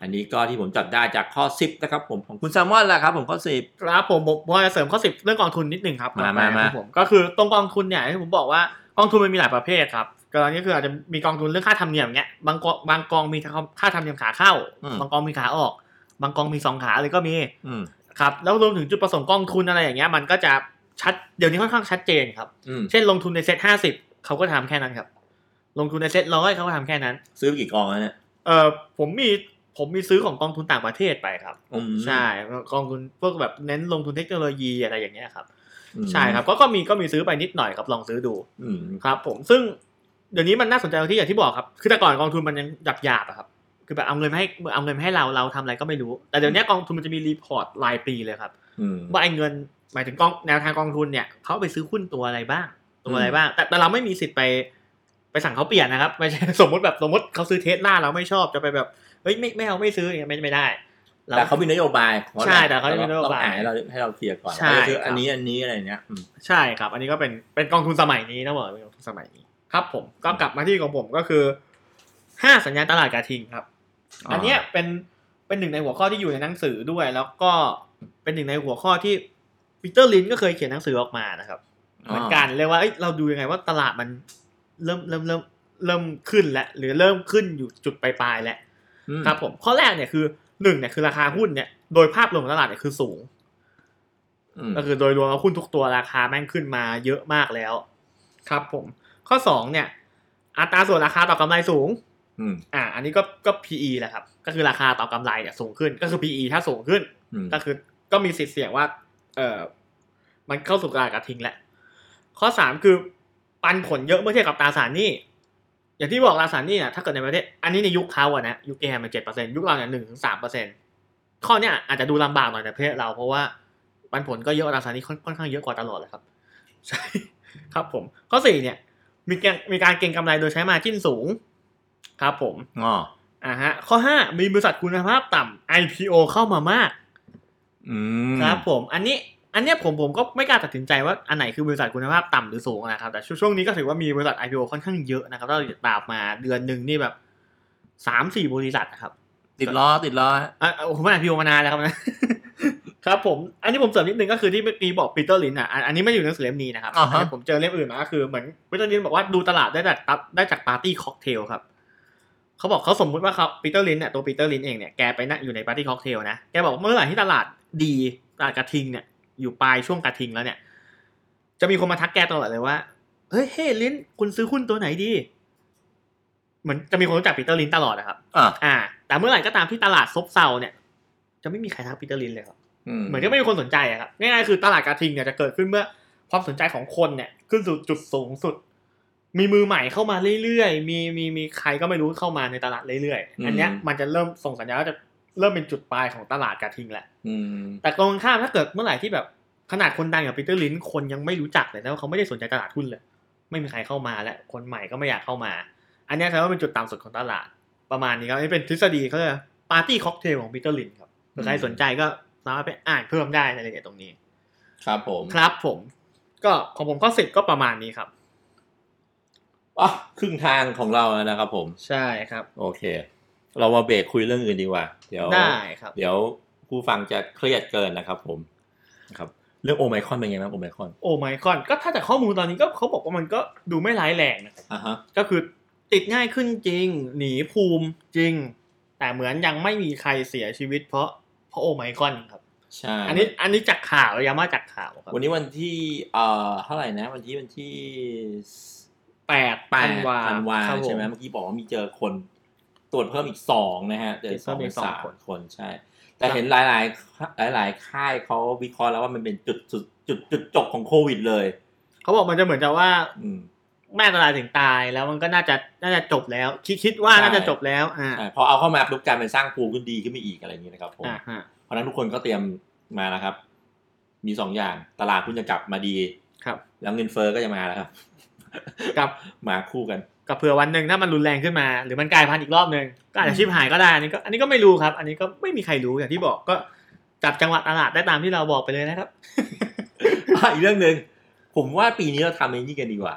B: อันนี้ก็ที่ผมจัดได้จากข้อสิบนะครับผมของคุณแซลมอนล่ะครับ ผมข้อสิบ
A: ครับผมผมผมจะเสริมข้อสิบเรื่องกองทุนนิดหนึ่งครับ
B: มา
A: ต่อไป
B: มา
A: ค
B: มา
A: รับผมก็คือตรงกองทุนเนี่ยที่ผมบอกว่ากองทุนมันมีหลายประเภทครับกรณีก็คืออาจจะมีกองทุนเรื่องค่าธรรมเนียมเงี้ยบางกองบางกองมีค่าธรรมเนียมขาเข้า
B: อืม
A: บางกองมีขาออก บางกองมีสองขาเลยก็มี
B: อืม
A: ครับแล้วรวมถึงจุดประสงค์กองทุนอะไรอย่างเงี้ยมันก็จะ ชัดเดี๋ยวนี้ค่อนข้างชัดเจนครับ
B: อืม
A: เช่นลงทุนในเซ็ตห้าสิบเขาก็ทำแค่นั้นครับ ลงทุนในเซ็ตร้อยเขาก็ทำแค่นั้น
B: ซื้อไปกี่กองแล้วเนี่ย
A: เออผมมีผมมีซื้อของกองทุนต่างประเทศไปครับ
B: อืม
A: ใช่ กองทุนพวกแบบเน้นลงทุนเทคโนโลยีอะไรอย่างเงี้ยครับ
B: อืม
A: ใช่ครับ ก็ก็มีก็มีซื้อไปนิดหน่อยครับลองซื้อดู
B: อืม
A: ครับ ผมซึ่งเดี๋ยวนี้มันน่าสนใจตรงที่อย่างที่บอกครับคือแต่ก่อนกองทุนมันยังหยาบหยาบๆอะครับ คือแบบเอาเงินมาให้เอาเงินมาให้เราเราทำอะไรก็ไม่รู้ แต่เดี๋ยวนี้กองทุนมันจะมีรีพอร์ตรายปีเลยครับ
B: อืม
A: ว่าไอ้เงินหมายถึงกองแนวทางกองทุนเนี่ยเขาเอาไปซื้อหุ้นตัวอะไรบ้าง ตัวอะไร
B: อืม
A: บ้าง แต่แต่เราไม่มีสิทธิ์ไปไปสั่งเขาเปลี่ยนนะครับไม่ใช่ สมมติแบบสมมติเขาซื้อเทสลาเราไม่ชอบจะไปแบบเฮ้ยไม่ไม่เอาไม่ซื้ออย่างเงี้ยไม่ไม่ได้ร
B: แต่เขามีนโยบายของ
A: ใช่แต่เขามีนโยบาย
B: เรต้องอ่านให้เราให้เราเคลียร์ก่อน
A: ใช่
B: ว่าคื
A: ค
B: อ
A: รับ
B: อันนี้อันนี้อะไรเนี้ยอืม
A: ใช่ครับ อันนี้ก็เป็นเป็นกองทุนสมัยนี้นะเว้ยเป็นกองทุนสมัยนี้ครับ ผมก็กลับมาที่ของผมก็คือห้าสัญญาณตลาดกระทิงครับ
B: อ่า
A: อันเนี้ยเป็นเป็นหนึ่งในหัวข้อที่อยู่ในหนังสือด้วย แล้วก็เป็นหนึ่งในหัวข้อที่ปีเตอร์ลินก็เคยเขียนหนังสือออกมานะครับ เหมือนกันเลยว่าเอ้ยเราดูยังไงว่าตลาดมันเริ่มเริ่มเริ่มเริ่มขึ้นแล้วหรือเริ่มขึ้นอยู่จุดปลายๆแล้ว
B: อืม
A: ครับผมข้อแรกเนี่ยคือหนึ่งเนี่ยคือราคาหุ้นเนี่ยโดยภาพรวมของตลาดเนี่ยคือสูง
B: อืม
A: ก็คือโดยรวมแล้วหุ้นทุกตัวราคาแม่งขึ้นมาเยอะมากแล้ว ครับผมข้อสองเนี่ย อัตราส่วนราคาต่อกำไรสูง
B: อืม
A: อ่า อันนี้ก็ก็ PE แหละครับ ก็คือราคาต่อกำไรเนี่ยสูงขึ้น ก็คือ PE ถ้าสูงขึ้น
B: อืม
A: ก็คือก็มีสิทธิ์เสี่ยงว่า เออมันเข้าสู่ตลาดกระทิงแหละ ข้อสามคือปันผลเยอะเมื่อเทียบกับตราสารหนี้ อย่างที่บอกตราสารหนี้น่ะถ้าเกิดในประเทศ อันนี้ในยุคเขาอะนะยุคแกมันเจ็ดเปอร์เซ็นยุคเราเนี่ยหนึ่งถึงสามเปอร์เซ็นข้อเนี้ยอาจจะดูลำบากหน่อยในประเทศเราเพราะว่าปันผลก็เยอะกว่าตราสารหนี้ค่อนค่อนข้างเยอะกว่าตลอดเลยครับ ใช่ครับผม ข้อสี่เนี่ย มีการมีการเก็งกำไรโดยใช้มาจิ้นสูง ครับผม
B: อ๋อ
A: อ่าฮะข้อ 5 มีบริษัทคุณภาพต่ำ IPO เข้ามามาก
B: อืม
A: ครับผมอันนี้อันเนี้ยผมผมก็ไม่กล้าตัดสินใจว่าอันไหนคือบริษัทคุณภาพต่ำหรือสูงนะครับ แต่ช่วงนี้ก็ถือว่ามีบริษัท IPO ค่อนข้างเยอะนะครับถ้าเราติดตามมาเดือนหนึ่งนี่แบบสามสี่บริษัทนะครับ
B: ติดล้อติดล้อ
A: อ่ะอ่ะผมอ่าน IPO มานานแล้วครับนะ ครับผมอันนี้ผมเสริมนิดนึงก็คือที่เมื่อกี้บอกปีเตอร์ลินอ่ะอันอันนี้ไม่ได้อยู่ในหนังสือเล่มนี้นะครับ
B: อ่าฮะ
A: แต่ผมเจอเล่มอื่นมาก็คือเหมือนปีเตอร์ลินบอกว่าดูตลาดได้จากตับได้จากปาร์ตี้ค็อกเทลครับ เขาบอกเขาสมมุติว่าเขาปีเตอร์ลินเนี่ยตัวปีเตอร์ลินเองเนี่ยแกไปนั่งอยู่ในปาร์ตี้ค็อกเทลนะแกบอกเมื่อไหร่ที่ตลาดดีตลาดกระทิงเนี่ยอยู่ปลายช่วงกระทิงแล้วเนี่ย จะมีคนมาทักแกตลอดเลยว่าเฮ้ยเฮ้ยลินคุณซื้อหุ้นตัวไหนดี เหมือนจะมีคนรู้จักปีเตอร์ลินตลอดนะครับ
B: อ่ะ
A: อ่า แต่เมื่อไหร่ก็ตามที่ตลาดซบเซาเนี่ย จะไม่มีใครทักปีเตอร์ลินเลยครับเหมือนจะไม่มีคนสนใจอะครับง่ายๆคือตลาดกระทิงเนี่ยจะเกิดขึ้นเมื่อความสนใจของคนเนี่ยขึ้นสู่จุดสูงสุด มีมือใหม่เข้ามาเรื่อยๆมีมีมีใครก็ไม่รู้เข้ามาในตลาดเรื่อยๆอันเนี้ยมันจะเริ่มส่งสัญญาณว่าจะเริ่มเป็นจุดปลายของตลาดกระทิงแหละ
B: อืม
A: แต่ตรงข้ามถ้าเกิดเมื่อไหร่ที่แบบขนาดคนดังอย่างปีเตอร์ลินคนยังไม่รู้จักเลยนะว่าเขาไม่ได้สนใจตลาดหุ้นเลย ไม่มีใครเข้ามาและคนใหม่ก็ไม่อยากเข้ามา อันเนี้ยแสดงว่าเป็นจุดต่ำสุดของตลาดประมาณนี้ครับอันนี้เป็นทฤษฎีเขาเรียกปาร์ตี้ค็อกเทลของปีเตอร์ลินครับถ้าใครสนใจก็สามารถไปอ่านเพิ่มได้ในรายละเอียดตรงนี้
B: ครับผม
A: ครับผม ก็ของผมข้อสิบก็ประมาณนี้ครับ
B: อ่ะครึ่งทางของเราแล้วนะครับผม
A: ใช่ครับ
B: โอเค เรามาเบรกคุยเรื่องอื่นดีกว่า เดี๋ยว
A: ได้ครับ
B: เดี๋ยวผู้ฟังจะเครียดเกินนะครับผมนะครับ เรื่องโอไมครอนเป็นไงบ้างโอไมครอน
A: โอไมคอนก็ถ้าจากข้อมูลตอนนี้ก็เขาบอกว่ามันก็ดูไม่ร้ายแรงนะ
B: อ่ะฮะ
A: ก็คือติดง่ายขึ้นจริง หนีภูมิจริง แต่เหมือนยังไม่มีใครเสียชีวิตเพราะเพราะโอไมครอนครับ
B: ใช่
A: อันนี้อันนี้จากข่าวย้ำว่าจากข่าวครับ
B: วันนี้วันที่เอ่อเท่าไหร่นะ วันที่วันที่
A: แปด
B: แป
A: ธั
B: ด
A: นวา
B: ธันวา
A: ครับผ
B: ใช่ไหมเมื่อกี้บอกว่ามีเจอคนตรวจเพิ่มอีกสองนะฮะเจอสอง
A: ติดเพิ่
B: เป็น
A: มอีกสอง
B: สาม
A: คน
B: คนใช่ แต่
A: ครับ
B: เห็นหลาย ๆ หลาย ๆ ค่ายเขาวิเคราะห์แล้วว่ามันเป็นจุดจุดจุดจุดจบของโควิดเลย
A: เขาบอกมันจะเหมือนจะว่า
B: อืม
A: แม่ตายถึงตายแล้วมันก็น่าจะน่าจะจบแล้ว คิดคิดว่า
B: ใช่
A: น่าจะจบแล้วอ่า
B: ใช่พอเอาเข้ามาปุ๊บการเป็นสร้างภูมิขึ้นดีขึ้นไปอีกอะไรอย่างนี้นะครับผม
A: อ่าฮะ
B: เพราะฉะนั้นทุกคนก็เตรียมมาแล้วครับ มีสองอย่างตลาดคุณจะกลับมาดี
A: ครับ
B: แล้วเงินเฟอ้อก็จะมาแล้วครับ
A: กับ
B: มาคู่กัน
A: กับเผื่อวันหนึ่งถ้ามันรุนแรงขึ้นมา หรือมันกลายพันธุ์อีกรอบหนึ่งก็อาจจะชิบหายก็ได้อันนี้ก็อันนี้ก็ไม่รู้ครับ อันนี้ก็ไม่มีใครรู้อย่างที่บอกก็จับจังหวัดตลาดได้ตามที่เราบอกไปเลยนะครับ
B: อ่ะ อีกเรื่องหนึ่งผมว่าปีนี้เราทำเองนี่กันดีกว่า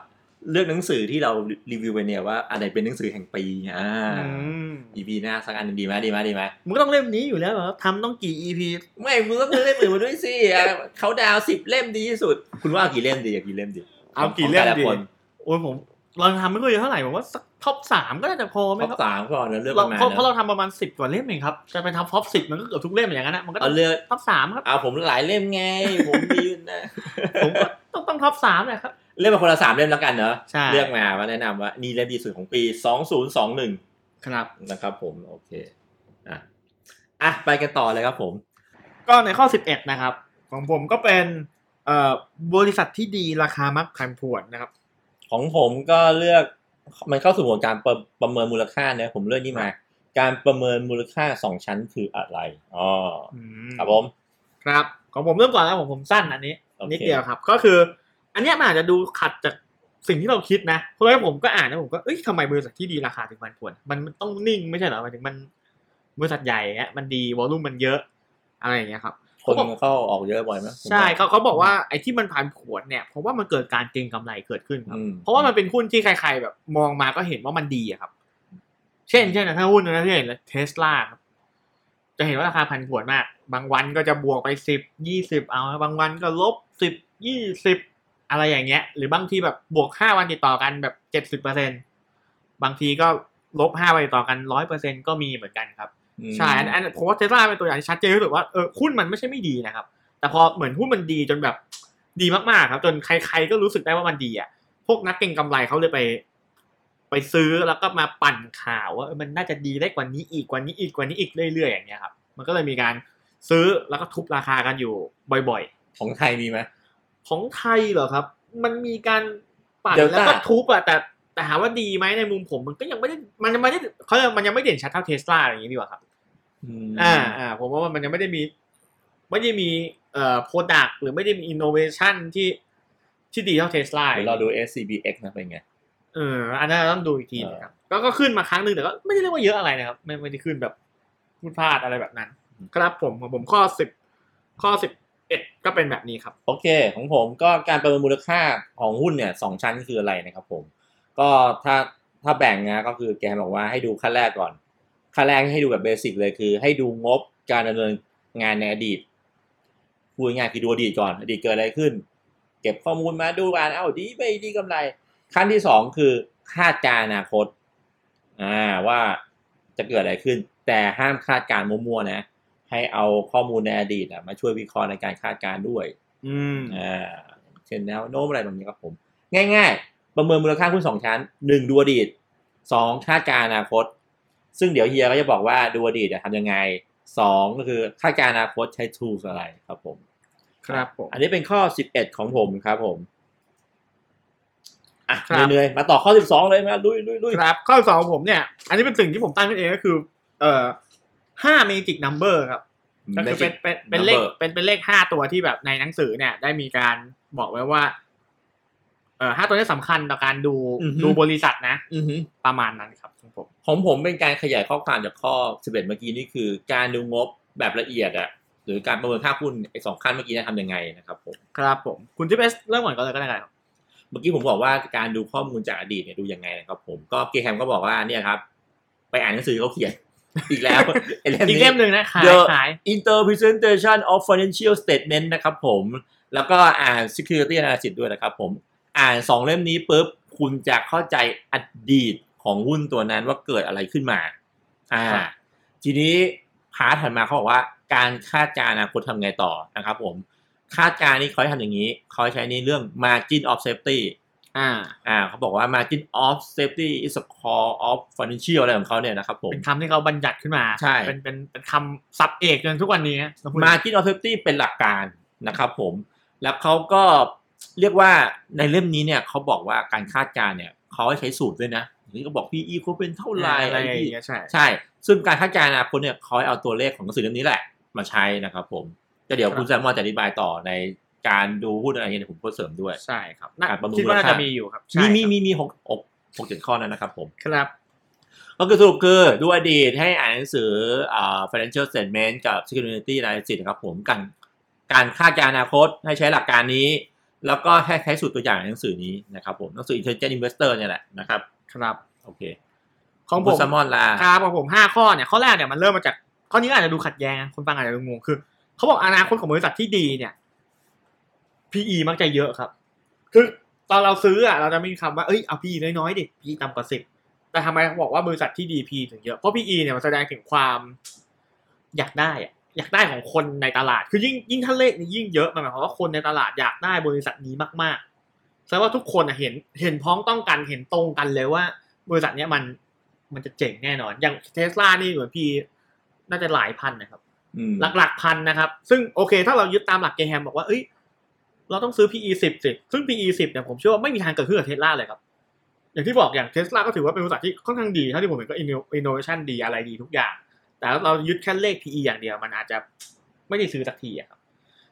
B: เลือกหนังสือที่เรารีวิวไปเนี่ยว่าอะไรเป็นหนังสือแห่งปีอ่า
A: อืม
B: EP หน้าสักอันหนึ่งดีไหมดีไหมดีไหม
A: มึงก็ต้องเล่มนี้อยู่แล้วเหรอทำต้องกี่ EP
B: ไม่มึงก็เล่มอื่นมาด้วยสิ อ่ะเขาดาวสิบเล่มดีที่สุด คุณว่าเอากี่เล่มดีอยากกี่เล่มดี
A: เอากี่เล่มดี
B: ขงแต่ละคน
A: โอ้ยผม เราทำไม่ค่อยเยอะเท่าไหร่ผมว่าสักท็อปสามก็น่าจะพอไหม
B: ท็อป
A: ครับ
B: สามก่อนนะเลือกป
A: เรา
B: ระมาณ
A: เพราะเพราะ
B: นะ
A: เราทำประมาณสิบกว่าเล่มเองครับจะไปทำท็อปสิบมันก็เกือบทุกเล่มอย่างนั้นนะมันก็ต้
B: เอา
A: อง
B: เลือก
A: ท็อปสามครับ
B: เอาผมหลายเล่มไง ผมมีนะ
A: ผมก็ต้องต้องท็อปสามเลยครับ
B: เล่มมาคนละสามเล่มแล้วกันเนอะ
A: ใช่
B: เลือกมาว่าแนะนำว่านี่เล่มดีสุดของปีสองศูนย์สองหนึ่ง
A: ครับ
B: นะครับผมโอเคอ่ะอ่ะไปกันต่อเลยครับผม
A: ก็ในข้อ 11 นะครับ ของผมก็เป็นเอ่อบริษัทที่ดีราคามักผันผวนนะครับ
B: ของผมก็เลือกมันเข้าสู่หมวดการประประเมินมูลค่าเนี่ยผมเลือกนี่มา การประเมินมูลค่าสองชั้นคืออะไรอ๋อครับผม
A: ครับของผมเริ่มก่อนแล้วผมผมสั้นอันนี้
B: โอเค
A: นิดเดียวครับ ก็คือ อันเนี้ยมันอาจจะดูขัดจากสิ่งที่เราคิดนะเพราะว่าผมก็อ่านนะผมก็เอ้ยทำไมบริษัทที่ดีราคาถึงผันผวนมันมันต้องนิ่งไม่ใช่เหรอหมายถึงมันบริษัทใหญ่เงี้ยมันดีวอลลุ่มมันเยอะอะไรอย่างเงี้ยครับ
B: คนเข้าออกเยอะบ่อยไหม
A: ใช่เขาเขาบอกว่าไอ้ที่มันผันผวนเนี่ยเพราะว่ามันเกิดการเก็งกำไรเกิดขึ้นครับ
B: อืม
A: เพราะว่ามันเป็นหุ้นที่ใครๆแบบมองมาก็เห็นว่ามันดีอะครับ เช่นเช่นถ้าหุ้นนะที่เห็นเทสลาครับจะเห็นว่าราคาผันผวนมาก บางวันก็จะบวกไปสิบยี่สิบเอา บางวันก็ลบสิบยี่สิบอะไรอย่างเงี้ย หรือบางทีแบบบวกห้าวันติดต่อกันแบบเจ็ดสิบเปอร์เซ็นบางทีก็ลบห้าวันติดต่อกันร้อยเปอร์เซ็นก็มีเหมือนกันครับ
B: อืม
A: ใช่อันอันผมว่าเทสลาเป็นตัวอย่างที่ชัดเจนที่สุดว่าเออหุ้นมันไม่ใช่ไม่ดีนะครับ แต่พอเหมือนหุ้นมันดีจนแบบดีมากๆครับ จนใครๆก็รู้สึกได้ว่ามันดีอ่ะ พวกนักเก็งกำไรเขาเลยไป ไปซื้อแล้วก็มาปั่นข่าวว่าเออมันน่าจะดีได้กว่านี้อีกกว่านี้อีกกว่านี้อีกเรื่อยๆอย่างเงี้ยครับ มันก็เลยมีการซื้อแล้วก็ทุบราคากันอยู่บ่อย
B: ของไทยมีไหม
A: ๆ ของไทยเหรอครับ มันมีการปั่น
B: เดลต้า
A: แล้วก็ทุบอะแต่แต่หาว่าดีไหมในมุมผมมันก็ยังไม่ได้มันยังไม่ได้เขาเรียกมันยังไม่เด่นชัดเท่าเทสลาอย่างงี้ดีกว่าครับ
B: ม
A: อ่าอ่าผมว่ามันยังไม่ได้มีไม่ได้มีเอ่อโปรดักหรือไม่ได้มีอินโนเวชันที่ที่ดีเท่าเทสลา
B: เดี๋ยวเราดู SCBX นะเป็นไง
A: เอออันนั้นเราต้องดูอีกทีนะครับก็ก็ขึ้นมาครั้งหนึ่งแต่ก็ไม่ได้เรียกว่าเยอะอะไรนะครับ ไม่ไม่ได้ขึ้นแบบพูดพลาดอะไรแบบนั้น
B: อืม
A: ครับผมของผมข้อสิบข้อสิบเอ็ดก็เป็นแบบนี้ครับ
B: โอเค ของผมก็การประเมินมูลค่าของหุ้นเนี่ยสองชั้นคืออะไรนะครับผม ก็ถ้าถ้าแบ่งนะก็คือแกบอกว่าให้ดูขั้นแรกก่อนขั้นแรกให้ดูแบบเบสิกเลยคือ ให้ดูงบการดำเนินงานในอดีตพูดง่ายๆคือดูอดีตก่อน อดีตเกิดอะไรขึ้น เก็บข้อมูลมาดูอ่านเอ้าดีไม่ดีกำไร ขั้นที่สองคือคาดการณ์อนาคตอ่าว่าจะเกิดอะไรขึ้น แต่ห้ามคาดการณ์มั่วๆนะ ให้เอาข้อมูลในอดีตอะมาช่วยวิเคราะห์ในการคาดการณ์ด้วย
A: อืม
B: อ่าเช่นแนวโน้มอะไรแบบนี้ครับผม ง่าย ๆ ประเมินมูลค่าหุ้นสองชั้นหนึ่งดูอดีตสองคาดการณ์อนาคต ซึ่งเดี๋ยวเฮียก็จะบอกว่าดูอดีตอะทำยังไงสองก็คือคาดการณ์อนาคตใช้ tools อะไรครับผม
A: ครับผม
B: อันนี้เป็นข้อ 11 ของผมครับผมอ่ะ
A: ครับ
B: เหนื่อยๆมาต่อข้อ 12 เลยมาลุยลุยลุย
A: ครับข้อสองของผมเนี่ย อันนี้เป็นสิ่งที่ผมตั้งขึ้นเองก็คือ เอ่อห้าเมจิกนัมเบอร์ครับ ก็คือเป็นเป็นเป็นเลข
B: number
A: เป็นเป็นเลขห้าตัวที่แบบในหนังสือเนี่ย ได้มีการบอกไว้ว่า เออห้าตัวนี้สำคัญต่อการดู
B: อือฮึ
A: ดูบริษัทนะ
B: อือหือ
A: ประมาณนั้นครับของผม
B: ของผมเป็นการขยายข้อความจากข้อ 11 เมื่อกี้นี่คือ การดูงบแบบละเอียดอะหรือการประเมินค่าหุ้นไอ้สองขั้นเมื่อกี้เนะทำยังไงนะครับผม
A: ครับผม คุณทิพย์เอสเริ่มก่อนก็เลยก็ได้ครับ
B: เมื่อกี้ผมบอกว่าการดูข้อมูลจากอดีตเนี่ยดูยังไงนะครับผมก็เกแคมก็บอกว่าเนี่ยครับ ไปอ่านหนังสือเขาเขียน อีกแล้วไอ้
A: อีก
B: นี้
A: เล่มหนึ่งนะขาย
B: เยอะ
A: ขาย
B: Interpretation of Financial Statement นะครับผม แล้วก็อ่าน Security Analysis ด้วยนะครับผม อ่านสองเล่มนี้ปุ๊บ คุณจะเข้าใจอดีตของหุ้นตัวนั้นว่าเกิดอะไรขึ้นมา อ่า
A: ครับ
B: ทีนี้พาร์ทถัดมาเขาบอกว่าการคาดการณ์อนาคตทำไงต่อนะครับผม คาดการณ์นี่เขาให้ทำอย่างนี้เขาให้ใช้ในเรื่อง margin of safety
A: อ่า
B: อ่าเขาบอกว่า margin of safety is a core of financial อะไรของเขาเนี่ยนะครับผม
A: เป็นคำที่เขาบัญญัติขึ้นมา
B: ใช่
A: เป็นเป็นเป็นคำศัพท์เอกจนทุกวันนี้นะ
B: มา r g i n of safety เป็นหลักการนะครับผม แล้วเขาก็เรียกว่าในเล่มนี้เนี่ยเขาบอกว่าการคาดการณ์เนี่ยเขาให้ใช้สูตรด้วยนะอย่างนี้ก็บอก PE ควรเป็นเท่าไหร่
A: อะ
B: อะไร ไร
A: อ
B: ที่
A: ย่างเงี้ยใช่
B: ใช่ ซึ่งการคาดการณ์อนาคตเนี่ยเขาให้เอาตัวเลขของหนังสือเล่มนี้แหละมาใช้นะครับผมแต่เดี๋ยวคุ
A: ค
B: ณ
A: รับ
B: แซมมอนจะอธิบายต่อในการดูหุ้นอะไรเงี้ยเดี๋ยวผมก็เสริมด้วย
A: ใช่ครับน่า
B: การประเมิน
A: คิดว่าน่า
B: มูลค่า
A: จะมีอยู่ครับใช่
B: มี
A: ครับ
B: มีมีมีหกหกหกเจ็ดข้อนั้นนะครับผม
A: ครับ
B: ก็คือสรุปคือดูอดีตให้อ่านหนังสืออ่า financial statement กับ security analysis นะครับผมกันการคาดการณ์อนาคตให้ใช้หลักการนี้ แล้วก็ให้ใช้สูตรตัวอย่างในหนังสือนี้นะครับผมหนังสือ intelligent investor เนี่ยแหละนะครับ
A: ครับ
B: โอเค
A: ของผม
B: สมอนลา
A: ครับของผมห้าข้อเนี่ยข้อแรกเนี่ยมันเริ่มมาจากข้อนี้ก็อาจจะดูขัดแย้งนะคนฟังอาจจะดูงงคือเขาบอกอนาคตของบริษัทที่ดีเนี่ย PE มักจะเยอะครับ คือ ตอนเราซื้ออ่ะเราจะไม่มีคำว่าเอ้ยเอาพีน้อยๆดิพีต่ำกว่าสิบแต่ทำไมเขาบอกว่าบริษัทที่ดีพีถึงเยอะเพราะพีอีเนี่ยมันแสดงถึงความอยากได้อ่ะอยากได้ของคนในตลาด คือยิ่งยิ่งถ้าเลขนี่ยิ่งเยอะมันหมายความว่าคนในตลาดอยากได้บริษัทนี้มากๆแสดงว่าทุกคนอ่ะเห็นเห็นพ้องต้องกันเห็นตรงกันเลยว่า บริษัทเนี้ยมันมันจะเจ๋งแน่นอน อย่างเทสลานี่เหมือนพีน่าจะหลายพันนะครับ
B: อืม
A: หลักๆพันนะครับ ซึ่งโอเค ถ้าเรายึดตามหลักเกแฮมบอกว่าเอ้ย เราต้องซื้อ PE สิบสิซึ่ง PE สิบเนี่ยผมเชื่อว่าไม่มีทางเกิดขึ้นกับเทสลาเลยครับ อย่างที่บอกอย่างเทสลาก็ถือว่าเป็นบริษัทที่ค่อนข้างดีเท่าที่ผมเห็นก็อินโนเวชันดีอะไรดีทุกอย่าง แต่เรายึดแค่เลข PE อย่างเดียวมันอาจจะไม่ได้ซื้อสักทีอะครับ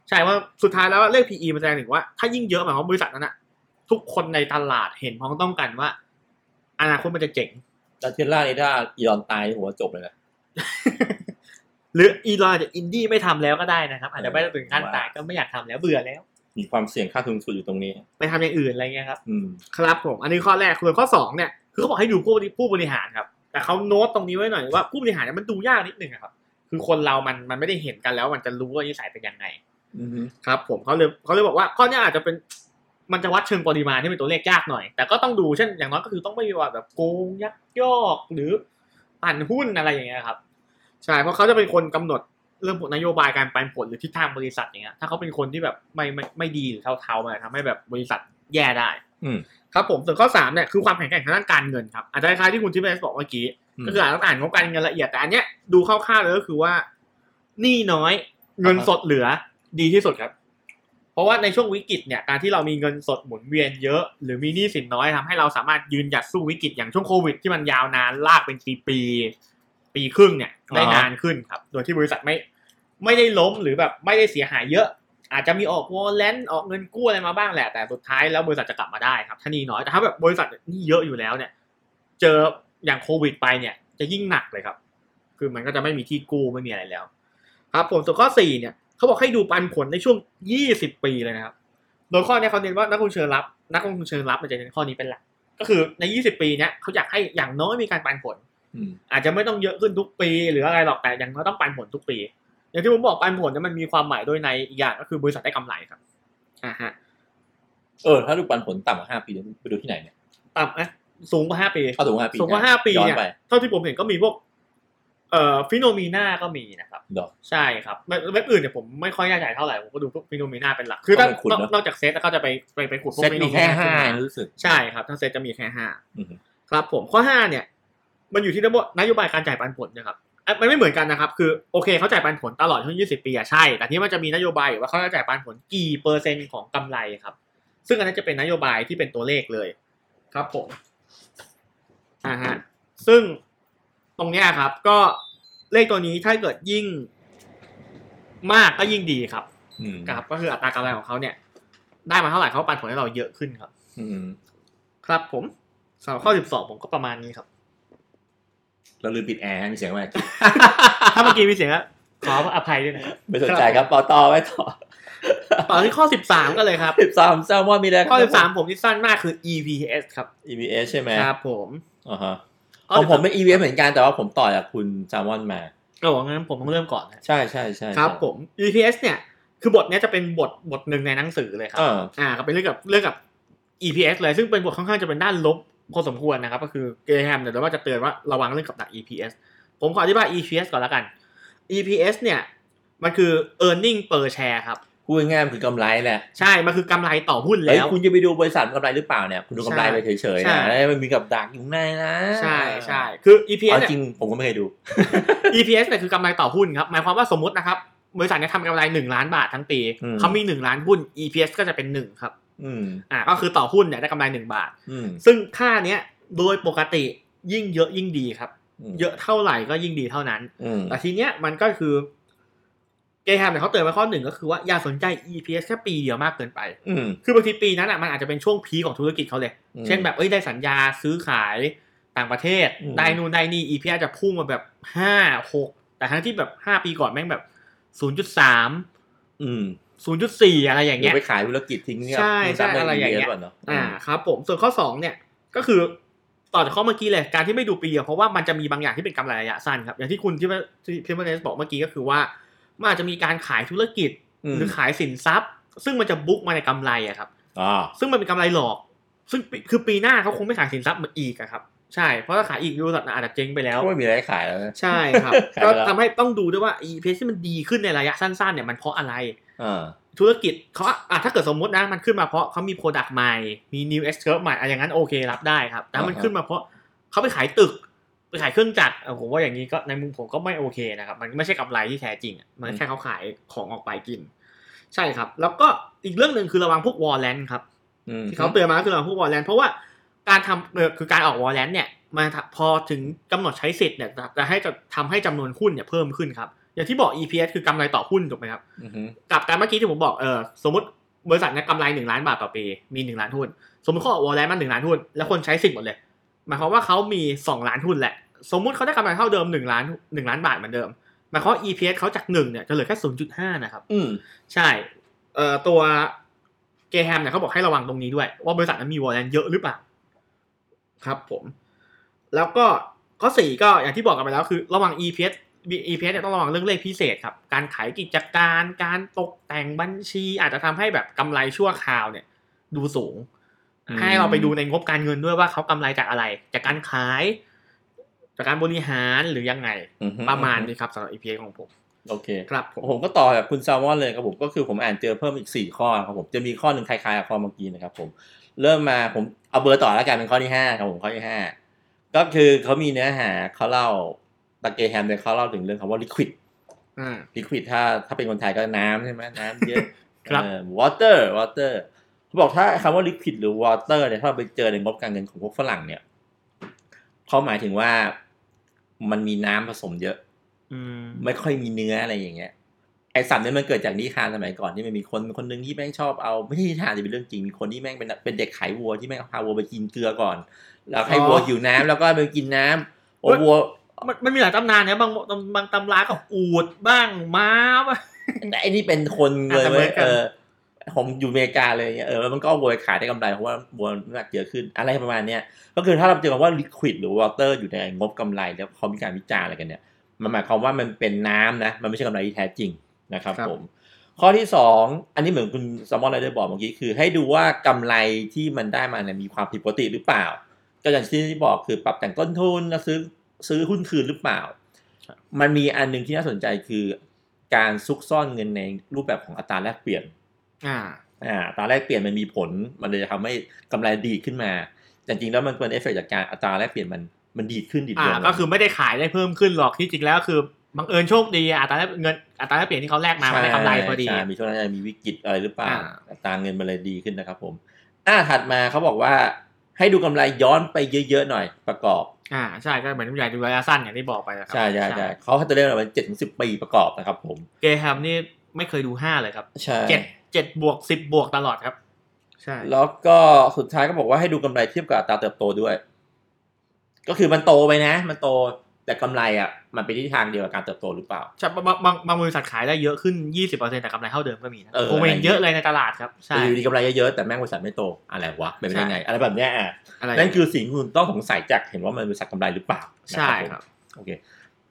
A: ใช่ว่าสุดท้ายแล้วเลข PE มันแสดงถึงว่าถ้ายิ่งเยอะหมายความว่าบริษัทนั้นอะทุกคนในตลาดเห็นพ้องต้องกันว่า อนาคตมันจะเจ๋ง
B: แต่เทสลาเนี่ยถ้าอีลอนตายหัวจบเลยนะ
A: หรืออีลอนอาจจะอินดี้ไม่ทำแล้วก็ได้นะครับ อาจจะไม่ถึงขั้น
B: ว่า
A: ตายก็ไม่อยากทำแล้วเบื่อแล้ว
B: มีความเสี่ยงค่าทุนสูงอยู่ตรงนี้
A: ไปทำอย่างอื่นอะไรเงี้ยครับ
B: อืม
A: ครับผม อันนี้ข้อแรกส่วนข้อสองเนี่ย คือเขาบอกให้ดูผู้บริผู้บริหารครับ แต่เขาโน้ตตรงนี้ไว้หน่อยว่าผู้บริหารเนี่ยมันดูยากนิดนึงอะครับ คือคนเรามันมันไม่ได้เห็นกันแล้วมันจะรู้ว่านิสัยเป็นยังไง
B: อืม
A: ครับผมเขาเลยเขาเลยบอกว่าข้อเนี้ยอาจจะเป็นมันจะวัดเชิงปริมาณที่เป็นตัวเลขยากหน่อย แต่ก็ต้องดูเช่นอย่างน้อยก็คือต้องไม่มีว่าแบบโกงยักยอกหรือปั่นหุ้นอะไรอย่างเงี้ยครับใช่เพราะเขาจะเป็นคนกำหนดเรื่องนโยบายการปันผลหรือทิศทางบริษัทอย่างเงี้ยถ้าเขาเป็นคนที่แบบไม่ไม่ไม่ดีหรือเทาๆมันอาจจะทำให้แบบบริษัทแย่ได้
B: อืม
A: ครับผมส่วนข้อสามเนี่ยคือความแข็งแกร่งทางด้านการเงินครับอาจจะคล้ายๆที่คุณทิพย์บอกเมื่อกี้ ก็คืออาจจะต้องอ่านงบการเงินละเอียดแต่อันเนี้ยดูคร่าวๆเลยก็คือว่าหนี้น้อยเงินสดเหลือดีที่สุดครับ เพราะว่าในช่วงวิกฤตเนี่ยการที่เรามีเงินสดหมุนเวียนเยอะ หรือมีหนี้สินน้อยทำให้เราสามารถยืนหยัดสู้วิกฤตอย่างช่วงโควิดที่มันยาวนานลากเป็นปีปีๆปีครึ่งเนี่ยได้นานขึ้นครับ โดยที่บริษัทไม่ไม่ได้ล้มหรือแบบไม่ได้เสียหายเยอะ อาจจะมีออกวอลเลนออกเงินกู้อะไรมาบ้างแหละ แต่สุดท้ายแล้วบริษัทจะกลับมาได้ครับ ถ้าหนี่น้อยแต่ถ้าแบบบริษัทหนี่เยอะอยู่แล้วเนี่ย เจออย่างโควิดไปเนี่ย จะยิ่งหนักเลยครับ คือมันก็จะไม่มีที่กู้ไม่มีอะไรแล้ว ครับผมส่วนข้อสี่เนี่ยเขาบอกให้ดูปันผลในช่วงยี่สิบปีเลยนะครับ โดยข้อเนี้เขาเน้นว่านักลงทุนเชิญรับ นักลงทุนเชิญรับมันจะเน้นข้อนี้เป็นหลัก ก็คือในยี่สิบปีเนี่ยเขาอยากให้อย่างน้อยมีการปันผล
B: อืม
A: อาจจะไม่ต้องเยอะขึ้นทุกปีหรืออะไรหรอกแต่อย่างน้อยต้องปันผลทุกปี อย่างที่ผมบอกปันผลเนี่ยมันมีความหมายโดยในอีกอย่างก็คือบริษัทได้กำไรครับอ่าฮะ
B: เออ ถ้าดูปันผลต่ำกว่าห้าปีเดี๋ยวไปดูที่ไหนเนี่ย
A: ต่ำนะสูงกว่าห้าปี
B: เข้าถึงห้าปี
A: สูงกว่าห้าปี
B: ย้อน
A: เนี่ย
B: ไป
A: เท่าที่ผมเห็นก็มีพวกเอ่อฟิโนมีนาก็มีนะครับ
B: เดี๋ยว
A: ใช่ครับเว็บเว็บอื่นเนี่ยผมไม่ค่อยแน่ใจเท่าไหร่ผมก็ดูพวกฟิโนมีนาเป็นหลักคือถ้า
B: ก็ไปขุด
A: นอก
B: เนอะ
A: นอกจากเซตแล้วก็จะไปไปไปขุดพวก
B: เซ็ตมีแค่
A: Phenomena
B: ห้า
A: ขึ้นม
B: รู้สึก
A: ใช่ครับทั้งเซตจะมีแค่ห้า
B: อือฮึ
A: ครับผมข้อห้าเนี่ย มันอยู่ที่นโยบนโยบายการจ่ายปันผลนะครับอ่ะมันไม่เหมือนกันนะครับ คือโอเคเขาจ่ายปันผลตลอดช่วงยี่สิบปีอะใช่ แต่ที่มันจะมีนโยบายอยู่ว่าเขาจะจ่ายปันผลกี่เปอร์เซ็นต์ของกำไรครับ ซึ่งอันนั้นจะเป็นนโยบายที่เป็นตัวเลขเลย ครับผมอ่าฮะซึ่งตรงเนี้ยครับ ก็เลขตัวนี้ถ้าเกิดยิ่งมากก็ยิ่งดีครับ
B: อืม
A: ครับ ก็คืออัตรากำไรของเขาเนี่ย ได้มาเท่าไหร่เขาปันผลให้เราเยอะขึ้นครับ
B: อืม
A: ครับผมสำหรับข้อ 12 ผมก็ประมาณนี้ครับ
B: เราลืมปิดแอร์มีเสียงไหม
A: ถ้าเมื่อกี้มีเสียงอะขออภัยด้วยนะ
B: ไม่สนใจครับปอต่อไว้ต่อ
A: ต่อที่ข้อ 13 กันเลยครับ
B: สิบสามแซลมอนมีแรง
A: ข้อ 13 ผมที่สั้นมากคือ EPS ครับ
B: EBS ใช่ไหม
A: ครับผม
B: อ่าฮะ
A: ข้
B: ของผม
A: 13
B: เป็น EBS เหมือนกันแต่ว่าผมต่อจากคุณแซลมอนมา
A: โอ้งั้นผมต้องเริ่มก่อนนะ
B: ใช่ใช่ใช่
A: ครับผม EPS เนี่ย คือบทเนี้ยจะเป็นบทบทหนึ่งในหนังสือเลยครับ
B: เออ
A: อ่าครับเป็นเรื่องกับเรื่องกับ EPS เลยซึ่งเป็นบทค่อนข้างจะเป็นด้านลบพอสมควรนะครับ ก็คือเกรแฮมเนี่ยเดี๋ยวว่าจะเตือนว่าระวังเรื่องกับดัก EPS ผมขออธิบาย EPS ก่อนละกัน EPS เนี่ยมันคือ earning per share ครับ
B: พูดง่ายๆมันคือกำไรแหละ
A: ใช่ มันคือกำไรต่อหุ้น
B: เฮ้ย
A: แล้ว
B: คุณจะไปดูบริษัทกำไรหรือเปล่าเนี่ย คุณดูกำไร
A: ใช่
B: ไปเฉยๆ
A: ใช่
B: นะแล้วมันมีกับดักอยู่ข้างในนะ
A: ใช่ใช่คือ EPS
B: เอา
A: เนี่ย
B: จริงผมก็ไม่เคยดู
A: EPS เนี่ยคือกำไรต่อหุ้นครับ หมายความว่าสมมตินะครับ บริษัทเนี่ยทำกำไร 1 ล้านบาททั้งปี
B: อืม
A: เขามี 1 ล้านหุ้น EPS ก็จะเป็น 1 ครับ
B: อืม
A: อ่า ก็คือต่อหุ้นเนี่ยได้กำไร 1 บาท
B: อืม
A: ซึ่งค่าเนี้ยโดยปกติยิ่งเยอะยิ่งดีครับ
B: ม
A: เยอะเท่าไหร่ก็ยิ่งดีเท่านั้น
B: อืม
A: แต่ทีเนี้ยมันก็คือเกย์แฮมเนี่ยเขาเตือนไว้ข้อหนึ่งก็คือว่าอย่าสนใจ EPS แค่ปีเดียวมากเกินไป
B: อืม
A: คือบางทีปีนั้นอ่ะมันอาจจะเป็นช่วงพีคของธุรกิจเขาเลย
B: อืม
A: เช่นแบบเอ้ยได้สัญญาซื้อขายต่างประเทศ
B: อืม
A: ได้นู่นได้นี่ EPS อาจจะพุ่งมาแบบห้าหกแต่ทั้งที่แบบห้าปีก่อนแม่งแบบศูนย์จุดสาม
B: อืม
A: ศูนย์จุดสี่อะไรอย่าง
B: หรือ
A: เงี้ย
B: ไปขายธุรกิจทิ้งเนี่ย
A: ใช่ใช่อะไรอย่างเงี้ย
B: ด้ EBS ก่นเนาะ
A: อ่าครับผมส่วนข้อสองเนี่ยก็คือต่อจากข้อเมื่อกี้เลยการที่ไม่ดูปีเดียวเพราะว่ามันจะมีบางอย่างที่เป็นกำไรระยะสั้นครับอย่างที่คุณที่ที่ที่เมเนสบอกเมื่อกี้ก็คือว่ามันอาจจะมีการขายธุรกิจ
B: อืม
A: หรือขายสินทรัพย์ ซึ่งมันจะบุ๊กมาในกำไรอะครับ
B: อ่า
A: ซึ่งมันเป็นกำไรหลอก ซึ่งปีคือปีหน้าเขาคงไม่ขายสินทรัพย์มันอีกอะครับ ใช่ เพราะถ้าขายอีกบริษัทอาจจะเจ๊งไปแล้ว
B: ก็ไม่มีอะไรให้ขายแล้วนะ
A: ใช่ ครับ
B: ขายไป
A: ก็
B: แล้ว
A: ทำให้ต้องดูด้วยว่าอีเพที่มันดีขึ้นในระยะสั้นๆเนี่ยมันเพราะอะไร
B: เออ
A: ธุรกิจเขาอ่ะถ้าเกิดสมมตินะมันขึ้นมาเพราะเขามีโปรดักต์ใหม่ มี new S curve ใหม่อะอย่างนั้นโอเครับได้ครับ แต่ถ้ามัน
B: อ่าฮะ
A: ขึ้นมาเพราะเขาไปขายตึก ไปขายเครื่องจักรเออผมว่าอย่างนี้ก็ในมุมผมก็ไม่โอเคนะครับ มันไม่ใช่กำไรที่แท้จริงอะมันแค่เขาขายของออกไปกิน ใช่ครับ แล้วก็อีกเรื่องหนึ่งคือระวังพวกวอลเลนครับ
B: อืม
A: ที่เขาเตือนมาก็คือระวังพวกวอลเลนเพราะว่าการทำเอ่อคือการออกวอลเลนเนี่ยมาพอถึงกำหนดใช้สิทธิ์เนี่ยจะจะให้จะทำให้จำนวนหุ้นเนี่ยเพิ่มขึ้นครับอย่างที่บอก EPS คือกำไรต่อหุ้นถูกไหมครับ
B: อือฮึ
A: กลับกันเมื่อกี้ที่ผมบอกเออสมมติบริษัทเนี้กำไรหนึ่งล้านบาทต่อปีมีหนึ่งล้านหุ้น สมมติเขาออกวอลเลนมาหนึ่งล้านหุ้นแล้วคนใช้สิทธิ์หมดเลยหมายความว่าเขามีสองล้านหุ้นแหละ สมมุติเขาได้กำไรเท่าเดิมหนึ่งล้านหนึ่งล้านบาทเหมือนเดิมหมายความว่า EPS เขาจากหนึ่งเนี่ยจะเหลือแค่ศูนย์จุดห้านะครับ
B: อืม
A: ใช่เอ่อตัวเกแฮมเนี่ยเขาบอกให้ระวังตรงนี้ด้วย ว่าบริษัทนั้นมีวอลเลนเยอะหรือเปล่าครับผม แล้วก็ข้อสี่ก็อย่างที่บอกกันไปแล้วคือระวัง EPS EPS เนี่ยต้องระวังเรื่องเลขพิเศษครับ การขายกิจการ การตกแต่งบัญชี อาจจะทำให้แบบกำไรชั่วคราวเนี่ย ดูสูง ให้เราไปดูในงบการเงินด้วยว่าเขากำไรจากอะไร จากการขาย จากการบริหารหรือยังไง
B: อือฮึ
A: ประมาณนี้ครับสำหรับ EPS ของผม
B: โอเค
A: ครับผม
B: ผมก็ต่อแบบคุณแซลมอนเลยครับผมก็คือผมอ่านเจอเพิ่มอีก 4 ข้อครับผมจะมีข้อหนึ่งคล้ายๆกับข้อเมื่อกี้นะครับผมเริ่มมาผมเอาเบอร์ต่อแล้วกันเป็นข้อที่5ครับผมข้อที่ 5 ก็คือเขามีเนื้อหาเขาเล่าตะเกแฮมเนี่ยเขาเล่าถึงเรื่องคำว่า liquid
A: อ่า
B: liquid ถ้าถ้าเป็นคนไทยก็น้ำใช่ไหมน้ำเยอะ
A: ครับ
B: เอ่อ water water เขาบอกถ้าคำว่า liquid หรือ water เนี่ยถ้าเราไปเจอในงบการเงินของพวกฝรั่งเนี่ยเขาหมายถึงว่ามันมีน้ำผสมเยอะ
A: อืม
B: ไม่ค่อยมีเนื้ออะไรอย่างเงี้ยไอ้สับเนี่ยมันเกิดจากนิทานสมัยก่อนที่มันมีคนคนหนึงที่แม่งชอบเอาไม่ใช่นิทานจะเป็นเรื่องจริงมีคนที่แม่งเป็นเป็นเด็กขายวัวที่แม่งพาวัวไปกินเกลือก่อน แล้วให้
A: อ๋อ
B: วัวหิวน้ำแล้วก็ไปกินน้ำโอ้
A: เฮ้ย
B: วัว
A: มันมันมีหลายตำนานนะบางบางบางตำราก็อูดบ้างม้าบ้าง
B: แต่ไอ้นี่ เป็นคนเลย
A: อ่ะ
B: เว้ย
A: ทำไมกัน
B: เออผมอยู่อเมริกาเลยเนี่ยเออแล้วมันก็เอาวัวไปขายได้กำไรเพราะว่าวัวน้ำหนักเยอะขึ้นอะไรประมาณเนี้ยก็คือถ้าเราเจอคำว่า liquid หรือ water อยู่ในงบกำไรแล้วเขามีการวิจารณ์อะไรกันเนี่ย มันหมายความว่ามันเป็นน้ำนะ มันไม่ใช่กำไรที่แท้จริงนะครับ
A: ครับ
B: ผม ข้อที่ 2 อันนี้เหมือนคุณสมอนไรเดอร์บอกเมื่อกี้คือ ให้ดูว่ากำไรที่มันได้มาเนี่ยมีความผิดปกติหรือเปล่า ก็อย่างที่บอกคือปรับแต่งต้นทุนแล้วซื้อซื้อหุ้นคืนหรือเปล่า มันมีอันหนึงที่น่าสนใจคือ การซุกซ่อนเงินในรูปแบบของอัตราแลกเปลี่ยน
A: อ่า
B: อ่าอัตราแลกเปลี่ยนมันมีผล มันเลยจะทำให้กำไรดีดขึ้นมาแต่จริงๆแล้วมันเป็นเอฟเฟกจากการอัตราแลกเปลี่ยนมันมันดีดขึ้นดีด
A: อ่า
B: ลง
A: ก็คือไม่ได้ขายได้เพิ่มขึ้นหรอกที่จริงแล้วคือบังเอิญโชคดีอัตราแลกเงินอัตราแลกเปลี่ยนที่เขาแลกมามันได้กำไรพอดี
B: ใช่ใช่มีช่วงนั้นอาจจะมีวิกฤตอะไรหรือเปล่า
A: อ่า
B: อัตราเงินมันเลยดีขึ้นนะครับผม อ่าถัดมาเขาบอกว่าให้ดูกำไรย้อนไปเยอะๆหน่อยประกอบ
A: อ่าใช่ก็เหมือนใหญ่ดูระยะสั้นอย่างที่บอกไปนะครั
B: ใช่ใช่ใช่เขาให้ตัวเลขมาเป็นเจ็ดถึงสิบปีประกอบนะครับผม
A: เกแฮมนี่ไม่เคยดูห้าเลยครับ
B: ใช่
A: เจ็ดเจ็ดบวกสิบบวกตลอดครับ ใช่
B: แล้วก็สุดท้ายก็บอกว่าให้ดูกำไรเทียบกับอัตราเติบโตด้วย ก็คือมันโตไปนะ มันโตแต่กำไรอ่ะมันไปที่ทางเดียวกับการเติบโตหรือเปล่า
A: ใช่บางบางบางบางบริษัทขายได้เยอะขึ้นยี่สิบเปอร์เซ็นต์แต่กำไรเท่าเดิมก็มีนะ
B: เออ
A: โอเวนเยอะเลยในตลาดครับใช่
B: แต่อยู่ดีกำไรเยอะๆแต่แม่งบริษัทไม่โตอะไรวะเป็นไปได้ไง อะไรแบบเนี้ยอ่ะ
A: อะไร
B: นั่นคือสิ่งที่คุณต้องสงสัยจากเห็นว่ามันเป็นสักกำไรหรือเปล่านะ
A: ใช่
B: ผม
A: ครับ
B: โอเค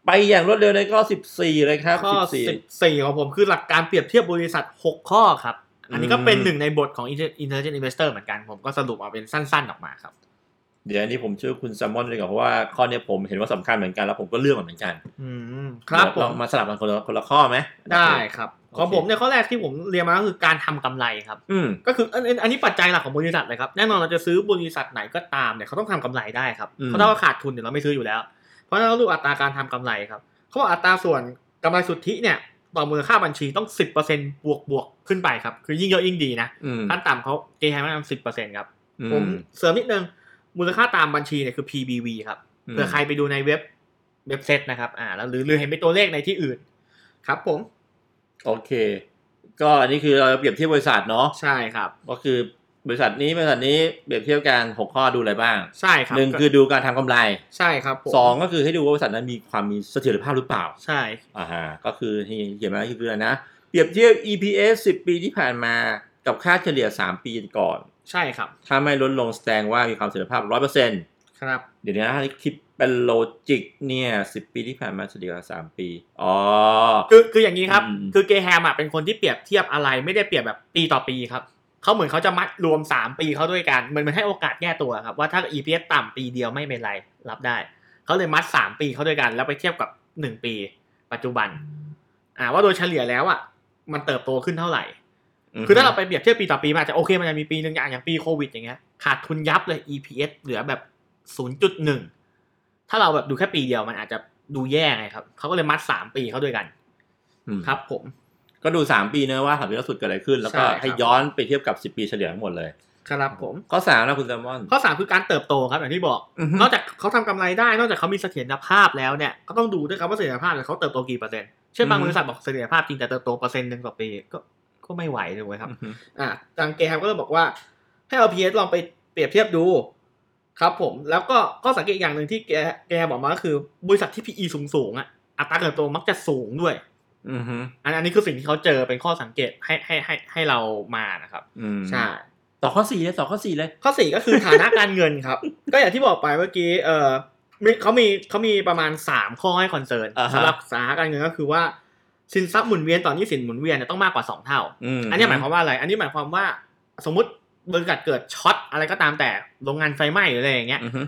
B: ไปอย่างรวดเร็วในข้อ 14 เลยครับ
A: ข้อ
B: 14
A: 14 ของผมคือหลักการเปรียบเทียบบริษัท 6 ข้อครับ อันนี้ก็เป็น
B: อืม
A: หนึ่งในบทของ Inter- Intelligent Investor เหมือนกัน ผมก็สรุปเอาเป็นสั้นๆ ออกมาครับ
B: เดี๋ยวอันนี้ผมช่วยคุณแซมมอนเลยก่อนเพราะว่าข้อเนี้ยผมเห็นว่าสำคัญเหมือนกันแล้วผมก็เลือกมาเหมือนกัน
A: อืม ครับผ
B: ลอง
A: ม
B: มาสลับกันคนละคนละข้อไหม
A: ได้ครับ ของ
B: โอเค
A: ผมในยข้อแรกที่ผมเรียนมาก็คือการทำกำไรครับ
B: อืม
A: ก็คืออันอันอันนี้ปัจจัยหลักของบริษัทเลยครับ แน่นอนเราจะซื้อบริษัทไหนก็ตามเนี่ยเขาต้องทำกำไรได้ครับเพราะถ้าเราขาดทุนเนี่ยเราไม่ซื้ออยู่แล้ว เพราะฉะนั้นเราดูอัตราการทำกำไรครับเขาบอกอัตราส่วนกำไรสุทธิเนี่ยต่อมูลค่าบัญชีต้อง10%บวกบวกๆขึ้นไปครับคือยิ่งเยอะยิ่งดีนะ
B: อืม
A: ขั้นต่ำเขาเกณฑ์ให้แนะนำสิบเปอร์เซ็นต์ครับ
B: อื
A: ผมเสริมนิดนึง มูลค่าตามบัญชีเนี่ยคือ PBV ครับเผื่อใครไปดูในเว็บเว็บเซตนะครับ อ่า แล้วหรือหรือเห็นเป็นตัวเลขในที่อื่น ครับผม
B: โอเค ก็อันนี้คือเราเปรียบเทียบบริษัทเนาะ
A: ใช่ครับ
B: ก็คือบริษัทนี้บริษัทนี้เปรียบเทียบกันหกข้อดูอะไรบ้าง
A: ใช่ครับ
B: หนึ่งคือดูการทำกำไร
A: ใช่ครับผม
B: สองก็คือให้ดูว่าบริษัทนั้นมีความมีเสถียรภาพหรือเปล่า
A: ใช่
B: อ่าฮะก็คือที่เขียนมาก็คืออะไรนะ เปรียบเทียบ EPS 10 ปีที่ผ่านมากับค่าเฉลี่ย 3 ปีก่อน
A: ใช่ครับ
B: ถ้าไม่ลดลงแสดงว่ามีความเสถียรภาพ 100%
A: ครับ
B: เดี๋ยวนี้ถ้าคิดเป็นโลจิกเนี่ย 10 ปีที่ผ่านมาเฉลี่ยกว่า3ปี อ๋อ
A: คือคืออย่างนี้ครับ
B: อืม
A: คือเกแฮมอ่ะเป็นคนที่เปรียบเทียบอะไรไม่ได้เปรียบแบบปีต่อปีครับ เขาเหมือนเขาจะมัดรวมสามปีเข้าด้วยกันเหมือนมันให้โอกาสแก้ตัวครับว่าถ้า EPS ต่ำปีเดียวไม่เป็นไรรับได้ เขาเลยมัดสามปีเข้าด้วยกัน แล้วไปเทียบกับหนึ่งปี ปัจจุบัน อ่าว่าโดยเฉลี่ยแล้วอ่ะมันเติบโตขึ้นเท่าไหร่
B: ม
A: คือถ้าเราไปเปรียบเทียบปีต่อปีมันอาจจะโอเคมันจะมีปีหนึ่งอย่างอย่างปีโควิดอย่างเงี้ยขาดทุนยับเลย EPS เหลือแบบ 0.1 ถ้าเราแบบดูแค่ปีเดียวมันอาจจะดูแย่ไงครับเขาก็เลยมัด 3 ปีเข้าด้วยกัน
B: อืม
A: ครับผม
B: ก็ดูสามปีเนอะว่าสามปีล่าสุดเกิดอะไรขึ้น แล้วก็
A: ใช่ครับ
B: ให้ย้อนไปเทียบกับสิบปีเฉลี่ยทั้งหมดเลย
A: ครับผม
B: ข้อสามนะคุณแซมมอน
A: ข้อ3คือการเติบโตครับอย่างที่บอก นอกจากเขาทำกำไรได้ นอกจากเขามีเสถียรภาพแล้วเนี่ยก็ต้องดูด้วยครับว่าเสถียรภาพเนี่ยเขาเติบโตกี่เปอร์เซ็นต์เช่นบางบริษัทบอกเสถียรภาพจริงแต่เติบโตเปอร์เซ็นต์หนึ่งต่อปีก็ก็ไม่ไหวถูกไหมครับ
B: อือฮึ
A: อ่ะทางเกมก็เลยบอกว่า ให้เอา PS ลองไปเปรียบเทียบดู ครับผม แล้วก็ก็สังเกตอย่างหนึ่งที่แกแกบอกมาก็คือบริษัทที่ PE สูงสูงๆอ่ะอัตราเติบโตมักจะสูงด้วย
B: อือฮึ
A: อันอันนี้คือสิ่งที่เขาเจอเป็นข้อสังเกตให้ให้ให้ให้เรามานะครับ
B: อืม
A: ใช่
B: ต่อข้อสี่เลยต่อข้อสี่เลย
A: ข้อสี่ก็คือฐานะการเงินครับ ก็อย่างที่บอกไปเมื่อกี้เออมีเขามีเขามีประมาณ 3 ข้อให้คอนเซิร์น
B: อ่าฮะ
A: สำหรับสาขาการเงินก็คือว่าสินทรัพย์หมุนเวียนต่อหนี้สินหมุนเวียนเนี่ยต้องมากกว่า 2 เท่า อันนี้หมายความว่าอะไร อันนี้หมายความว่าสมมติบริษัทเกิดช็อตอะไรก็ตามแต่โรงงานไฟไหม้หรืออะไรอย่างเงี้ย
B: อือฮึ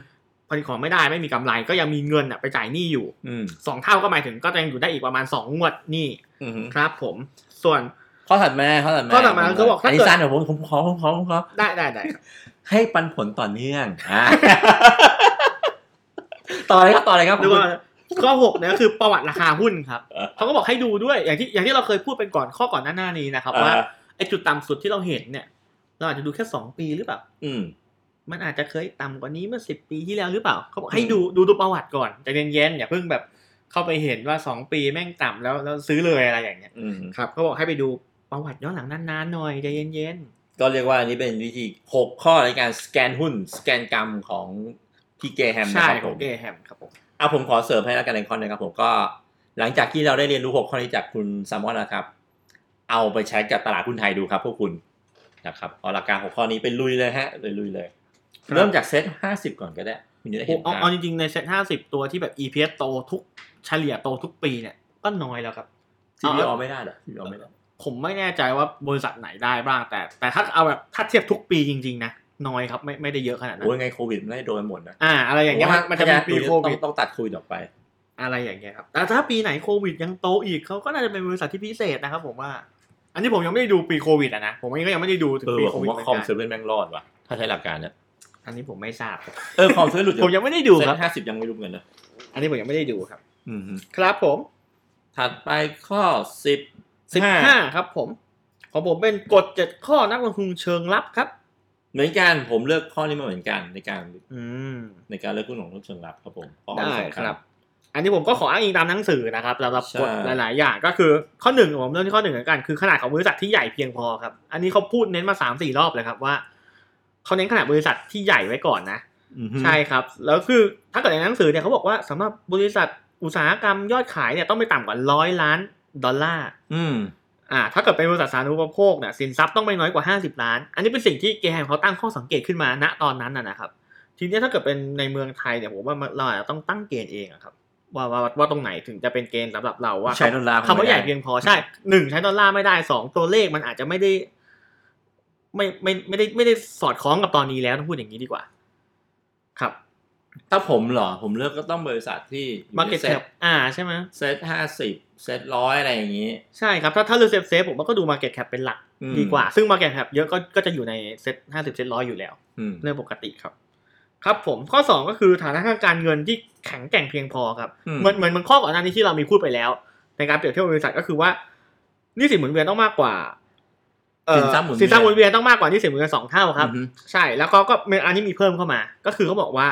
A: ผลิตของไม่ได้ไม่มีกำไรก็ยังมีเงินอะไปจ่ายหนี้อยู่
B: อืม
A: สองเท่าก็หมายถึงก็จะยังอยู่ได้อีกประมาณสองงวดหนี้
B: อือฮึ
A: ครับผม ส่วน
B: ข้อถัดมาข้อถัดมา
A: ข้อถัดมาเขาบอกถ้า
B: อันนี้
A: เกิด
B: สั้นเดี๋ยวผมผมขอผมขอผมขอ
A: ได้ได้ได้ครับ
B: ให้ปันผลต่อเนื่องอ่า ต่อเลยครับต่อเลยครับ
A: หรือว่าข้อหกเนี่ยก็คือประวัติราคาหุ้นครับ
B: เอ่อ
A: เขาก็บอกให้ดูด้วยอย่างที่อย่างที่เราเคยพูดเป็นก่อนข้อก่อนหน้าหน้านี้นะครับว่า
B: เอ่อ
A: ไอ้จุดต่ำสุดที่เราเห็นเนี่ย เราอาจจะดูแค่สองปีหรือเปล่า
B: อืม
A: มันอาจจะเคยต่ำกว่านี้เมื่อสิบปีที่แล้วหรือเปล่าเขาบอกให้
B: อืม
A: ดูดูดูประวัติก่อนใจเย็นๆอย่าเพิ่งแบบเข้าไปเห็นว่าสองปีแม่งต่ำแล้วแล้วซื้อเลยอะไรอย่างเงี้ย
B: อืม
A: ครับเขาบอกให้ไปดูประวัติย้อนหลังนานๆหน่อยใจเย็น
B: ก็เรียกว่าอันนี้เป็นวิธีหกข้อในการสแกนหุ้น สแกนกรรมของพี่เกแฮม
A: ๆ
B: นะ
A: ใช่
B: ค
A: ข
B: รับผ
A: อง
B: ม
A: เกแฮมครับผม
B: อ่ะผมขอเสริมให้แล้วกันในข้อหนะครับผมก็หลังจากที่เราได้เรียนรู้หกข้อนี้จากคุณแซมมอนนะครับ เอาไปใช้กับตลาดหุ้นไทยดูครับ พวกคุณนะครับเอาหลักการหกข้อนี้ไปลุยเลยฮะเลยลุยเลย เริ่มจากเซตห้าสิบก่อนก็ได้คุณจะได้เห็น
A: เอา
B: ภาพ
A: เอาจริงๆในเซ็ตห้าสิบตัวที่แบบ EPS โตทุกเฉลี่ยโตทุกปีเนี่ยก็น้อยแล้วครับ
B: ซีพีอ
A: เอา
B: ไม่ได้เหรอซีพีอไม่ได้
A: ผมไม่แน่ใจว่าบริษัทไหนได้บ้างแต่ แต่ถ้าเอาแบบถ้าเทียบทุกปีจริงๆนะน้อยครับไม่ไม่ได้เยอะขนาดนั้น
B: โอ้ยไงโควิดมันได้โดนหมดนะ
A: อ่า อะไรอย่างเงี้ย
B: ผว่
A: มันจะมีปีโควิด
B: ต้องต้องตัดโคุยออกไป
A: อะไรอย่างเงี้ยครับแต่ถ้าปีไหนโควิดยังโตอีกเขาก็น่าจะเป็นบริษัทที่พิเศษนะครับผมว่า อันนี้ผมยังไม่ได้ดูปีโควิดอ่ะนะ ผมเองก็ยังไม่ได้ดูถึง
B: เออ
A: ปี
B: ว่ะ
A: โค
B: ผม
A: วิด
B: ว่า
A: เหมือน
B: คอม
A: กั
B: เซิ
A: น
B: ร์ฟเวอร์แม่งรอดว่ะ ถ้าใช้หลักการเนี่ย
A: อันนี้ผมไม่ทราบครับ
B: เออคอมเซิร์ฟหลุด
A: ผมยังไม่ได้ดูครับ
B: ห้าสิบยังไม่รู้เหมือนกันนะ
A: อันนี้ผมยังไม่ได้ดูครับ
B: อืมฮึ
A: ครับผม
B: ถัดไปข้อสิบ
A: สิบห้าครับ ผมของผมเป็นกฎเจ็ดข้อนักลงทุนเชิงลับครับ
B: เหมือนกันผมเลือกข้อนี้มาเหมือนกันในการ
A: อืม
B: ในการเลือกหุ้นของลูกเชิงรับครับผมข้อนี้
A: ได้
B: สำ
A: ค
B: ญ
A: รับ อันนี้ผมก็ขออ้างอิงตามหนังสือนะครับสำหรับกฎ
B: ใช่
A: หลาย ๆ อย่างก็คือข้อหนึ่งผมเริ่มที่ข้อหนึ่งแล้วกันคือขนาดของบริษัทที่ใหญ่เพียงพอครับ อันนี้เขาพูดเน้นมาสามสี่รอบเลยครับว่าเขาเน้นขนาดบริษัทที่ใหญ่ไว้ก่อนนะ
B: อือฮึ
A: ใช่ครับ แล้วคือถ้าเกิดในหนังสือเนี่ยเขาบอกว่าสำหรับบริษัทอุตสาหกรรมยอดขายเนี่ยต้องไม่ต่ำกว่าร้อยล้านดอลลาร์
B: อืม
A: อ่าถ้าเกิดเป็นบริษัทสาธารณูปโภคเนี่ยสินทรัพย์ต้องไม่น้อยกว่า 50 ล้าน อันนี้เป็นสิ่งที่เกแฮมเขาตั้งข้อสังเกตขึ้นมาณตอนนั้นนะนะครับ ทีเนี้ยถ้าเกิดเป็นในเมืองไทยเนี่ยผมว่ามันเราอาจจะต้องตั้งเกณฑ์เองอะครับว่าว่าว่าตรงไหนถึงจะเป็นเกณฑ์สำหรับเราว่า
B: ใช้ดอลลาร์
A: คำว่าใหญ่เพียงพอใช่หนึ่งใช้ดอลลาร์ไม่ได้สองตัวเลขมันอาจจะไม่ได้ ไม่ไม่ไม่ได้ไม่ได้สอดคล้องกับตอนนี้แล้วต้องพูดอย่างนี้ดีกว่า ครับ
B: ถ้าผมเหรอ ผมเลือกก็ต้องบริษัทที่อยู่ใน
A: market cap อ่าใช่ไหม
B: เซตห้าสิบเซตร้อยอะไรอย่างนี้
A: ใช่ครับ ถ้าถ้าเลือกเซฟเซฟผมว่าก็ดู market cap เป็นหลัก
B: อืม
A: ดีกว่า ซึ่ง market cap เยอะก็ก็จะอยู่ในเซตห้าสิบเซตร้อยอยู่แล้ว
B: อืม
A: เรื่องปกติครับ ครับผมข้อสองก็คือฐานะทางการเงินที่แข็งแกร่งเพียงพอครับ
B: อืม
A: เหมือนเหมือนเหมันข้อก่อนหน้านี้ที่เรามีพูดไปแล้ว ในการเปรียบเทียบบริษัทก็คือว่าหนี่สินหมุนเวียนต้องมากกว่าเอ่อ
B: สินทรัพย์หมุนเวียน
A: สินทรัพย์หมุนเวียนต้องมากกว่าหนี่สินหมุนเวียนสองเท่าครับ
B: อือฮึ
A: ใช่แล้วก็ก็มีอันนี้มีเพิ่มเข้ามา ก็คือเขาบอกว่า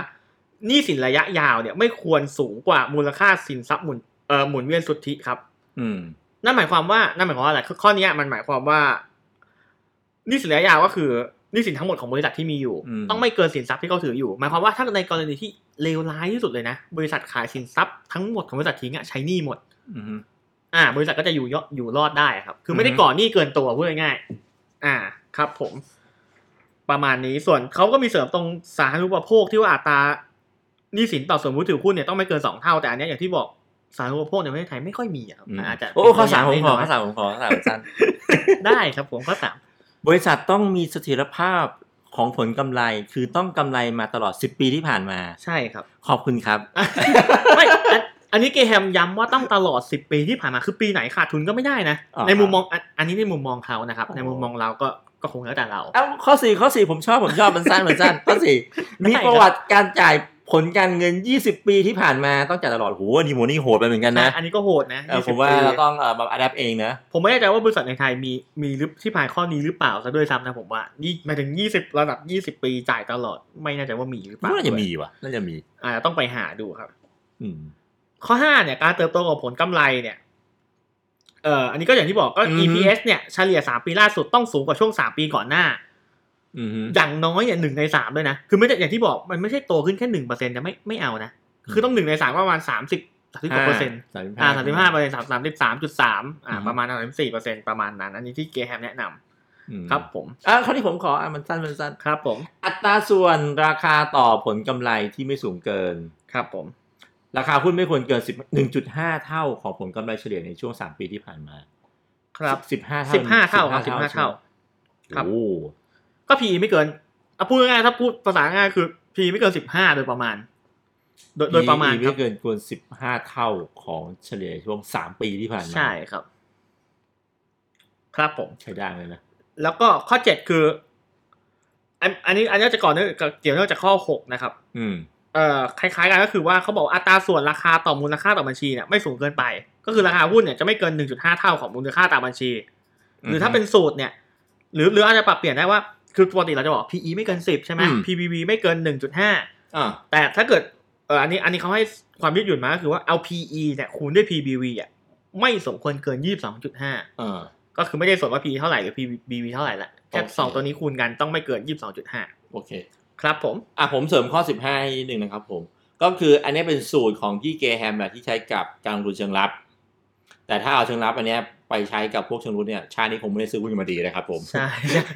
A: หนี่สินระยะยาวเนี่ยไม่ควรสูงกว่ามูลค่าสินทรัพย์หมุนเอ่อหมุนเวียนสุทธิครับ
B: อืม
A: นั่นหมายความว่านั่นหมายความว่าอะไรคือข้อเนี้ยมันหมายความว่าหนี่สินระยะยาวก็คือหนี่สินทั้งหมดของบริษัทที่มีอยู่
B: อืม
A: ต้องไม่เกินสินทรัพย์ที่เขาถืออยู่ หมายความว่าถ้าในกรณีที่เลวร้ายที่สุดเลยนะ บริษัทขายสินทรัพย์ทั้งหมดของบริษัททิ้งอะใช้หนี้หมด
B: อือฮึ
A: อ่า บริษัทก็จะอยู่ยอดอยู่รอดได้ครับ คือไม่ได้
B: อือฮึ
A: ก่อหนี้เกินตัวพูดง่ายๆอ่า ครับ ผม ประมาณนี้ส่วนเขาก็มีเสริมตรงสาธารณูปโภคที่ว่าอัตราหนี้สินต่อส่วนผู้ถือหุ้นเนี่ยต้องไม่เกินสองเท่าแต่อันเนี้ยอย่างที่บอกสาธารณูปโภคในประเทศไทยไม่ค่อยมีอะครับอาจจะ
B: โอ้ข้อสามผม
A: เป็น
B: ข
A: ตัว
B: อย่าง ข้
A: น้ย
B: อสามผมขอข้อสามสั้น
A: ได้ครับผมข้อสาม
B: บริษัทต้องมีเสถียรภาพของผลกำไร คือต้องกำไรมาตลอด 10 ปีที่ผ่านมา
A: ใช่ ครับ
B: ขอบคุณครับ
A: ไม่อันอันนี้เกแฮมย้ำว่าต้องตลอด 10 ปีที่ผ่านมาคือปีไหนขาดทุนก็ไม่ได้นะ
B: อ่า
A: ในมุมมองอันอันนี้ในมุมมองเขานะครับ
B: อ๋อ
A: ในมุมมองเราก็ก็คงแล้วแต่เรา
B: เอาข้อสี่ข้อสี่ผมชอบ ผมชอบมันสั้นมันสั้ นข้อสี่
A: ได้
B: มีประวัติการจ่ายผลการเงิน 20 ปีที่ผ่านมาต้องจ่ายตลอดโหอันนี้โมนี่โหดไปเหมือนกันนะ
A: อันนี้ก็โหดนะ
B: เออ
A: 20
B: ผมว่า
A: ปี
B: เราต้องเอ่อแบบอัดแอปเองนะ
A: ผมไม่แน่ใจว่าบริษัทในไทยมีมีหรือที่ผ่านข้อนี้หรือเปล่าซะด้วยซ้ำนะผมว่านี่หมายถึง 20 ระดับ 20 ปีจ่ายตลอด ไม่แน่ใจว่ามีหรือเปล่า
B: น่าจะมีว่ะ น่าจะมี
A: อาจจะต้องไปหาดูครับ
B: อืม
A: ข้อห้าเนี่ยการเติบโตของผลกำไรเนี่ยเอ่ออันนี้ก็อย่างที่บอกก็
B: อือฮึ
A: EPS เนี่ยเฉลี่ยสามปีล่าสุดต้องสูงกว่าช่วงสามปีก่อนหน้า
B: อืมฮึ
A: อย่างน้อยเนี่ยหนึ่งในสามด้วยนะ คือไม่ได้อย่างที่บอกมันไม่ใช่โตขึ้นแค่หนึ่งเปอร์เซ็นต์นะไม่ไม่เอานะ
B: อืม
A: คือต้องหนึ่งในสามประมาณสามสิบสามสิบกว่าเปอร์เซ็นต์
B: สามสิบ
A: อ่า
B: ห้า
A: สามสิบห้าเปอร์เซ็นต์สามสามสิบสามจุดสามอ่า
B: อืม
A: ประมาณสามสิบสี่เปอร์เซ็นต์ประมาณนั้น อันนี้ที่เกแฮมแนะนำ
B: อืม
A: ครับผม
B: อ่ะข้อที่ผมขออ่ะมันสั้นมันสั้น
A: ครับผม
B: อัตราส่วนราคาต่อผลกำไรที่ไม่สูงเกิน
A: ครับผม
B: ราคาหุ้นไม่ควรเกิน1 5 เท่าของผลกำไรเฉลี่ยในช่วง 3 ปีที่ผ่านมา
A: ครับ
B: 15 เท่า
A: 15เท่าครับ
B: 15
A: 15เท่าครับ
B: โอ้โห
A: ก็ PE ไม่เกินเอาพูดง่ายๆถ้าพูดภาษาง่ายๆคือ PE ไม่เกินสิบห้าโดยประมาณ โดยโดยประมาณครั
B: ไม่
A: บ
B: เกินควร15 เท่าของเฉลี่ยช่วง 3 ปีที่ผ่านมา
A: ใช่ครับ ครับผม
B: ใช้ได้เลยนะ
A: แล้วก็ข้อเจ็ดคืออันอันนี้อันนี้จะก่อนเนื่องกับเกี่ยวเนื่องจากข้อหกนะครับ
B: อืม
A: เอ่อคล้ายๆกันก็คือว่าเขาบอกว่าอัตราส่วนราคาต่อมูลค่าต่อบัญชีเนี่ยไม่สูงเกินไป ก็คือราคาหุ้นเนี่ยจะไม่เกิน 1.5 เท่าของมูลค่าตามบัญชี หรือ
B: ม
A: ถ้าเป็นสูตรเนี่ย หรือหรืออาจจะปรับเปลี่ยนได้ว่าคือปกติเราจะบอก PE ไม่เกิน 10 ใช่ไหม
B: อืม
A: PBV ไม่เกิน 1.5
B: อ่า
A: แต่ถ้าเกิดเอออันนี้อันนี้เขาให้ความยืดหยุ่นมาก็คือว่าเอา PE เนี่ยคูณด้วย PBV อ่ะไม่สมควรเกิน 22.5
B: อ่า
A: ก็คือไม่ได้สนว่า PE เท่าไหร่หรือ PBV เท่าไหร่ละแค่
B: โอเค
A: สองตัวนี้คูณกันต้องไม่เกิน 22.5
B: โอเค
A: ครับผม
B: อ่ะผมเสริมข้อ 15 ให้นิดนึงนะครับผม ก็คืออันนี้เป็นสูตรของที่เกแฮมแบบที่ใช้กับการลงทุนเชิงรับ แต่ถ้าเอาเชิงรับอันเนี้ยไปใช้กับพวกเชิงรุกเนี่ยชาตินี้คงไม่ได้ซื้อหุ้นกันมาดีนะครับผม
A: ใช่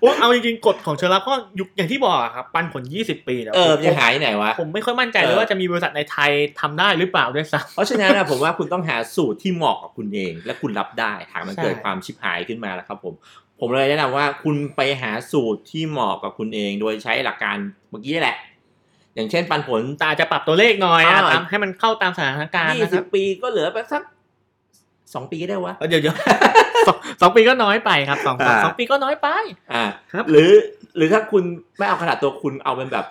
A: โอ้เอาจริงๆกฎของเชอร์ล็อกก็ยุคอย่างที่บอกอะครับ ปันผล 20 ปีแล้ว
B: เอ
A: ผ
B: อ
A: ม
B: มันจะหายไหนวะ
A: ผมไม่ค่อยมั่นใจเล
B: เอย อ
A: ว่าจะมีบริษัทในไทยทำได้หรือเปล่าด้วยซ้
B: เพราะฉะนั้นนะผมว่าคุณต้องหาสูตรที่เหมาะกับคุณเอง และคุณรับได้หากมัน
A: ใช่
B: เกิดความชิบหายขึ้นมาแล้วครับผม ผมเลยแนะนำว่าคุณไปหาสูตรที่เหมาะกับคุณเอง โดยใช้หลักการเมื่อกี้แหละ อย่างเช่นปันผล
A: ำแต่อาจจะปรับตัวเลขหน่อยอะ
B: อ่า
A: ตามให้มันเข้าตามสถานการณ์
B: ยี่
A: นะค
B: สิ
A: รั
B: บบ ปีก็เหลือไปสักสองปีก็ได้วะ
A: เออเดี๋ยวเดี๋ยว สองสองปีก็น้อยไปครับสองสอง
B: อ่า
A: สองปีก็น้อยไป
B: อ่า
A: ครับ
B: หรือหรือถ้าคุณไม่เอาขนาดตัวคุณเอาเป็นแบบ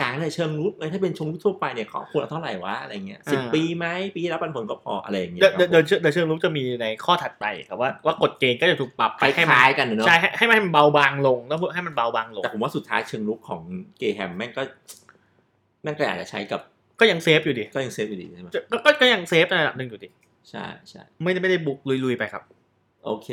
B: กลางๆเลยเชิงรุกเลยถ้าเป็นชงรุกทั่วไปเนี่ยขอควรเอาเท่าไหร่วะอะไรเงี้ยสิบปีไหมปีรับปันผลก็พออะไรอย่างเงี้ย
A: เดี๋ยวเดี๋ยวเดี๋ยวเชิงเดี๋ยวเชิงรู้จะมีในข้อถัดไปครับว่าว่ากฎเกณฑ์ก็จะถูกปรับ
B: ค
A: ไปให้มัน
B: ล้ายๆกันเนอะ
A: ใช่ให้ให้มันเบาบางลงต้องพูดให้มันเบาบางลง
B: แต่ผมว่าสุดท้ายเชิงรุกของเกแฮมแม่งก็แม่งก็อาจจะใช้กับ
A: ก็ยังเซฟอยู่ดิ
B: ก็ยังเซฟอยู่ดีใช่ไหม
A: จะก็ก็ก็ยังเซฟในระดับหนึ่งอยู่ดิ
B: ใช่ใช่
A: ไม่ได้ไม่ได้บุกลุยๆไปครับ
B: โอเค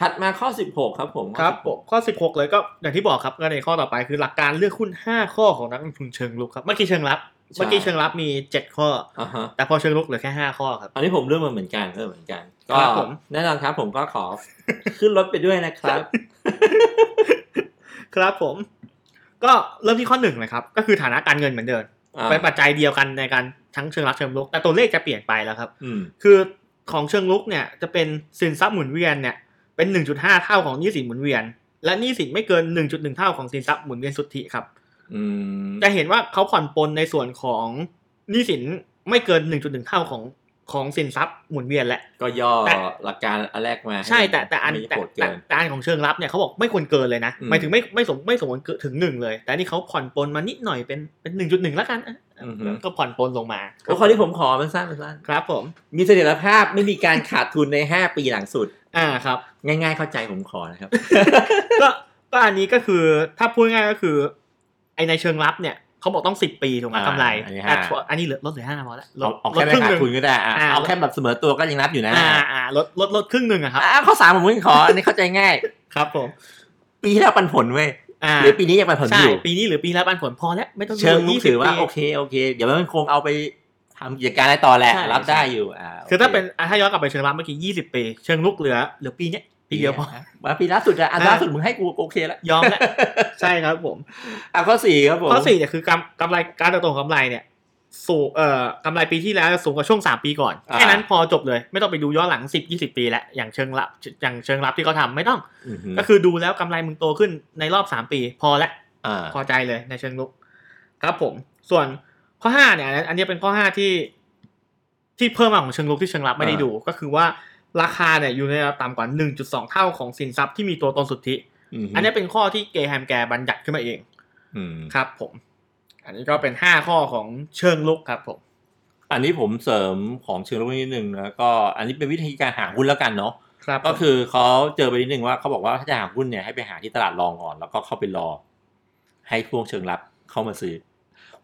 B: ถัดมาข้อ 16 ครับผมข้อ
A: ครับ
B: 16
A: ผมข้อ 16 เลยก็อย่างที่บอกครับก็ในข้อต่อไปคือหลักการเลือกหุ้น 5 ข้อของนักลงทุนเชิงลุกครับเมื่อกี้เชิงรับ เมื่อกี้เชิงรับมี 7 ข้อ
B: อ่าฮะ
A: แต่พอเชิงลุกเหลือแค่ 5 ข้อครับ
B: อันนี้ผมเลือกมาเหมือนกันเลือกเหมือนกัน ก็
A: ครับผม
B: แน่นอนครับผมก็ขอ ขึ้นรถไปด้วยนะครับ
A: ครับผม ก็เริ่มที่ข้อ1เลยครับ ก็คือฐานะการเงินเหมือนเดิม
B: อ่า
A: เป็นปัจจัยเดียวกันในการทั้งเชิงรับเชิงลุก แต่ตัวเลขจะเปลี่ยนไปแล้วครับ
B: อืม
A: คือของเชิงลุกเนี่ยจะเป็นสินทรัพย์หมุนเวียนเนี่ยเป็น 1.5 เท่าของหนี้สินหมุนเวียน และหนี้สินไม่เกิน 1.1 เท่าของสินทรัพย์หมุนเวียนสุทธิครับ
B: อืม
A: จะเห็นว่าเขาผ่อนปลนในส่วนของหนี้สินไม่เกิน 1.1 เท่าของของสินทรัพย์หมุนเวียนแหละ
B: ก็ย่อ
A: แต่
B: หลักการอันแรกมา
A: ใช่แต่แต่อัน
B: ไม่
A: แต่
B: โหด
A: แต่
B: เกิน
A: แต่อันของเชิงรับเนี่ยเขาบอกไม่ควรเกินเลยนะ
B: อืม
A: หมายถึงไม่ไม่สมไม่สมควรเกินถึงหนึ่งเลย แต่นี่เขาผ่อนปลนมานิดหน่อยเป็นเป็น 1.1 แล้วกันอ่ะ
B: อือหือ
A: ก็ผ่อนปลนลงมา
B: โอ้ข้อที่ผมขอมันสั้นมันสั้น
A: ครับผม
B: มีเสถียรภาพไม่มีการขาดทุนใน 5 ปีหลังสุด
A: อ่าครับ
B: ง่ายๆเข้าใจผมขอนะครับ
A: ก็ก็อันนี้ก็คือถ้าพูดง่ายก็คือไอในเชิงรับเนี่ยเขาบอกต้อง 10 ปีถูกไห
B: อ่าก
A: มำไร
B: อันนี้
A: แต่
B: ห้า
A: อันนี้เหลือลดเหลือห้าร้อยแล้วล
B: เอา
A: ด
B: เอา
A: ล
B: แค่
A: ดค
B: ไม่
A: รึ่งหนึ่
B: ขาด
A: ง
B: ทุนก็ได้อ่ะ
A: อ่า
B: เอาแค่แบบเสมอตัวก็ยังนับอยู่นะ
A: อ่าอ่าลดลดลดครึ่งหนึ่งอะครับ
B: อ่าข้อสามผมก็ขออันนี้เข้าใจง่าย
A: ครับผม
B: ปีที่แล้วปันผลเว้ย
A: อ่า
B: หรือปีนี้ยังปันผลอ
A: ใช่
B: ยู่
A: ปีนี้หรือปีละปันผลพอแล้ว ไม่ต้องดู
B: เชิงลุก
A: 20
B: ถือว่า
A: ปี
B: โอเคโอเค เดี๋ยวมันคงเอาไปทำกิจการอะไรต่อแหละ
A: ใช่
B: รับได้
A: ใช่
B: อยู่อ่าโ
A: คือถ้าเป็นอ่ะถ้าย้อนกลับไปเชิงรับเมื่อกี้ 20 ปี เชิงลุกเหลือเหลือปีเนี้ยปีเดียวพอ
B: ว่าปีล่าสุดอะอัน
A: อ่า
B: ล่าสุดมึงให้กูโอเคแล้ว
A: ยอมแล้ว ใช่ครับผม
B: อ่ะข้อสี่ครับผม
A: ข้อสี่เนี่ยคือกำกำไรการเติบโตของกำไรเนี่ย สูงเอ่อกำไรปีที่แล้วสูงกว่าช่วงสามปีก่อน
B: อ่า
A: แค่นั้นพอจบเลย ไม่ต้องไปดูย้อนหลังสิบยี่สิบปีแล้วอย่างเชิงลับอย่างเชิงลับที่เขาทำไม่ต้อง
B: อือฮึ
A: ก็คือดูแล้วกำไรมึงโตขึ้นในรอบสามปี พอละ
B: อ่า
A: พอใจเลยในเชิงลุกครับผม ส่วนข้อห้าเนี่ย อันนี้อันนี้เป็นข้อห้าที่ ที่เพิ่มมาของเชิงลุกที่เชิงรับไม่ได้ดู ก็คือว่าราคาเนี่ยอยู่ในระดับต่ำกว่า 1.2 เท่าของสินทรัพย์ที่มีตัวตนสุทธิ
B: อั
A: อันนี้เป็นข้อที่เกแฮมแกบัญญัติขึ้นมาเองครับ ผม อันนี้ก็เป็นห้าข้อของเชิงลุกครับ ผม
B: อันนี้ผมเสริมของเชิงรุกนิดนึงนะก็อันนี้เป็นวิธีการหาหุ้นแล้วกันเนาะ
A: ครับ
B: ก็คือเขาเจอไปนิดนึงว่าเขาบอกว่าถ้าจะหาหุ้นเนี่ยให้ไปหาที่ตลาดรองก่อน แล้วก็เข้าไปรอ ให้พวกเชิงรับเข้ามาซื้อ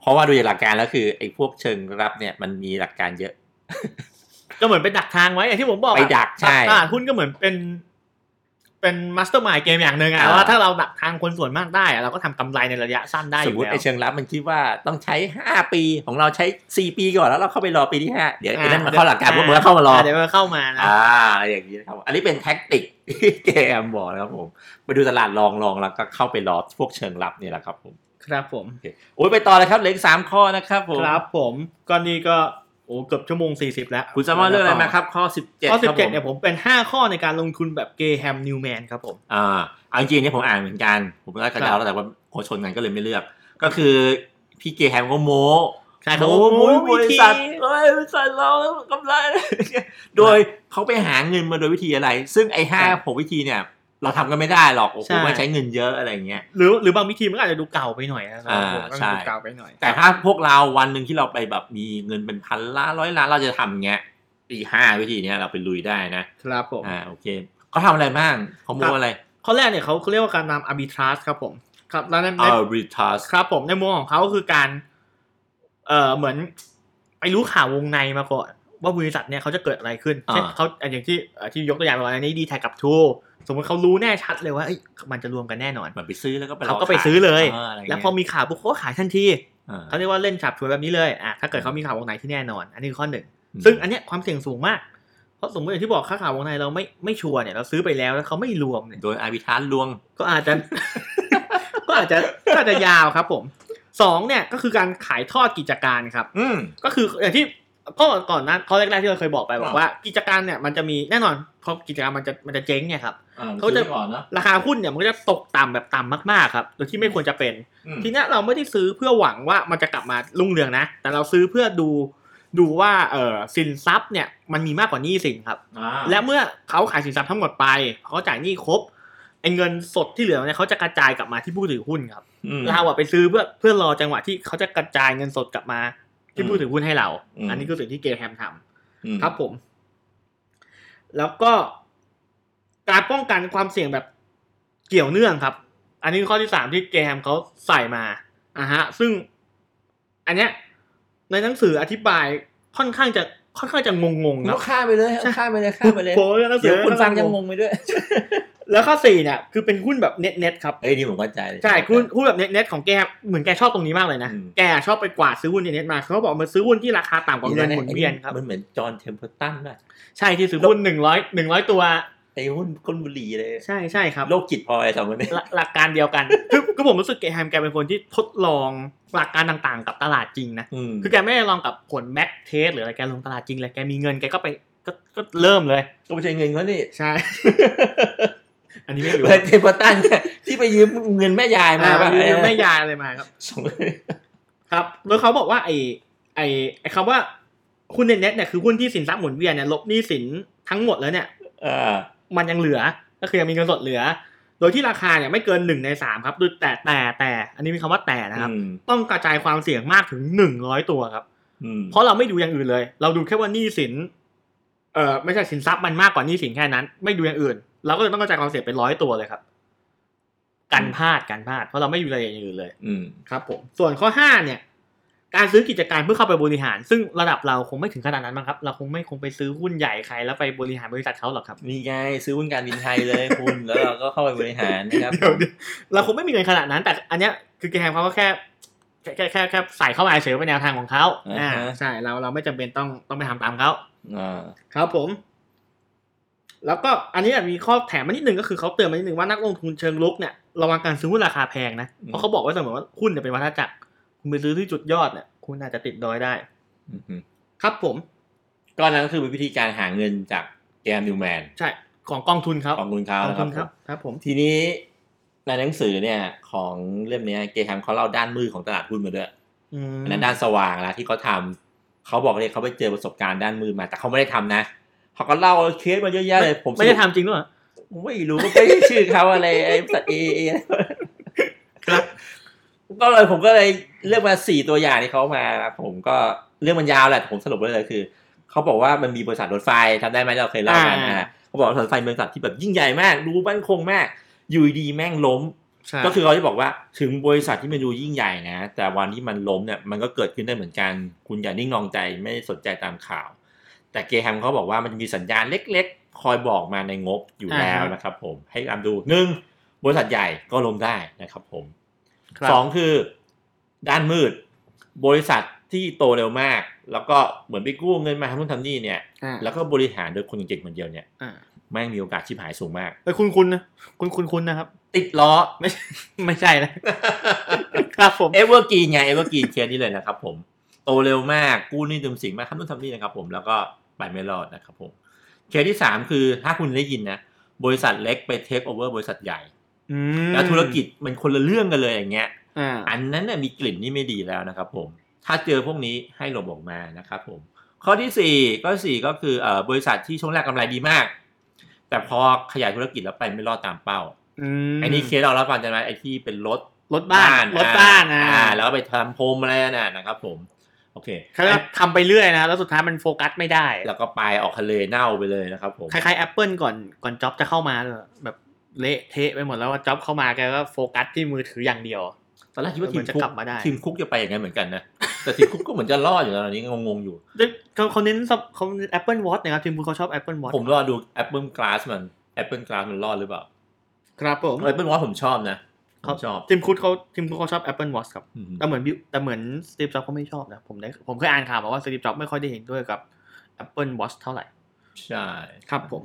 B: เพราะว่าโดยหลักการแล้วคือไอ้พวกเชิงรับเนี่ยมันมีหลักการเยอะ
A: ก็เหมือนไปดักทางไว้อย่างที่ผมบอกอะ
B: ไปดักใช่
A: ตลาดหุ้นก็เหมือนเป็น เป็นมาสเตอร์มายเกมอย่างหนึ่งอะ
B: อ่า
A: ว่าถ้าเราดักทางคนส่วนมากได้อะเราก็ทำกำไรในระยะสั้นได้อ
B: สม
A: ยู่
B: มติ
A: แล้ว
B: ไอ้เชิงรับมันคิดว่าต้องใช้ 5 ปีของเราใช้ 4 ปีก่อนแล้วเราเข้าไปรอปีที่ 5 เดี๋ยวไอ้นั่นมาเข้าหลักการพวกมึงก็เข้ามารอ
A: เดี๋ยวมันเข้ามานะ
B: อ่าอะไรอย่างนี้นะครับ อันนี้เป็นแท็กติก ที่เกมบอกนะครับผมไปดูตลาดรองรองแล้วก็เข้าไปรอพวกเชิงรับเนี่ยแหละครับผม
A: ครับผม
B: โอ้ยไปต่อเลยครับเหลืออีกสามข้อนะครับผม
A: ครับผมก็นี่ก็โอ้เกือบชั่วโมง 40 แล้ว
B: คุณสามารถเลือกอะไรมาครับ ข้อ 17
A: ข้อ
B: ครับผ
A: 17
B: ม
A: เนี่ยผมเป็น 5 ข้อในการลงทุนแบบเกแฮมนิวแมนครับผม
B: อ่าเอาจริงๆเนี่ยผมอ่านเหมือนกัน ผมก็กระเดาแล้วแต่ว่าโคชนกันก็เลยไม่เลือก ก็คือพี่เกแฮมก็โม้
A: ใช่ครับ
B: โม้โม้บริษัท
A: วิธี
B: เอ้ยบริษัทเรากำไร โดยเขาไปหาเงินมาโดยวิธีอะไร ซึ่งไอ้ห้า
A: ครับ
B: หกวิธีเนี่ย เราทำกันไม่ได้หรอกโอ้โห
A: ใช่
B: มันใช้เงินเยอะอะไรอย่างเงี้ย
A: หรือหรือบางวิธีมันก็อาจจะดูเก่าไปหน่อยนะครับ
B: อ่า
A: ผมก็
B: ใช่
A: ดูเก่าไปหน่อย
B: แต่ถ้าพวกเราวันหนึ่งที่เราไปแบบมีเงินเป็นพันล้านร้อยล้านเราจะทำเงี้ยอีห้าวิธีเนี้ยเราไปลุยได้นะครับ
A: ผม
B: อ่าโอเคเขาทำอะไรบ้างเขาโม้อะไร
A: ข้อแรกเนี่ยเขาเรียกว่าการนำ arbitrage ครับผมครับแล้วในใน
B: arbitrage
A: ครับผมในมุมของเขาคือการ เอ่อเหมือนไปรู้ข่าววงในมาก่อน ว่าบริษัทเนี่ยเขาจะเกิดอะไรขึ้น
B: อ่า
A: เช่นเขาอ่ะอย่างที่อ่ะที่ยกตัวอย่างไปว่าอันนี้ดีแท็กกับทูสมมติเขารู้แน่ชัดเลยว่าเอ้ยมันจะรวมกันแน่นอน
B: มันไปซื้อแล้วก็ไปร
A: เขาก็ไปซื้อเลย
B: าะไรเงี้ย
A: แล้วพอมีข่าวปุ๊บเขาก็ขายทันที
B: อ่
A: เขาเรียกว่าเล่นฉาบฉวยแบบนี้เลยอ่ะถ้าเกิดเขามีข่าววงในที่แน่นอน อันนี้คือข้อหนึ่ง
B: ม
A: ซึ่งอันเนี้ยความเสี่ยงสูงมาก เพราะสมมติอย่างที่บอกค่าข่าววงในเราไม่ไม่ชัวร์เนี่ยเราซื้อไปแล้วแล้วเขาไม่รวมเนี่ย
B: โดย arbitrage ลวง
A: ก็อาจจะ ก็อาจจะก็อาจจะยาวครับผมสองเนี่ยก็คือการขายทอดกิจการครับ
B: อืม
A: ก็คืออย่างที่ข้อก่อนหนั้นข้อแรกๆที่เราเคยบอกไปบอก
B: อ่า
A: ว่ากิจการเนี่ยมันจะมีแน่นอนพอกิจการมันจะมันจะเจ๊งเนี่ยครับ เขาจะ
B: ก่อนนะ
A: ราคาหุ้นเนี่ยมันก็จะตกต่ำแบบต่ำมากๆครับโดยที่ไม่ควรจะเป็น
B: อืม
A: ทีเนี้ยเราไม่ได้ซื้อเพื่อหวังว่ามันจะกลับมารุ่งเรืองนะ แต่เราซื้อเพื่อดูดูว่าเออสินทรัพย์เนี่ยมันมีมากกว่าหนี้สินครับ
B: อ่า
A: และเมื่อเขาขายสินทรัพย์ทั้งหมดไปเขาจ่ายหนี้ครบไอ้เงินสดที่เหลือเนี่ยเขาจะกระจายกลับมาที่ผู้ถือหุ้นครับ
B: อืม
A: เราอะไปซื้อเพื่อเพื่อรอจังหวะที่เขาจะกระจายเงินสดกลับมาที่ผู้ถือหุ้นให้เรา
B: อืม
A: อันนี้คือสิ่งที่เกรแฮมทำ
B: อืม
A: ครับผม แล้วก็การป้องกันความเสี่ยงแบบเกี่ยวเนื่องครับ อันนี้คือข้อที่สามที่เกรแฮมเขาใส่มาอ่ะฮะ ซึ่งอันเนี้ยในหนังสืออธิบายค่อนข้างจะค่อนข้างจะงงๆ
B: แล้
A: นะ
B: วข้ามไปเลยเอาข้ามไปเลยข้ามไปเลย
A: โอ้ยแล้วเสื
B: เดี๋ย
A: อ
B: วคุณฟังยังงงไปด้วย
A: แล้วข้อสี่เนี่ยคือเป็นหุ้นแบบเน็ตเน็ตครับ
B: เฮ้ยนี่ผมเข้าใจเลย
A: ใช่หุ้นหุ้นแบบเน็ตเน็ตของแกเหมือนแกชอบตรงนี้มากเลยนะ
B: อืม
A: แกชอบไปกวาดซื้อหุ้นเน็ตเน็ตมาเขาบอกมาซื้อหุ้นที่ราคาต่ำกว่าเงินหมุนเวียนครับ
B: มันเหมือนจอห์นเทมเพลตันน่ะ
A: ใช่ที่ซื้อหุ้นหนึ่งร้อยหนึ่งร้อยตัว
B: ไอ้หุ้นก้นบุหรี่เลย
A: ใช่ใช่ครับ
B: โรคจิตพออะไรสองคนนี้
A: หลักหลักการเดียวกัน คือก็ผมรู้สึกแกแฮมแกเป็นคนที่ทดลองหลักการต่างๆ กับตลาดจริงนะ
B: อืม
A: คือแกไม่ได้ลองกับผลแม็กเทสหรืออะไรแกลงตลาดจริงเลยแกมีเงินแกก็ไปก็ก็เริ่มเลย
B: ก็ไม่ใช่เงินเขานี่
A: ใช่ อันนี้ไม่รู้
B: เปิดเทมเพลตันเนี่ยที่ไปยืมเงินแม่ยายมา
A: อ่า
B: ป่ะ
A: มีเงินแม่ยายอะไรมาครับ
B: สองเลย
A: ครับแล้วเขาบอกว่าไอ้ไอ้ไอ้คำว่าหุ้นเน็ตเน็ตเนี่ยคือหุ้นที่สินทรัพย์หมุนเวียนเนี่ยลบหนี้สินทั้งหมดแล้วเนี่ย
B: อ่า
A: มันยังเหลือก็คือยังมีเงินสดเหลือ โดยที่ราคาเนี่ยไม่เกินหนึ่งในสามครับดูแต่แต่แต่อันนี้มีคำว่าแต่นะครับ
B: อืม
A: ต้องกระจายความเสี่ยงมากถึงหนึ่งร้อยตัวครับ
B: อืม
A: เพราะเราไม่ดูอย่างอื่นเลย เราดูแค่ว่าหนี้สินเอ่อไม่ใช่สินทรัพย์มันมากกว่าหนี้สินแค่นั้น ไม่ดูอย่างอื่น เราก็เลยต้องกระจายความเสี่ยงเป็นร้อยตัวเลยครับกันพลาดกันพลาดเพราะเราไม่ดูอะไรอย่างอื่นเลย
B: อืม
A: ครับผมส่วนข้อห้าเนี่ย การซื้อกิจการเพื่อเข้าไปบริหาร ซึ่งระดับเราคงไม่ถึงขนาดนั้นมั้งครับ เราคงไม่คงไปซื้อหุ้นใหญ่ใครแล้วไปบริหารบริษัทเขาหรอกครับ
B: นี่ไงซื้อหุ้นการบินไทยเลยคุณ แล้วเราก็เข้าไปบริหารนะครับ
A: เดี๋ยวๆเราคงไม่มีเงินขนาดนั้น แต่อันเนี้ยคือแกแฮมเขาก็แค่แค่แค่แค่แค่ใส่เข้ามาเฉยๆเป็นแนวทางของเขาอ่าใช่เราเราไม่จำเป็นต้องต้องไปทำตามเขา
B: อ่า
A: ครับผม แล้วก็อันนี้มีข้อแถมมานิดนึงก็คือเขาเตือนมานิดนึงว่านักลงทุนเชิงลุกเนี่ยระวังการซื้อหุ้นราคาแพงนะเพราะเขาบอกไว้เสมอว่าหุ้นเนี่ยเป็นวัฏจักร คุณไปซื้อที่จุดยอดเนี่ยคุณอาจจะติดดอยได้
B: อือฮึ
A: ครับผม
B: ก็นั้นก็คือเป็นวิธีการหาเงินจากแกมนิวแมน
A: ใช่ของกองทุนครับ
B: ของคุณเขา
A: กอง
B: นะค
A: ทุ
B: รับ
A: น
B: ผ
A: ครับ
B: ม
A: ครับผม
B: ทีนี้ในหนังสือเนี่ยของเล่มเนี้ยเกย์แฮมเขาเล่าด้านมืดของตลาดหุ้นมาด้วย
A: อืม
B: อันนั้นด้านสว่างแล้วที่เขาทำเขาบอกเลยเขาไปเจอประสบการณ์ด้านมืดมา แต่เขาไม่ได้ทำนะเขาก็เล่าเคสมาเยอะแยะเลยผม
A: ไม่ได้ทำจริงด้วยเหรอ
B: ไม่รู้ก็ไม่ได้ชื่อเขาอะไรไอ้สัตว์เอเอ
A: ครับ
B: ก็เลยผมก็เลยเลือกมาสี่ตัวอย่างที่เขามานะผมก็เรื่องมันยาวแหละแต่ผมสรุปไว้เลยคือเขาบอกว่ามันมีบริษัทรถไฟทำได้ไหมเราเคยเล่ากัน
A: อ่า
B: นะเขาบอกว่ารถไฟเป็นบริษัทที่แบบยิ่งใหญ่มาก ดูมั่นคงมากอยู่ดีแม่งล้ม
A: ใช่
B: ก็คือเขาจะบอกว่าถึงบริษัทที่มันดูยิ่งใหญ่นะ แต่วันที่มันล้มเนี่ยมันก็เกิดขึ้นได้เหมือนกัน คุณอย่านิ่งนองใจไม่สนใจตามข่าว แต่เกแฮมเขาบอกว่ามันจะมีสัญญาณเล็กๆ คอยบอกมาในงบอยู่แล้วนะครับผมให้ตามดูหนึ่งบริษัทใหญ่ก็ล้มได้นะครับผม
A: ครับ
B: สองคือด้านมืด บริษัทที่โตเร็วมาก แล้วก็เหมือนไปกู้เงินมาทำนู่นทำนี่เนี่ย
A: อ่า
B: แล้วก็บริหารโดยคนเก่งๆคนเดียวเนี่ย
A: อ่า
B: แม่งมีโอกาสชิบหายสูงมาก
A: ไปคุณคุณนะคุณคุณคุณนะครับ
B: ติดล้อ
A: ไม่ใช่ ไม่ใช่นะ ครับผม
B: เอเวอร์กรีนไงเอเวอร์กรีนเคสนี้เลยนะครับผมโตเร็วมากกู้หนี่ดึมสิงมากทำนู่นทำนี่นะครับผมแล้วก็ไปไม่รอดนะครับผมเคสที่สามคือถ้าคุณได้ยินนะ บริษัทเล็กไปเทคโอเวอร์บริษัทใหญ่
A: อืม
B: แล้วธุรกิจมันคนละเรื่องกันเลยอย่างเงี้ย
A: อ่า
B: อันนั้นน่ะมีกลิ่นนี่ไม่ดีแล้วนะครับผม ถ้าเจอพวกนี้ให้หลบออกมานะครับผม ข้อที่สี่ข้อที่สี่ก็คือเอ่อบริษัทที่ช่วงแรกกำไรดีมาก แต่พอขยายธุรกิจแล้วไปไม่รอดตามเป้า
A: อืม
B: ไอ้นี่เคสเราแล้วก่อนจะมาไอ้ที่เป็นรถ
A: รถบ้านรถบ้าน
B: อ่า
A: อ่า
B: อ่า แล้วก็ไปทำโฮมอะไรนั่นน่ะนะครับผม โอเค
A: เขาจะทำไปเรื่อยนะแล้วสุดท้ายมันโฟกัสไม่ได้
B: แล้วก็ไปออกทะเลเน่าไปเลยนะครับผม
A: คล้ายๆ Apple ก่อนก่อนจ็อบจะเข้ามาเลยแบบเละเทะไปหมดแล้วว่าจ็อบเข้ามาแกก็โฟกัสที่มือถืออย่างเดียว
B: ตอนแรกคิดว่า
A: เออ
B: ที
A: มั
B: ม
A: นจะ
B: คุก
A: กลับมาได้
B: ทีมคุกจะไปอย่างนั้นเหมือนกันนะแต่ทีมคุกก็เหมือนจะรอดอยู่ตอนนี้งงๆอยู่
A: เขาเขาเน้นสับเขาเน้น Apple Watch นะครับทีมคุณเขาชอบ Apple Watch
B: ผมรอดู Apple Glass มัน Apple Glass มันรอดหรือเปล่า
A: ครับผม
B: Apple Watch ผมชอบนะ
A: ค
B: ผ
A: รั
B: ม
A: บ
B: ชอบ
A: ทีมคุณเขาทีมคุณเขาชอบ Apple Watch ครับ
B: อืม
A: แต่เหมือนบิวแต่เหมือนสตีฟจ็อบเขาไม่ชอบนะผมได้ผมเคยอ่านข่าวมาว่าสตีฟจ็อบไม่ค่อยได้เห็นด้วยกับ Apple Watch เท่าไหร่
B: ใช่
A: ครับผม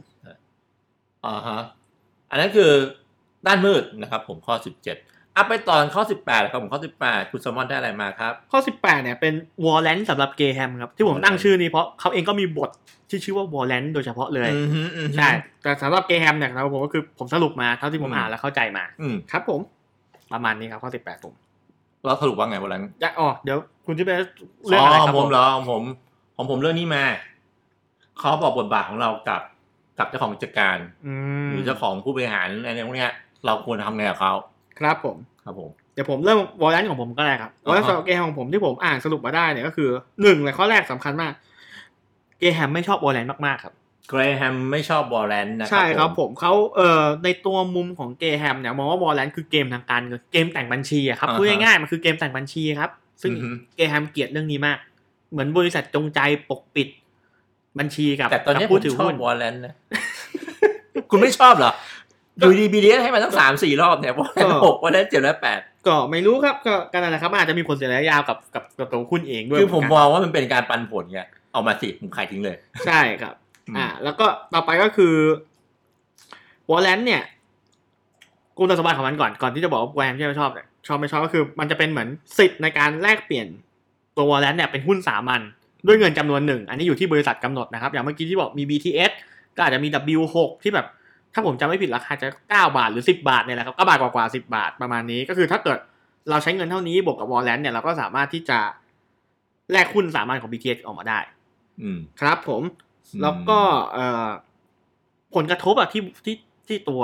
B: อ่าฮะอันนั้นคือด้านมืดนะครับผมข้อ 17อ่ะไปตอนข้อ 18ครับผมข้อ 18 คุณสมอนได้อะไรมาครับ
A: ข้อ 18เนี่ยเป็นวอลเลนสำหรับเกย์แฮมครับ ที่ผมตั้งชื่อนี้เพราะเขาเองก็มีบทที่ชื่อว่าวอลเลนโดยเฉพาะเลย
B: อืมฮึอืมฮึ
A: ใช่ แต่สำหรับเกย์แฮมเนี่ยครับผมก็คือผมสรุปมาเท่าที่ผม
B: อืม
A: อ่านแล้วเข้าใจมา
B: อืม
A: ครับผมประมาณนี้ครับข้อ 18ผม
B: เราสรุปว่าไงวันนั้น
A: อยากอ๋อเดี๋ยวคุณที่เป็นเรื่องอะไรค
B: ข
A: รั
B: อบ
A: ผ
B: งผ
A: ม ม
B: เหรอของผมของผมเรื่องนี้มาเขาบอกบทบาทของเรากับกับเจ้าของกิจการ
A: อืม
B: หรือเจ้าของผู้บริหารอะไรพวกเนี้ย เราควรทำไงกับเขา
A: ครับผม
B: ครับผม
A: เดี๋ยวผมเริ่มวอลเลนของผมก็ได้ครับวอลเลน
B: อ่าฮะ
A: สำหรับเกมของผมที่ผมอ่านสรุปมาได้เนี่ยก็คือหนึ่งเลยข้อแรกสำคัญมาก เกแฮมไม่ชอบวอลเลนมากๆครับ
B: เกรแฮมไม่ชอบบอลแลนด์นะครั
A: ใช่ครับผมเขาเอ่อในตัวมุมของเกแฮมเนี่ยมองว่าวอลเลนคือเกมทางการเงินเกมแต่งบัญชีอะครับพูดง่ายๆมันคือเกมแต่งบัญชีครับ ซึ่ง
B: อือฮึ
A: เกแฮมเกลียดเรื่องนี้มาก เหมือนบริษัทจงใจปกปิดบัญชีกับ
B: แต่ตอนนี้
A: กับ
B: ผม
A: ผู้ถือ
B: ชอ
A: หุ้
B: บ
A: น
B: บอลแลนด์นะ คุณไม่ชอบเหรออยู่ดีบีเให้มาตั้งสามสี่รอบเนี่ยบอลแลนด์หกบอลแลนด์เจ็ดและแปด
A: ก็ไม่รู้ครับก็ก็นั่นแหละครับมันอาจจะมีผลเสียระยะยาวกับกับกับตัวคุณเองด้วย
B: คือผม
A: เหน
B: ม
A: กัน
B: องว่ามันเป็นการปันผลไงเอามาสิผมขายทิ้งเลย
A: ใช่ครับ อ่าแล้วก็ต่อไปก็คือวอลเลนเนี่ยคุณสมบัติของมันก่อนก่อนที่จะบอกว่าแวมที่ไม่ชอบเนี่ยชอบไม่ชอบก็คือมันจะเป็นเหมือนสิทธิ์ในการแลกเปลี่ยนตัววอลเลนเนี่ยเป็นหุ้นสามัญด้วยเงินจำนวนหนึ่ง อันนี้อยู่ที่บริษัทกำหนดนะครับ อย่างเมื่อกี้ที่บอกมี BTS ก็อาจจะมี W6 ที่แบบ ถ้าผมจำไม่ผิดราคาจะ 9 บาทหรือ 10 บาทเนี่ยแหละครับ9บาทกว่ากว่าๆ10 บาทประมาณนี้ ก็คือถ้าเกิดเราใช้เงินเท่านี้บวกกับวอลเลนเนี่ยเราก็สามารถที่จะแลกหุ้นสามัญของ BTS ออกมาได้
B: อืม
A: ครับผม
B: อืม
A: แล้วก็เอ่อผลกระทบอะที่ที่ที่ตัว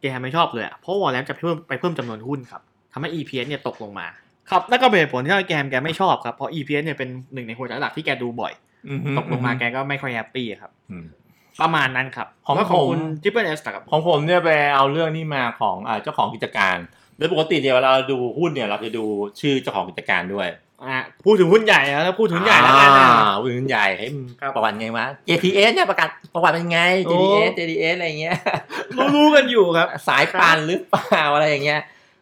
A: เกมไม่ชอบเลยอะเพราะวอลเลนจะเพิ่มไปเพิ่มจำนวนหุ้นครับทำให้ EPS เนี่ยตกลงมา ครับแล้วก็เป็นเหตุผลที่ทำให้แกมแกไม่ชอบครับเพราะ EPS เนี่ยเป็นหนึ่งในหัวใจหลักที่แกดูบ่อย
B: อืฮึ
A: ตกลงมาแกก็ไม่ค่อยแฮปปี้ครับ
B: อืม
A: ประมาณนั้นครับ
B: ของ
A: แล้วของ
B: ผม
A: คุณจิปเปิลเอสครับ
B: ของผมเนี่ยไปเอาเรื่องนี้มาของอ่าเจ้าของกิจการ โดยปกติเนี่ยเวลาเราดูหุ้นเนี่ยเราจะดูชื่อเจ้าของกิจการด้วย
A: อ่ะพูดถึงหุ้นใหญ่นะแล้วพูดถึงใหญ่แล้วกันนะ
B: อ่าหุ้นใหญ่ให้มัน
A: ครับ
B: ประวัติไงวะ JPS เนี่ยประกันประวัติเป็นไง JPS JPS อะไรเงี้ย
A: รู้ๆกันอยู่ครับ
B: สายปานหรือเปล่าอะไรอย่างเงี้ย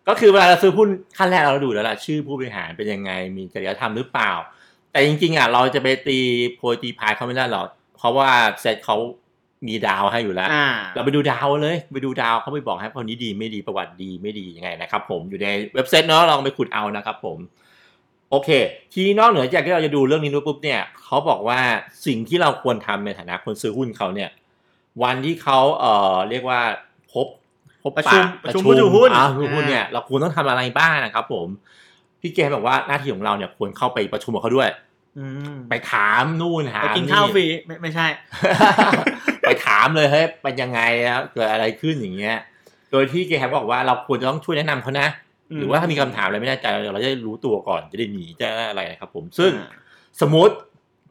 B: ก็คือเวลาเราซื้อหุ้นขั้นแรกเราดูแล้วล่ะชื่อผู้บริหารเป็นยังไงมีจริยธรรมหรือเปล่า แต่จริงๆอ่ะเราจะไปตีโพยตีพายเขาไม่ได้หรอกเพราะว่าเซตเขามีดาวให้อยู่แล้ว
A: อ่า
B: เราไปดูดาวเลยไปดูดาวเขาไปบอกให้คนนี้ดีไม่ดีประวัติดีไม่ดียังไงนะครับผมอยู่ในเว็บไซต์เนาะลองไปขุดเอานะครับผม โอเค ทีนี้นอกเหนือจากที่เราจะดูเรื่องนี้ด้วยปุ๊บเนี่ยเขาบอกว่าสิ่งที่เราควรทำในฐานะคนซื้อหุ้นเขาเนี่ย วันที่เขาเอ่อเรียกว่าพบพบป
A: ประชุมประชุมผู้ถือหุ้น
B: อ่าผู้ถือหุ้น
A: อ่า
B: เนี่ยเราควรต้องทำอะไรบ้างนะครับ ผมพี่เกมบอกว่าหน้าที่ของเราเนี่ยควรเข้าไปประชุมกับเขาด้วย
A: อืม
B: ไปถามนู่นถาม
A: ไปกินข้าวฟรีไม่ไม่ใช่
B: ไปถามเลยเฮ้ยเป็นยังไงแล้วเกิดอะไรขึ้นอย่างเงี้ย โดยที่เกแฮมบอกว่าเราควรจะต้องช่วยแนะนำเขานะ หรือว่าถ้ามีคำถามอะไรไม่แน่ใจเราจะได้รู้ตัวก่อนจะได้หนีจะได้อะไรนะครับผมซึ่ง
A: อ่า
B: สมมติ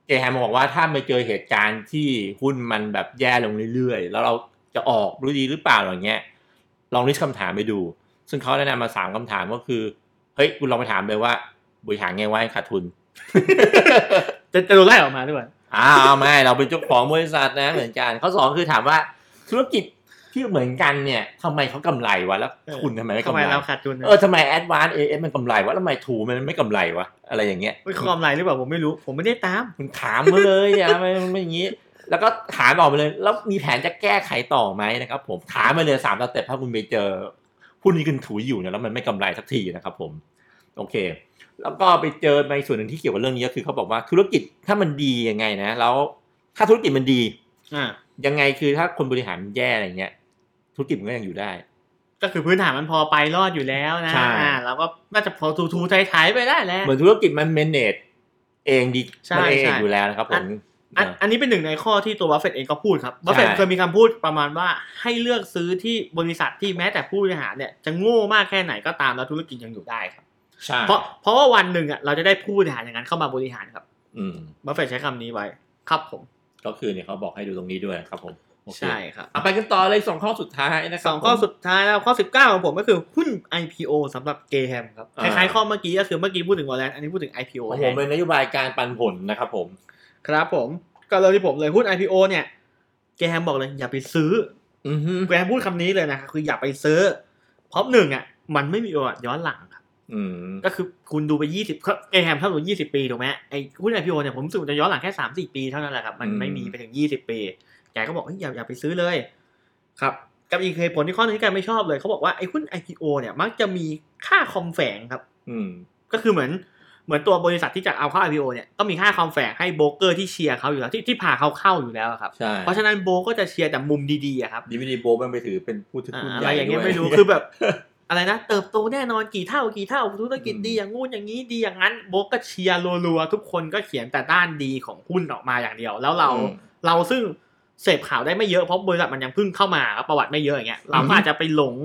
B: เจแฮมบอกว่าถ้าไปเจอเหตุการณ์ที่หุ้นมันแบบแย่ลงเรื่อยๆ แล้วเราจะออกรู้ดีหรือเปล่าอะไรเงี้ยลองริสคำถามไปดู ซึ่งเขาแนะนำมาสามคำถามก็คือ เฮ้ยคุณลองไปถามเลยว่าบริหารไงว่าให้ขาดทุน
A: จะจะโดนไล่ออกมาด้วย
B: อ้าวไม่เราเป็นเจ้าของบริษัทนะเหมือนกันข้อสองคือถามว่าธุรกิจที่เหมือนกันเนี่ยทำไมเขากำไรวะแล้ว
A: เออ
B: คุณทำไมไม่
A: ทำ
B: กำ
A: ไม
B: ไร
A: เราขาดทุนนะ
B: เออทำไมแอดวานเอเอมันกำไรวะแล้วทำไมถูมันไม่กำไรวะอะไรอย่างเงี้ย
A: ไม่ความไรหรือเปล่าผมไม่รู้ ผมไม่ได้ตาม
B: คุณถามมาเลยอย่าไม่ไม่อย่างงี้ แล้วก็ถามออกมาเลย แล้วมีแผนจะแก้ไขต่อไหมนะครับ ผมถามมาเลยสามสเต็ปถ้าคุณไปเจอหุ้นนี้คุณถูอยู่เนี่ยแล้วมันไม่กำไรสักทีนะครับ ผม โอเค แล้วก็ไปเจอในส่วนหนึ่งที่เกี่ยวกับเรื่องนี้ก็คือเขาบอกว่าธุรกิจถ้ามันดียังไงนะ แล้วถ้าธุรกิจมันดี
A: อ่า
B: ยังไงคือถ้าคนบริหารแย่อะไรเงี้ยธุรกิจมันก็ยังอยู่ได้
A: ก็คือพื้นฐานมันพอไปรอดอยู่แล้วนะ
B: ใช่
A: อ่าเราก็น่าจะพอทูทูไทยๆไปได้แหล้ว
B: เหมือนธุรกิจมันเมนเนจเองดี
A: ใช่
B: มันเอง
A: ใช่
B: อยู่แล้วนะครับผ
A: อั
B: ม
A: น อัน
B: เออ
A: อันนี้เป็นหนึ่งในข้อที่ตัวบัฟเฟตเองก็พูดครับบัฟเฟต
B: ใช่
A: เคยมีคำพูดประมาณว่าให้เลือกซื้อที่บริษัทที่แม้แต่ผู้บริหารเนี่ยจะโง่มากแค่ไหนก็ตามแล้วธุรกิจยังอยู่ได้ครับ
B: ใช่
A: เพราะเพราะว่าวันหนึ่งอ่ะเราจะได้ผู้บริหารอย่างนั้นเข้ามาบริหารครับ
B: อืม
A: บัฟเฟตใช้คำนี้ไว้ครับผม
B: ก็คือเนี่ยเขาบอกให้ดูตรงนี้ด้วยนะครับผมโอเค
A: ใช่ครับ
B: เอาไปกันต่อเลยสองข้อสุดท้ายนะครับ
A: สองข้อ
B: ผม
A: สุดท้ายแล้วข้อ 19 ของผมก็คือหุ้น IPO สำหรับเกแฮมครับค
B: อ่า
A: ล้ายๆข้อเมื่อกี้ก็คือเมื่อกี้พูดถึงวอลเลนอันนี้พูดถึง IPO
B: ของ
A: แท
B: ผม
A: น
B: เป็นนโยบายการปันผลนะครับผม
A: ครับผมก็เริ่มที่ผมเลยหุ้น IPO เนี่ยแกแฮมบอกเลยอย่าไปซื้อ
B: อือฮึ
A: แกแฮมพูดคำนี้เลยนะครับคืออย่าไปซื้อ เพราะหนึ่งอ่ะมันไม่มีประวัติย้อนหลังครับ
B: อืม
A: ก็คือคุณดูไป 20ครับแกแฮมเท่ากับ20 ปีถูกไหมไอ้หุ้น IPO เนี่ยผมรู้สึกมันจะย้อนหลังแค่ 3 4 ปีเท่านั้นแหละครับ มันไม่มีไปถึง 20 ปีแกก็บอกเฮ้ยอย่าอย่าไปซื้อเลยครับกับอีกเหตุผลที่ข้อหนึงที่แกไม่ชอบเลยเขาบอกว่าไอ้หุ้น IPO เนี่ยมักจะมีค่าคอมแฝงครับ
B: อืม
A: ก็คือเหมือนเหมือนตัวบริษัทที่จะเอาเข้า IPO เนี่ยก็มีค่าความแฝงให้โบรกเกอร์ที่เชียร์เขาอยู่แล้วที่ที่พาเขาเข้าอยู่แล้วอะครับ
B: ใช่
A: เพราะฉะนั้นโบรกก็จะเชียร์แต่มุมดีๆอะครับ
B: ดีวีดีโบมันไปถือเป็นผู้ถือ
A: อ่า
B: หุ้น
A: อะ
B: ให
A: ไร
B: ญ่
A: อย่างเงี้ย
B: ด้ว
A: ไม่รู้คือ แบบ อะไรนะ เติบโตแน่นอนกี่เท่ากี่เท่าธุรกิจ
B: อืม
A: ดีอย่างงู้นอย่างนี้ดีอย่างนั้นโบรกก็เชียร์รัวๆทุกคนก็เขียนแต่ด้านดีของหุ้นออกมาอย่างเดียว แล้วเรา
B: อืม
A: เราซึ่งเสพข่าวได้ไม่เยอะเพราะบริษัทมันยังเพิ่งเข้ามาครับประวัติไม่เยอะอย่างเงี้ยเรา
B: อื
A: ก็
B: ม
A: อาจจะไปหลง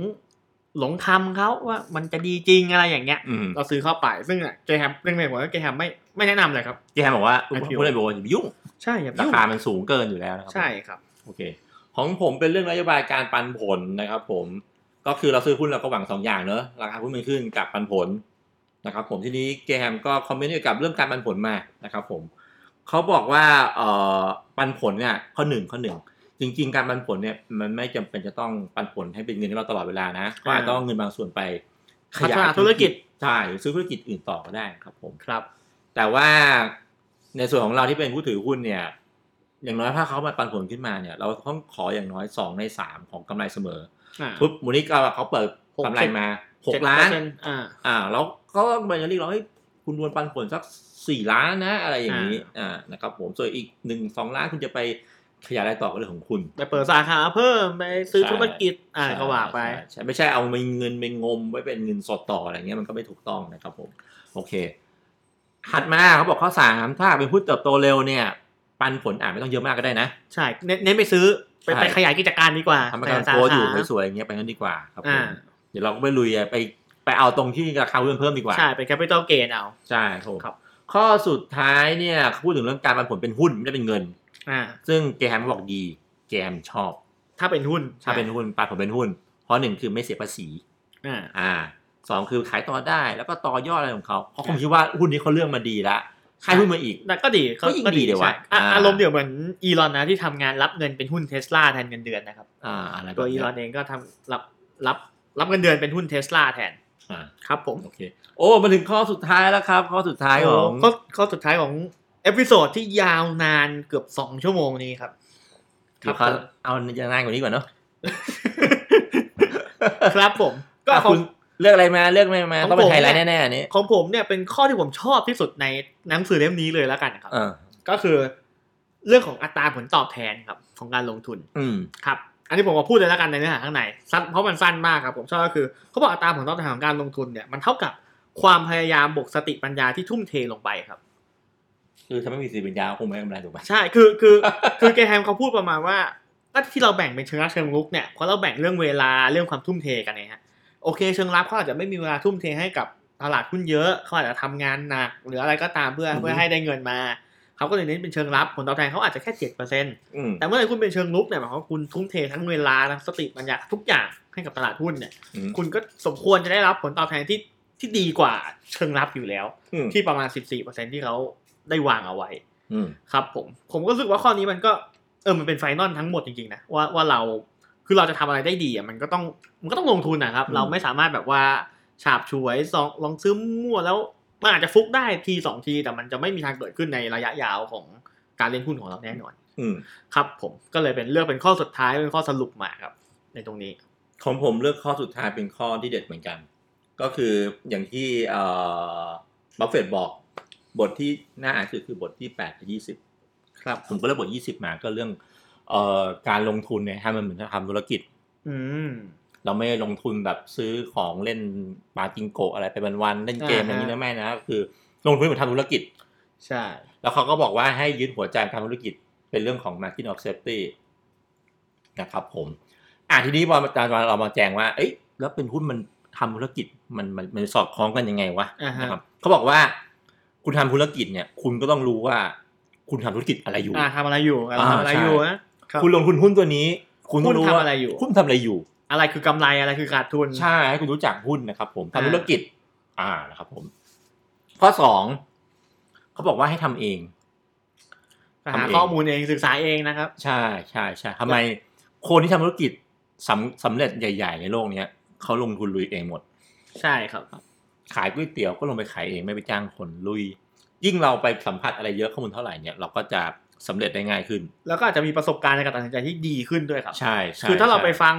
A: หลงคำเขาว่ามันจะดีจริงอะไรอย่างเงี้ย
B: อืม
A: เราซื้อเข้าไปซึ่งอ่ะเจแฮมเรื่องในหัวก็เจแฮมไม่ไม่แนะนำเลยครับ
B: แกบอกว่า
A: ไอ้ผิว
B: ผู้ได้โบอย่าไปยุ่ง
A: ใช่อย่าไป
B: รา
A: ยุ่ง
B: คามันสูงเกินอยู่แล้วนะครับ
A: ใช่ครับ
B: โอเค ของผมเป็นเรื่องนโยบายการปันผลนะครับผม ก็คือเราซื้อหุ้นเราก็หวังสองอย่างเนอะราคาหุ้นมันขึ้นกับปันผลนะครับผมทีนี้เกแฮมก็คอมเมนต์เกี่ยวกับเรื่องการปันผลมานะครับผมเขาบอกว่าเอ่อปันผลเนี่ยข้อหนึ่งข้อหนึ่งจริง ๆ การปันผลเนี่ยมันไม่จำเป็นจะต้องปันผลให้เป็นเงินให้เราตลอดเวลานะก็อาจจะต้องเอาเงินบางส่วนไปข
A: พั
B: ยา
A: ฒ
B: ย
A: นาธุรกิจ
B: ใช่หรือซื้อธุรกิจอื่นต่อก็ได้ครับผม
A: ครับ
B: แต่ว่าในส่วนของเราที่เป็นผู้ถือหุ้นเนี่ย อย่างน้อยถ้าเขามาปันผลขึ้นมาเนี่ย เราต้องขออย่างน้อยสองในสามของกำไรเสมอ
A: อ่า
B: ปุ๊บมูลนิธิก็เขาเปิด
A: หกสิบ
B: กำไรมาหก
A: 7%
B: ล้าน
A: อ่า
B: อ่าแล้วก็มาเรียกร้องให้คุณรวนปันผลสักสี่ล้านนะอะไรอย่างนี้อ่านะครับผมส่วนอีกหนึ่งสองล้านคุณจะไปขยายอะไรายต่อก็เรื่องของคุณ
A: ไปเปิดสาขาเพิ่มไปซื้อ
B: ใช่
A: ธุรกิจอ่าก็ว่าไป
B: ใช่ใช่ไม่ใช่เอาเงินไปงมไว้เป็นเงินสดต่ออะไรเงี้ยมันก็ไม่ถูกต้องนะครับผมโอเคถัดมาเขาบอกข้อสามถ้าเป็นผู้เติบโตเร็วเนี่ย ปันผลอาจไม่ต้องเยอะมากก็ได้นะ
A: ใช่เน้นเน้นไปซื้อไป
B: ใช่
A: ไปขยายกิจการดีกว่า
B: ทำประกัน
A: ไปสา
B: โตอยู่
A: ขา
B: สวยๆอย่างเงี้ยไปนั่นดีกว่าครับผ
A: อ่าม
B: เดี๋ยวเราก็ไปลุยไปไปเอาตรงที่ราคาเพิ่มเพิ่มดีกว่า
A: ใช่ไปแคปิตอลเกนเอา
B: ใช่ครับผม
A: ครับ
B: ข้อสุดท้ายเนี่ยเขาพูดถึงเรื่องการปันผลเป็นหุ้นไม่ได้เป็นเงิน
A: อ่า
B: ซึ่งเกแฮมบอกดีเกแฮมชอบ
A: ถ้าเป็นหุ้น
B: ถ้าเป็นหุ้นปันผลเป็นหุ้นเพราะหนึ่งคือไม่เสียภาษี
A: อ่า
B: อ่าสองคือขายต่อได้แล้วก็ต่อยอดอะไรของเขาเขาคงคิดว่าหุ้นนี้เขาเลือกมาดีละขายหุ้นมาอีก
A: แต่ก็ดี
B: ก็ยิ่งดีเลยว่ะ
A: ใช่อ่ะ
B: อ่า
A: อารมณ์เดียวเหมือนอีลอนนะที่ทำงานรับเงินเป็นหุ้นเทสลาแทนเงินเดือนนะครับ
B: อ่าอะไรแบบ
A: ตัวอี
B: เนี้ย
A: ลอนเองก็ทำรับรับรับเงินเดือนเป็นหุ้นเทสลาแทน
B: อ่า
A: ครับผม
B: โอเคโอ้มาถึงข้อสุดท้ายแล้วครับ ข้อสุดท้ายของ
A: ข้อข้อสุดท้ายของเอพิโซดที่ยาวนานเกือบสองชั่วโมงนี้ครับ
B: เดี๋ยวเขาเอาจะนานกว่านี้ก่อนเนาะ
A: ครับผม ก็
B: อ่ะ
A: ขอ
B: คุ
A: ง
B: ณ เลือกอะไรมาเลือกไม่มา
A: ของ
B: ต้องเป็
A: ผม
B: นไฮไลท์
A: เนี่ย
B: แน่ๆอันนี้
A: ของผมเนี่ยเป็นข้อที่ผมชอบที่สุดในหนังสือเล่มนี้เลยแล้วกันครับ
B: เออ
A: ก็คือเรื่องของอัตราผลตอบแทนครับของการลงทุน
B: อืม
A: ครับ อันนี้ผมมาพูดเลยแล้วกันในเนื้อหาข้างในสั้นเพราะมันสั้นมากครับ ผมชอบก็คือเขาบอกอัตราผลตอบแทนของการลงทุนเนี่ยมันเท่ากับความพยายามบวกสติปัญญาที่ทุ่มเทลงไปครับ
B: คือถ้าไม่มีสติปัญญาคงไม่ได้กำไรถูกปะ
A: ใช่ คือ คือ คือเกรแฮมเขาพูดประมาณว่าก็ที่เราแบ่งเป็นเชิงรับเชิงลุกเนี่ย เพราะเราแบ่งเรื่องเวลา เรื่องความทุ่มเทกันเนี่ยฮะ โอเค เชิงรับเขาอาจจะไม่มีเวลาทุ่มเทให้กับตลาดหุ้นเยอะ เขาอาจจะทำงานหนัก หรืออะไรก็ตามเพื่อ เพื่อให้ได้เงินมา เขาก็เลยเน้นเป็นเชิงรับ ผลตอบแทนเขาอาจจะแค่เจ็ดเปอร์เซ็นต์
B: อืม
A: แต่เมื่อไหร่คุณเป็นเชิงลุกเนี่ยหมายความว่าคุณทุ่มเททั้งเวลาทั้งสติปัญญาทุกอย่างให้กับตลาดหุ้นเนี่ย
B: อืม
A: คุณก็สมควรจะได้รับผลตอบแทนที่ ที่ดีกว่าเชิงรับอยู่แล้ว
B: อืม
A: ที่ประมาณ 14%ที่เขาได้วางเอาไว้
B: อืม
A: ครับผมผมก็รู้สึกว่าข้อนี้มันก็เออมันเป็นไฟนอลทั้งหมดจริงๆนะว่าว่าเราคือเราจะทำอะไรได้ดีอ่ะมันก็ต้องมันก็ต้องลงทุนนะครับ เราไม่สามารถแบบว่าฉาบฉวยซองลองซื้อมั่วแล้วมันอาจจะฟุกได้ทีสองที แต่มันจะไม่มีทางเกิดขึ้นในระยะยาวของการเล่นหุ้นของเราแน่นอน
B: อืม
A: ครับ ผมก็เลยเป็นเลือกเป็นข้อสุดท้ายเป็นข้อสรุปมาครับ ในตรงนี้
B: ของผมเลือกข้อสุดท้ายเป็นข้อที่เด็ดเหมือนกัน ก็คืออย่างที่เอ่อบัฟเฟตบอก บทที่น่าอ่านคือคือบทที่แปดยี่สิบ
A: ครับ
B: ผมก็เลือกบทยี่สิบมาก็เรื่องเอ่อการลงทุนเนี่ยให้มันเหมือนทำธุรกิจ
A: อืม
B: เราไม่ได้ลงทุนแบบซื้อของเล่นปาจิงโกะอะไรไปวันๆเล่นเกม
A: อ่าฮะ
B: อะไรอย่างนี้นะแม่นะคือลงทุนเหมือนทำธุรกิจ
A: ใช่
B: แล้วเขาก็บอกว่าให้ยึดหัวใจการธุรกิจเป็นเรื่องของ margin of safety นะครับผม อ่ะทีนี้พออาจารย์เรามาแจงว่า เอ้ยแล้วเป็นหุ้นมันทำธุรกิจมันมันมันสอดคล้องกันยังไงวะ
A: อ่าฮะ
B: นะครับเขาบอกว่าคุณทำธุรกิจเนี่ย คุณก็ต้องรู้ว่าคุณทำธุรกิจอะไรอยู่
A: อ่าทำอะไรอยู่อ่ะ
B: อ่า
A: ทำอะไร
B: ใช่
A: อยู่นะครับ
B: คุณลงทุนหุ้นตัวนี้ คุณต้องรู้
A: หุ้นทำ
B: ว่า
A: อะไรอยู่
B: หุ้นทำอะไรอยู่
A: อะไรคือกำไรอะไรคือขาดทุน
B: ใช่ให้คุณรู้จักหุ้นนะครับผม
A: อ่า
B: ทำธุรกิจ อ่านะครับผม ข้อสองเขาบอกว่าให้ทำเอง
A: หา
B: ทำเอง
A: ข้อมูลเองศึกษาเองนะครับ
B: ใช่ใช่ใช่ทำไมคนที่ทำธุรกิจสำสำเร็จใหญ่ ๆ ในโลกเนี้ยเขาลงทุนลุยเองหมด
A: ใช่ครับ
B: ขายก๋วยเตี๋ยวก็ลงไปขายเองไม่ไปจ้างคนลุย ยิ่งเราไปสัมผัสอะไรเยอะข้อมูลเท่าไหร่เนี่ยเราก็จะสำเร็จได้ง่ายขึ้น
A: แล้วก็อาจจะมีประสบการณ์ในการตัดสินใจที่ดีขึ้นด้วยครับ
B: ใช่ใช่
A: คือถ้าเรา
B: ใช่
A: ไปฟัง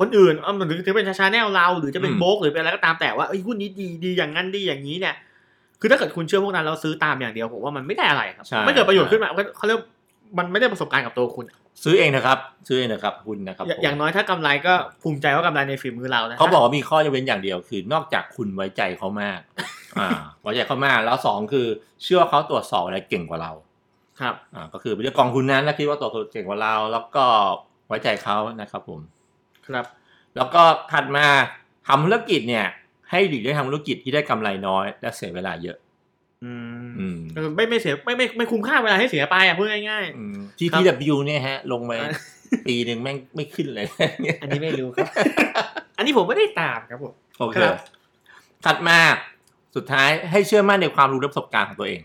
A: คนอื่นเอ้าหรือจะเป็นชาแนลเรา หรือจะเป็น
B: อืม
A: โบรกหรือเป็นอะไรก็ตามแต่ว่าเอ้ยหุ้นนี้ดีดีอย่างนั้นดีอย่างนี้เนี่ย คือถ้าเกิดคุณเชื่อพวกนั้นแล้วซื้อตามอย่างเดียวผมว่ามันไม่ได้อะไรครับ
B: ใช่
A: ไม่เกิดประโยชน์ขึ้นมาเขาเรียกมันไม่ได้ประสบการณ์กับตัวคุณ
B: ซื้อเองนะครับ ซื้อเองนะครับหุ้นนะครับ
A: อย่า
B: ผม
A: อย่างน้อยถ้ากำไรก็ภูมิใจว่ากำไรในฝีมือเรานะ
B: เขาบอกว่ามีข้อยกเว้นอย่างเดียวคือนอกจากคุณไว้ใจเขามาก อ่าไว้ใจเขามากแล้วสองคือเชื่อว่าเขาตรวจสอบอะไรเก่งกว่าเรา
A: ครับ
B: อ่าก็คือไปเลือกกองทุนนั้นแล้วคิดว่าตัวเก่งกว่าเรา แล้วก็ไว้ใจเขานะครับผม
A: ครับ
B: แล้วก็ถัดมาทำธุรกิจเนี่ย ให้หลีกเลี่ยงทำธุรกิจที่ได้กำไรน้อย และเสียเวลาเยอะ
A: อืม
B: อืม
A: เออไม่ไม่เสียไม่ไม่ไม่คุ้มค่าเวลาให้เสียไปอ่ะพูดง่าย
B: ที
A: ครับ
B: พีดับยูเนี่ยฮะ ลงไป
A: อ่ะ
B: ปีหนึ่งแม่งไม่ขึ้นเลย
A: ๆ อันนี้ไม่รู้ครับ อันนี้ผมไม่ได้ตามครับผม
B: โอเค
A: ครับ
B: ถัดมาสุดท้ายให้เชื่อมั่นในความรู้และประสบการณ์ของตัวเอง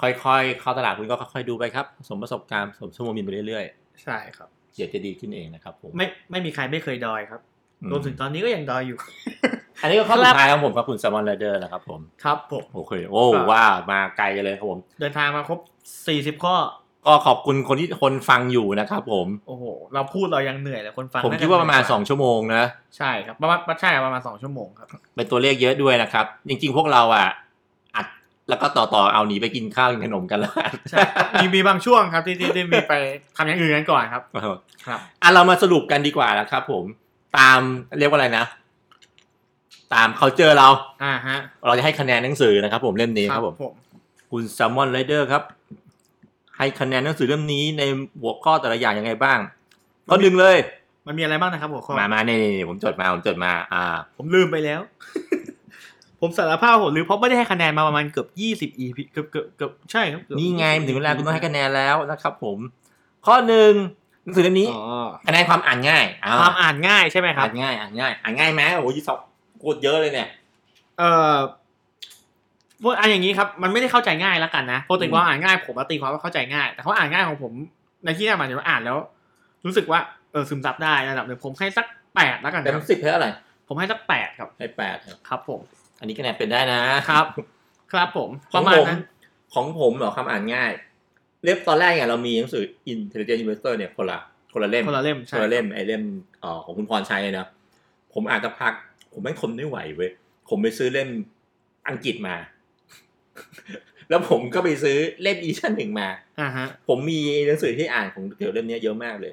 B: ค่อยๆ เข้าตลาดคุณก็ค่อยๆดูไปครับผสมประสบการณ์ผสมชั่วโมงบินไปเรื่อย
A: ใช่ครับ
B: ๆเดี๋ยวจะดีขึ้นเองนะครับผม
A: ไม่ไม่มีใครไม่เคยดอยครับ
B: อืม
A: รวมถึงตอนนี้ก็ยังดอยอยู่
B: อันนี้ก็ข้อ
A: ค
B: สุ
A: รับ
B: ดท้ายของผมครับคุณสมอนไรเดอร์นะครับผม
A: ครับผม
B: โอเค โอ้
A: ครับ
B: ว่ามาไกลกันเลยครับผม
A: เดินทางมาครบ 40 ข้อ
B: ก็ขอบคุณคนที่คนฟังอยู่นะครับผม
A: โอ้โห เราพูดเรายังเหนื่อยเลยคนฟัง
B: ผม
A: น่จะ
B: คิดว่าประมาณ
A: เหนื่อย
B: 2 ชั่วโมงนะ
A: ใช่ครับประมาณใช่ครับประมาณ 2 ชั่วโมง ครับ
B: เป็นตัวเลขเยอะด้วยนะครับ จริงๆ พวกเราอ่ะ อัดแล้วก็ต่อต่อๆเอาหนีไปกินข้าวกินขนมกันแล้ว
A: ใช่มีมีบางช่วงครับที่ที่ที่มีไปทำอย่างอื่นกันก่อนครับ ครับ
B: อ่ะเรามาสรุปกันดีกว่านะครับผมตามเรียกว่าอะไรนะ ตาม c u เจอเรา
A: อ่าฮะ
B: เราจะให้คะแนนหนังสือนะครับผมเล่มนี้ครับผม คุณแซมมอนไรเดอร์ครับ ให้คะแนนหนังสือเล่มนี้ในหัวข้อแต่ละอย่างยังไงบ้างก็หนึ่งเลย
A: มันมีอะไรบ้างนะครับหัวข้อ
B: มามาเนี่ยผมจดมา ผมจดมา อ่า
A: ผมลืมไปแล้ว ผมสารภาพผมลืมเพราะไม่ได้ให้คะแนนมาประมาณเกือบ 20 EP เกือบเกือบเกือบใช่ครับเกือบ
B: นี่ไงถึงเวลาคุณต้องให้คะแนนแล้วนะครับผม ข้อหนึ่งหนังสือเล่มนี้
A: อ๋อ
B: คะแนนความอ่านง่ายอ่
A: ความอ่านง่ายใช่ไหมครับ
B: อ่านง่าย อ่านง่าย อ่านง่ายไหมโอ้โหยี่สิบโคตรเยอะเลยเนี่ย
A: เอ่อพวกอันอย่างนี้ครับ มันไม่ได้เข้าใจง่ายแล้วกันนะปกติ
B: อืม
A: ความอ่านง่ายผมอะตีความว่าเข้าใจง่าย แต่เขามอ่านง่ายของผม ในที่นี้หมายถึงว่าอ่านแล้ว รู้สึกว่าเออซึมซับได้ระดับหนึ่งผมให้สักแปดแล้วกัน
B: แต่
A: ครั
B: มั
A: บ
B: นสิบเท่าไหร่
A: ผมให้สักแปดครับ
B: ให้แปดครับ
A: ครับ ผม
B: อันนี้คะแนนเป็นได้นะครับ
A: ครับผม
B: ข
A: ป
B: อง
A: ระมาณ
B: ผม
A: นั้น
B: ของผมเหรอคำอ่านง่าย เล่มตอนแรกเนี่ยเรามีหนังสือ Intelligent Investor เนี่ยคนละคนละเล่ม
A: คนละเล่ม
B: ค
A: ใช่
B: นละเล่มไอเล่มเอ่อของคุณพรชัยเนี่ยนะผมอ่านสักพัก ผมไม่งทนไม่ไหวเว้ยผมไปซื้อเล่มอังกฤษมา แล้วผมก็ไปซื้อเล่มอีชั่นหนึ่งมา
A: อ่าฮะ
B: ผมมีหนังสือที่อ่านของเกี่ยวเล่มเนี้ยเยอะมากเลย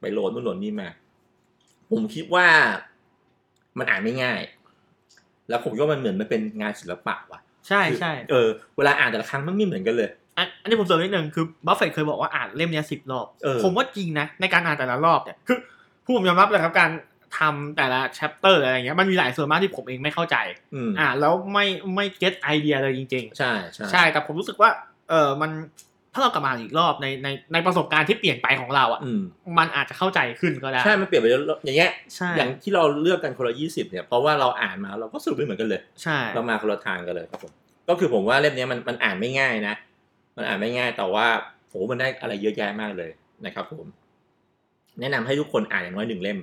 B: ไปโหลดนู่นโหลดนี่มา ผมคิดว่ามันอ่านไม่ง่าย แล้วผมก็มันเหมือนมันเป็นงานศิลปะว่ะ
A: ใช่ใช่
B: เออเวลาอ่านแต่ละครั้งมันไม่เหมือนกันเลย
A: อันอันนี้ผมเสริมนิดนึงคือบัฟเฟตเคยบอกว่าอ่านเล่มเนี้สิบรอบ
B: เออ
A: ผมว่าจริงนะ ในการอ่านแต่ละรอบเนี่ยคือผู้ผมยอมรับเลยครับการทำแต่ละแชปเตอร์อะไรอย่างเงี้ยมันมีหลายส่วนมากที่ผมเองไม่เข้าใจ
B: อืม
A: อ่านแล้วไม่ไม่เก็ตไอเดียเลยจริง ๆ
B: ใช่ใช่
A: ใช่แต่ผมรู้สึกว่าเออมันถ้าเรากลับมาอ่านอีกรอบในในในประสบการณ์ที่เปลี่ยนไปของเราอ่ะ
B: อืม
A: มันอาจจะเข้าใจขึ้นก็ได้
B: ใช่มันเปลี่ยนไปแล้วอย่างเงี้ย
A: ใช่
B: อย่างที่เราเลือกกันคนละยี่สิบเนี่ย เพราะว่าเราอ่านมาเราก็สรุปไม่เหมือนกันเลย
A: ใช่
B: เรามาคนละทางกันเลยครับผมก็คือผมว่าเล่มเนี้ยมันมันอ่านไม่ง่ายนะ มันอ่านไม่ง่ายแต่ว่าโหมันได้อะไรเยอะแยะมากเลยนะครับ ผม แนะนำให้ทุกคนอ่านอย่างน้อยหนึ่งเล่ม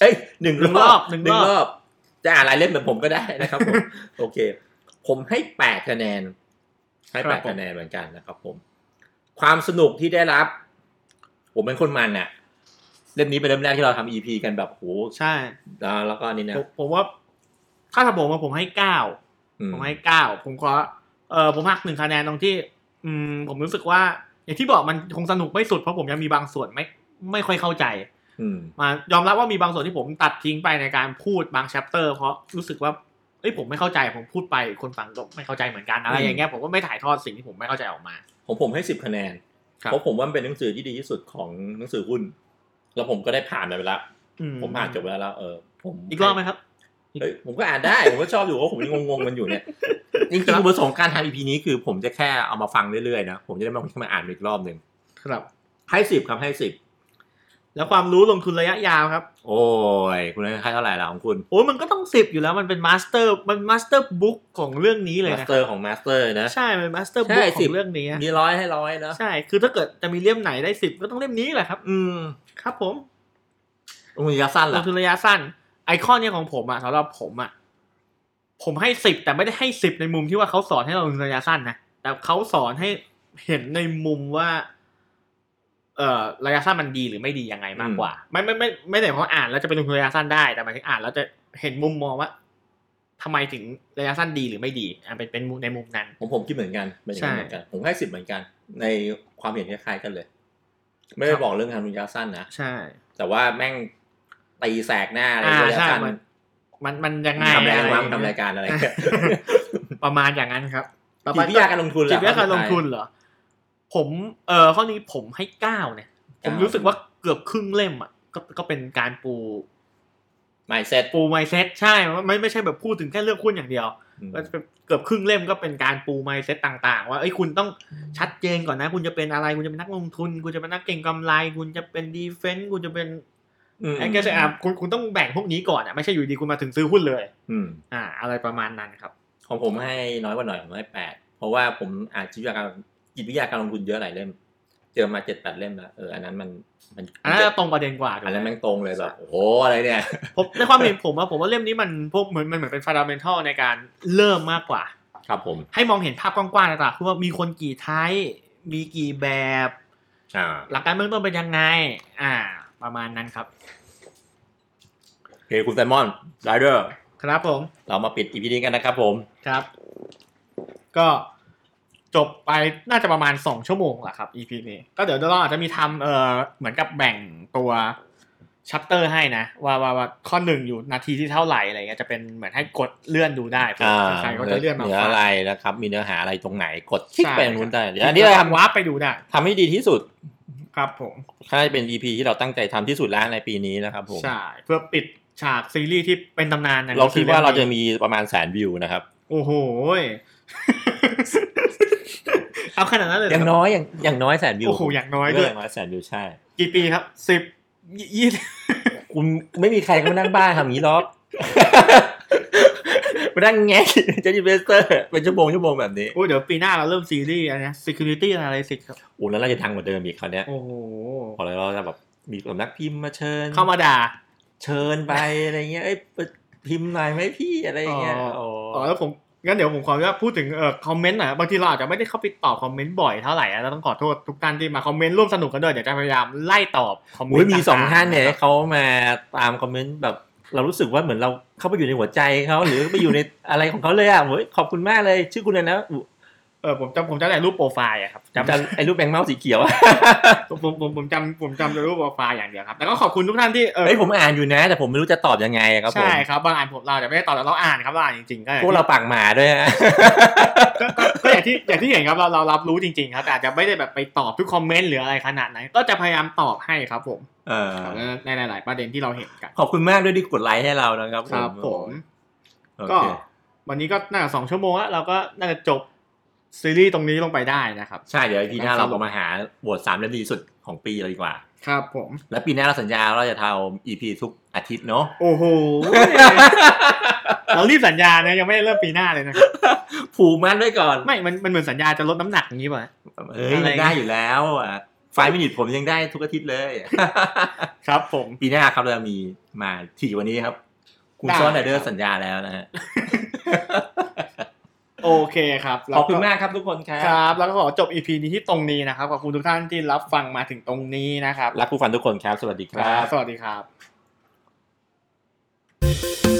B: เอ้ยหนึ่ง
A: หนึ่ง
B: ร
A: ร
B: อ
A: อ
B: บบ
A: หนึ่ง
B: หนึ่
A: รง อ
B: ร
A: บ
B: อบ จะอ่านหลายเล่มเหมือนผมก็ได้นะครับ ผม โอเค ผมให้แปดคะแนน ให้แปดคะแนนเหมือนกันนะครับ ผม ความสนุกที่ได้รับ ผมเป็นคนมันน่ะ เล่มนี้เป็นเล่มแรกที่เราทำ EP กันแบบโห
A: ใช่
B: แล้วแล้วก็นี่นะ
A: ผมผมว่าถ้าถามผมว่าผมให้เก้า
B: อืม
A: ผมให้เก้าผมขอเออผมหักหนึ่งคะแนนตรงที่ อืมผมรู้สึกว่า อย่างที่บอกมันคงสนุกไม่สุดเพราะผมยังมีบางส่วนไม่ไม่ค่อยเข้าใจ
B: อืม
A: มายอมรับว่ามีบางส่วนที่ผมตัดทิ้งไปในการพูดบางแชปเตอร์ เพราะรู้สึกว่าเอ้ยผมไม่เข้าใจผมพูดไปคนฟังก็ไม่เข้าใจเหมือนกันอะไรอย่างเงี้ยผมก็ไม่ถ่ายทอดสิ่งที่ผมไม่เข้าใจออกมา
B: ผมผมให้สิบคะแนน
A: ครับ
B: เพราะผมว่ามันเป็นหนังสือที่ดีที่สุดของหนังสือหุ้น แล้วผมก็ได้ผ่านมันไปแล้ว
A: อื
B: ผมผ่านจบไปแล้ว เออ ผม
A: อีกรอบไหมครับ
B: เฮ้ยผมก็อ่านได้ ผมก็ชอบอยู่เพราะผมยังงงๆมันอยู่ เนี่ยจริง
A: ครั
B: ๆ
A: บ
B: จุดประสงค์การทำ EP นี้คือผมจะแค่เอามาฟังเรื่อยๆนะ ผมจะได้ไม่ต้องมาอ่านอีกรอบหนึ่ง
A: ครับ
B: ให้สิบครับให้สิบ
A: แล้วความรู้ลงทุนระยะยาวครับ
B: โอ้ยคุณให้เท่าไหร่ล่ะของคุณ
A: โอ้ยมันก็ต้องสิบอยู่แล้วมันเป็นมาสเตอร์มันมาสเตอร์บุ๊กของเรื่องนี้เลย
B: มาส
A: นะ
B: เตอร์ของมาสเตอร์นะ
A: ใช่มันมาสเตอร์บุ๊ก
B: ใช่
A: ข
B: สิ
A: อบ งเรื่องนี้อะ
B: มีร้อยให้ร้อยนะ
A: ใช่คือถ้าเกิดจะมีเล่มไหนได้สิบก็ต้องเล่มนี้แหละครับ
B: อืม
A: ครับ ผม
B: มันยาสั้นเห
A: ล
B: รอง
A: ทุนระยะสั้นไอคอนเนี่ยของผมอะสำหรับผมอะผมให้สิบแต่ไม่ได้ให้สิบในมุมที่ว่าเขาสอนให้เราลงทุนระยะสั้นนะแต่เขาสอนให้เห็นในมุมว่า เอ่อระยะสั้นมันดีหรือไม่ดียังไงมากกว่า ไม่ไม่ไม่ไม่ได้เพราะอ่านแล้วจะเป็นลงทุนระยะสั้นได้แต่หมายถึงอ่านแล้วจะเห็นมุมมองว่าทำไมถึงระยะสั้นดีหรือไม่ดีอ่ะเป็นเป็นมุมในมุมนั้น
B: ผมผมคิดเหมือนกันเป็นอย่างนั้นเหมือนกันผมให้สิบเหมือนกัน ในความเห็นคล้ายๆกันเลย ไม่ได้
A: ครับ
B: บอกเรื่องการระยะสั้นนะ
A: ใช่
B: แต่ว่าแม่งตีแสกหน้าอะไร
A: อ่า
B: ก็แล้ว
A: ใช่
B: กัน
A: มันมันมันยังไง
B: ทำราย
A: อะไร
B: กา
A: อ
B: ร
A: ย่าง
B: ทำ
A: เงี้
B: รายยการอะไรเงี้ย
A: ประมาณอย่างนั้นครับต่อ
B: จิ
A: ไป
B: ตวิทยาการลงทุนเหรอ
A: จิตวิทยาการลงทุน
B: คบ
A: เหรอ ผมเออข้อนี้ผมให้เก้าเนี่ย ผม
B: เก้า
A: รู้สึกว่าเกือบครึ่งเล่มอ่ะก็ก็เป็นการปู
B: ไม่เสร็จ
A: ปูไมเซ็ตใช่มันไม่ไม่ใช่แบบพูดถึงแค่เรื่องหุ้นอย่างเดียว ก็จะเป็นเกือบครึ่งเล่มก็เป็นการปูไมเซ็ตต่างๆ ว่าเอ้ยคุณต้องชัดเจนก่อนนะ คุณจะเป็นอะไรคุณจะเป็นนักลงทุน คุณจะเป็นนักเก่งกำไร คุณจะเป็นดีเฟนต์คุณจะเป็นไอ้แกจะอ่ะคุณคุณต้องแบ่งพวกนี้ก่อนอ่ะไม่ใช่อยู่ดีคุณมาถึงซื้อหุ้นเลย
B: อืม
A: อ่า อะไรประมาณนั้นครับ
B: ของผมให้น้อยกว่าหน่อยผมให้แปดเพราะว่าผมอ่านจิตวิทยาการจิตวิทยาการลงทุนเยอะหลายเล่ม เจอมาเจ็ดแปดเล่มแล้วเอออันนั้นมันมัน
A: อันนั้นจะตรงประเด็นกว่าถูกไหม
B: อันนั้นแม่งตรงเลยแบบโอ้โหอะไรเนี่ย
A: ผมในความเห็นผมอะผมว่าเล่มนี้มันพวกเหมือนมันเหมือนเป็นฟ u n d a m e n t a l ในการเริ่มมากกว่า
B: ครับผม
A: ให้มองเห็นภาพกว้างๆในตลาดคือว่ามีคนกี่ไทยมีกี่แบบ
B: อ่า
A: หลักการเบื้องต้นเป็นยังไง อ่า ประมาณนั้นครับ
B: โอเคคุณแซมมอนไรเดอร์
A: ครับผม
B: เรามาปิดอีพีนี้กันนะครับผม
A: ครับ ก็จบไปน่าจะประมาณ 2 ชั่วโมงแหละครับ EP นี้ก็เดี๋ยวเราอาจจะมีทำเออเหมือนกับแบ่งตัวชัปเตอร์ให้นะว่าว่าว่าข้อหนึ่งอยู่นาทีที่เท่าไหร่อะไรเงี้ยจะเป็นเหมือนให้กดเลื่อนดูได้เผื่อใครเขาจะเลื่อนมา
B: เนื้อ
A: ฟัง
B: อะไรนะครับ มีเนื้อหาอะไรตรงไหนกดคลิก
A: ใช่
B: ไปตรงนู้นได้เดี๋ยวอันนี้เราทำ
A: วาร์ปไปดูได้
B: ทำให้ดีที่สุด
A: ครับผม
B: ถ้าจะเป็น EP ที่เราตั้งใจทำที่สุดแล้วในปีนี้นะครับผม
A: ใช่ เพื่อปิดฉากซีรีส์ที่เป็นตำนานนะ
B: เราคิดว่าเราจะมีประมาณแสนวิวนะครับ
A: โอ้โหย เอาขนาดนั้นเลยเหร
B: อย่าง
A: ครับ
B: น้อยอย่างอย่างน้อยแสนวิว
A: โอ้โหอย่างน้อยด้
B: เรื่
A: ว
B: อย งน้อยแสนวิวใช่
A: กี่ปีครับสิบยี่สิบ
B: คุณไม่มีใครมานั่งบ้าทำอย่างนี้หรอก มานั่งแงะ เจะดิเวสเตอร์ เป็นชั่วโมงชั่วโมงแบบนี้
A: โอ้ยเดี๋ยวปีหน้าเราเริ่มซีรีส์อะไรนะ security analysis ครับ
B: โอ้แล้วเราจะดังกว่าเดิมอีกคราวเนี้ย
A: โอ้โห
B: พอแล้วเราจะแบบมีสำนักพิมพ์มาเชิญ
A: เข้ามาด่า
B: เชิญไปอะไรเงี้ยเอ้ยพิมพ์หน่อยไหมพี่อะไรอย่างเงี้ย
A: อ๋อ
B: โอ้
A: อ๋อแล้วผมงั้นเดี๋ยวผมขออนุญาตพูดถึงเอ่อคอมเมนต์หน่อยบางทีเราอาจจะไม่ได้เข้าไปตอบคอมเมนต์บ่อยเท่าไหร่นะเราต้องขอโทษทุกท่านที่มาคอมเมนต์ร่วมสนุกกันด้วยเดี๋ยวจะพยายามไล่ตอบคอมเมน
B: โอ้ย
A: ต์
B: มีสอง
A: ต่ๆ
B: ท่านเนี่ย
A: ะครับ
B: เขามาตามคอมเมนต์แบบ เรารู้สึกว่าเหมือนเราเข้าไปอยู่ในหัวใจเขาหรือไปอยู่ในอะไรของเขาเลยอ่ะโอ้ยขอบคุณมากเลย ชื่อคุณเลยนะอุ
A: เออผมจำผมจำแต่รูปโปรไฟล์อะครับจำ
B: จำไอ้รูปแบงค์เมาส์สีเขียว อะ
A: ผมผมผมผมจำผมจำแต่รูปโปรไฟล์อย่างเดียวครับแต่ก็ขอบคุณทุกท่านที่เออ
B: เฮ้ยผมอ่านอยู่นะ แต่ผมไม่รู้จะตอบยังไงอะครับผม
A: ใช่ครับบางอ่านผมเราแต่ไม่ได้ตอบแต่เราอ่านครับเราอ่านจริงๆก็อย่ง
B: พ
A: ที่
B: วกเราปากหมาด้วย ฮะ
A: ก็ก็ก็อย่างที่อย่างที่เห็นครับเราเรารับรู้จริงๆครับแต่อาจจะไม่ได้แบบไปตอบทุกคอมเมนต์หรืออะไรขนาดนั้นก็จะพยายามตอบให้ครับผม
B: เออ
A: ในหลาย ๆ ประเด็นที่เราเห็นกัน
B: ขอบคุณมากด้วยที่กดไลค์ให้เรานะครับผม
A: ครับผม
B: โอ
A: ก็
B: เค
A: วันนี้ก็น่าจะสองชั่วโมงแล้วเราก็น่าจะจบซีรีส์ตรงนี้ลงไปได้นะครับ
B: ใช่เดี๋ยวพีหน้าเราก็มาหาโหวตสามเล่มดีสุดของปีเลยดีกว่า
A: ครับผม
B: และปีหน้าเราสัญญาว่าเราจะทำ EP ทุกอาทิตย์เนาะ
A: โอ้โห เรารีบสัญญานะยังไม่ได้เริ่มปีหน้าเลยนะครับ
B: ผูกมัดไว้ก่อน
A: ไม่มันมันเหมือนสัญญาจะลดน้ำหนักอย่างนี้ป่ะ
B: เอ้ย
A: อะไร
B: มันได้อยู่แล้วอ่ะไฟมินิทผมยังได้ทุกอาทิตย์เลย
A: ครับผม
B: ปีหน้าครับเรามีมาถี่กวันนี้ครับ คุณ
A: ได้
B: ซอนไดเด
A: ค
B: อ
A: รั
B: ร์
A: บ
B: สัญญาแล้วนะฮะ
A: โอเคครับแล้ว
B: ขอบคุณมากครับทุกคนครั
A: ค
B: บ
A: รับ แล้วก็ขอจบ EP นี้ที่ตรงนี้นะครับ ขอบคุณทุกท่านที่รับฟังมาถึงตรงนี้นะครับ
B: รักผู้ฟังทุกคนครับ สวัสดีครับ
A: สวัสดีครับ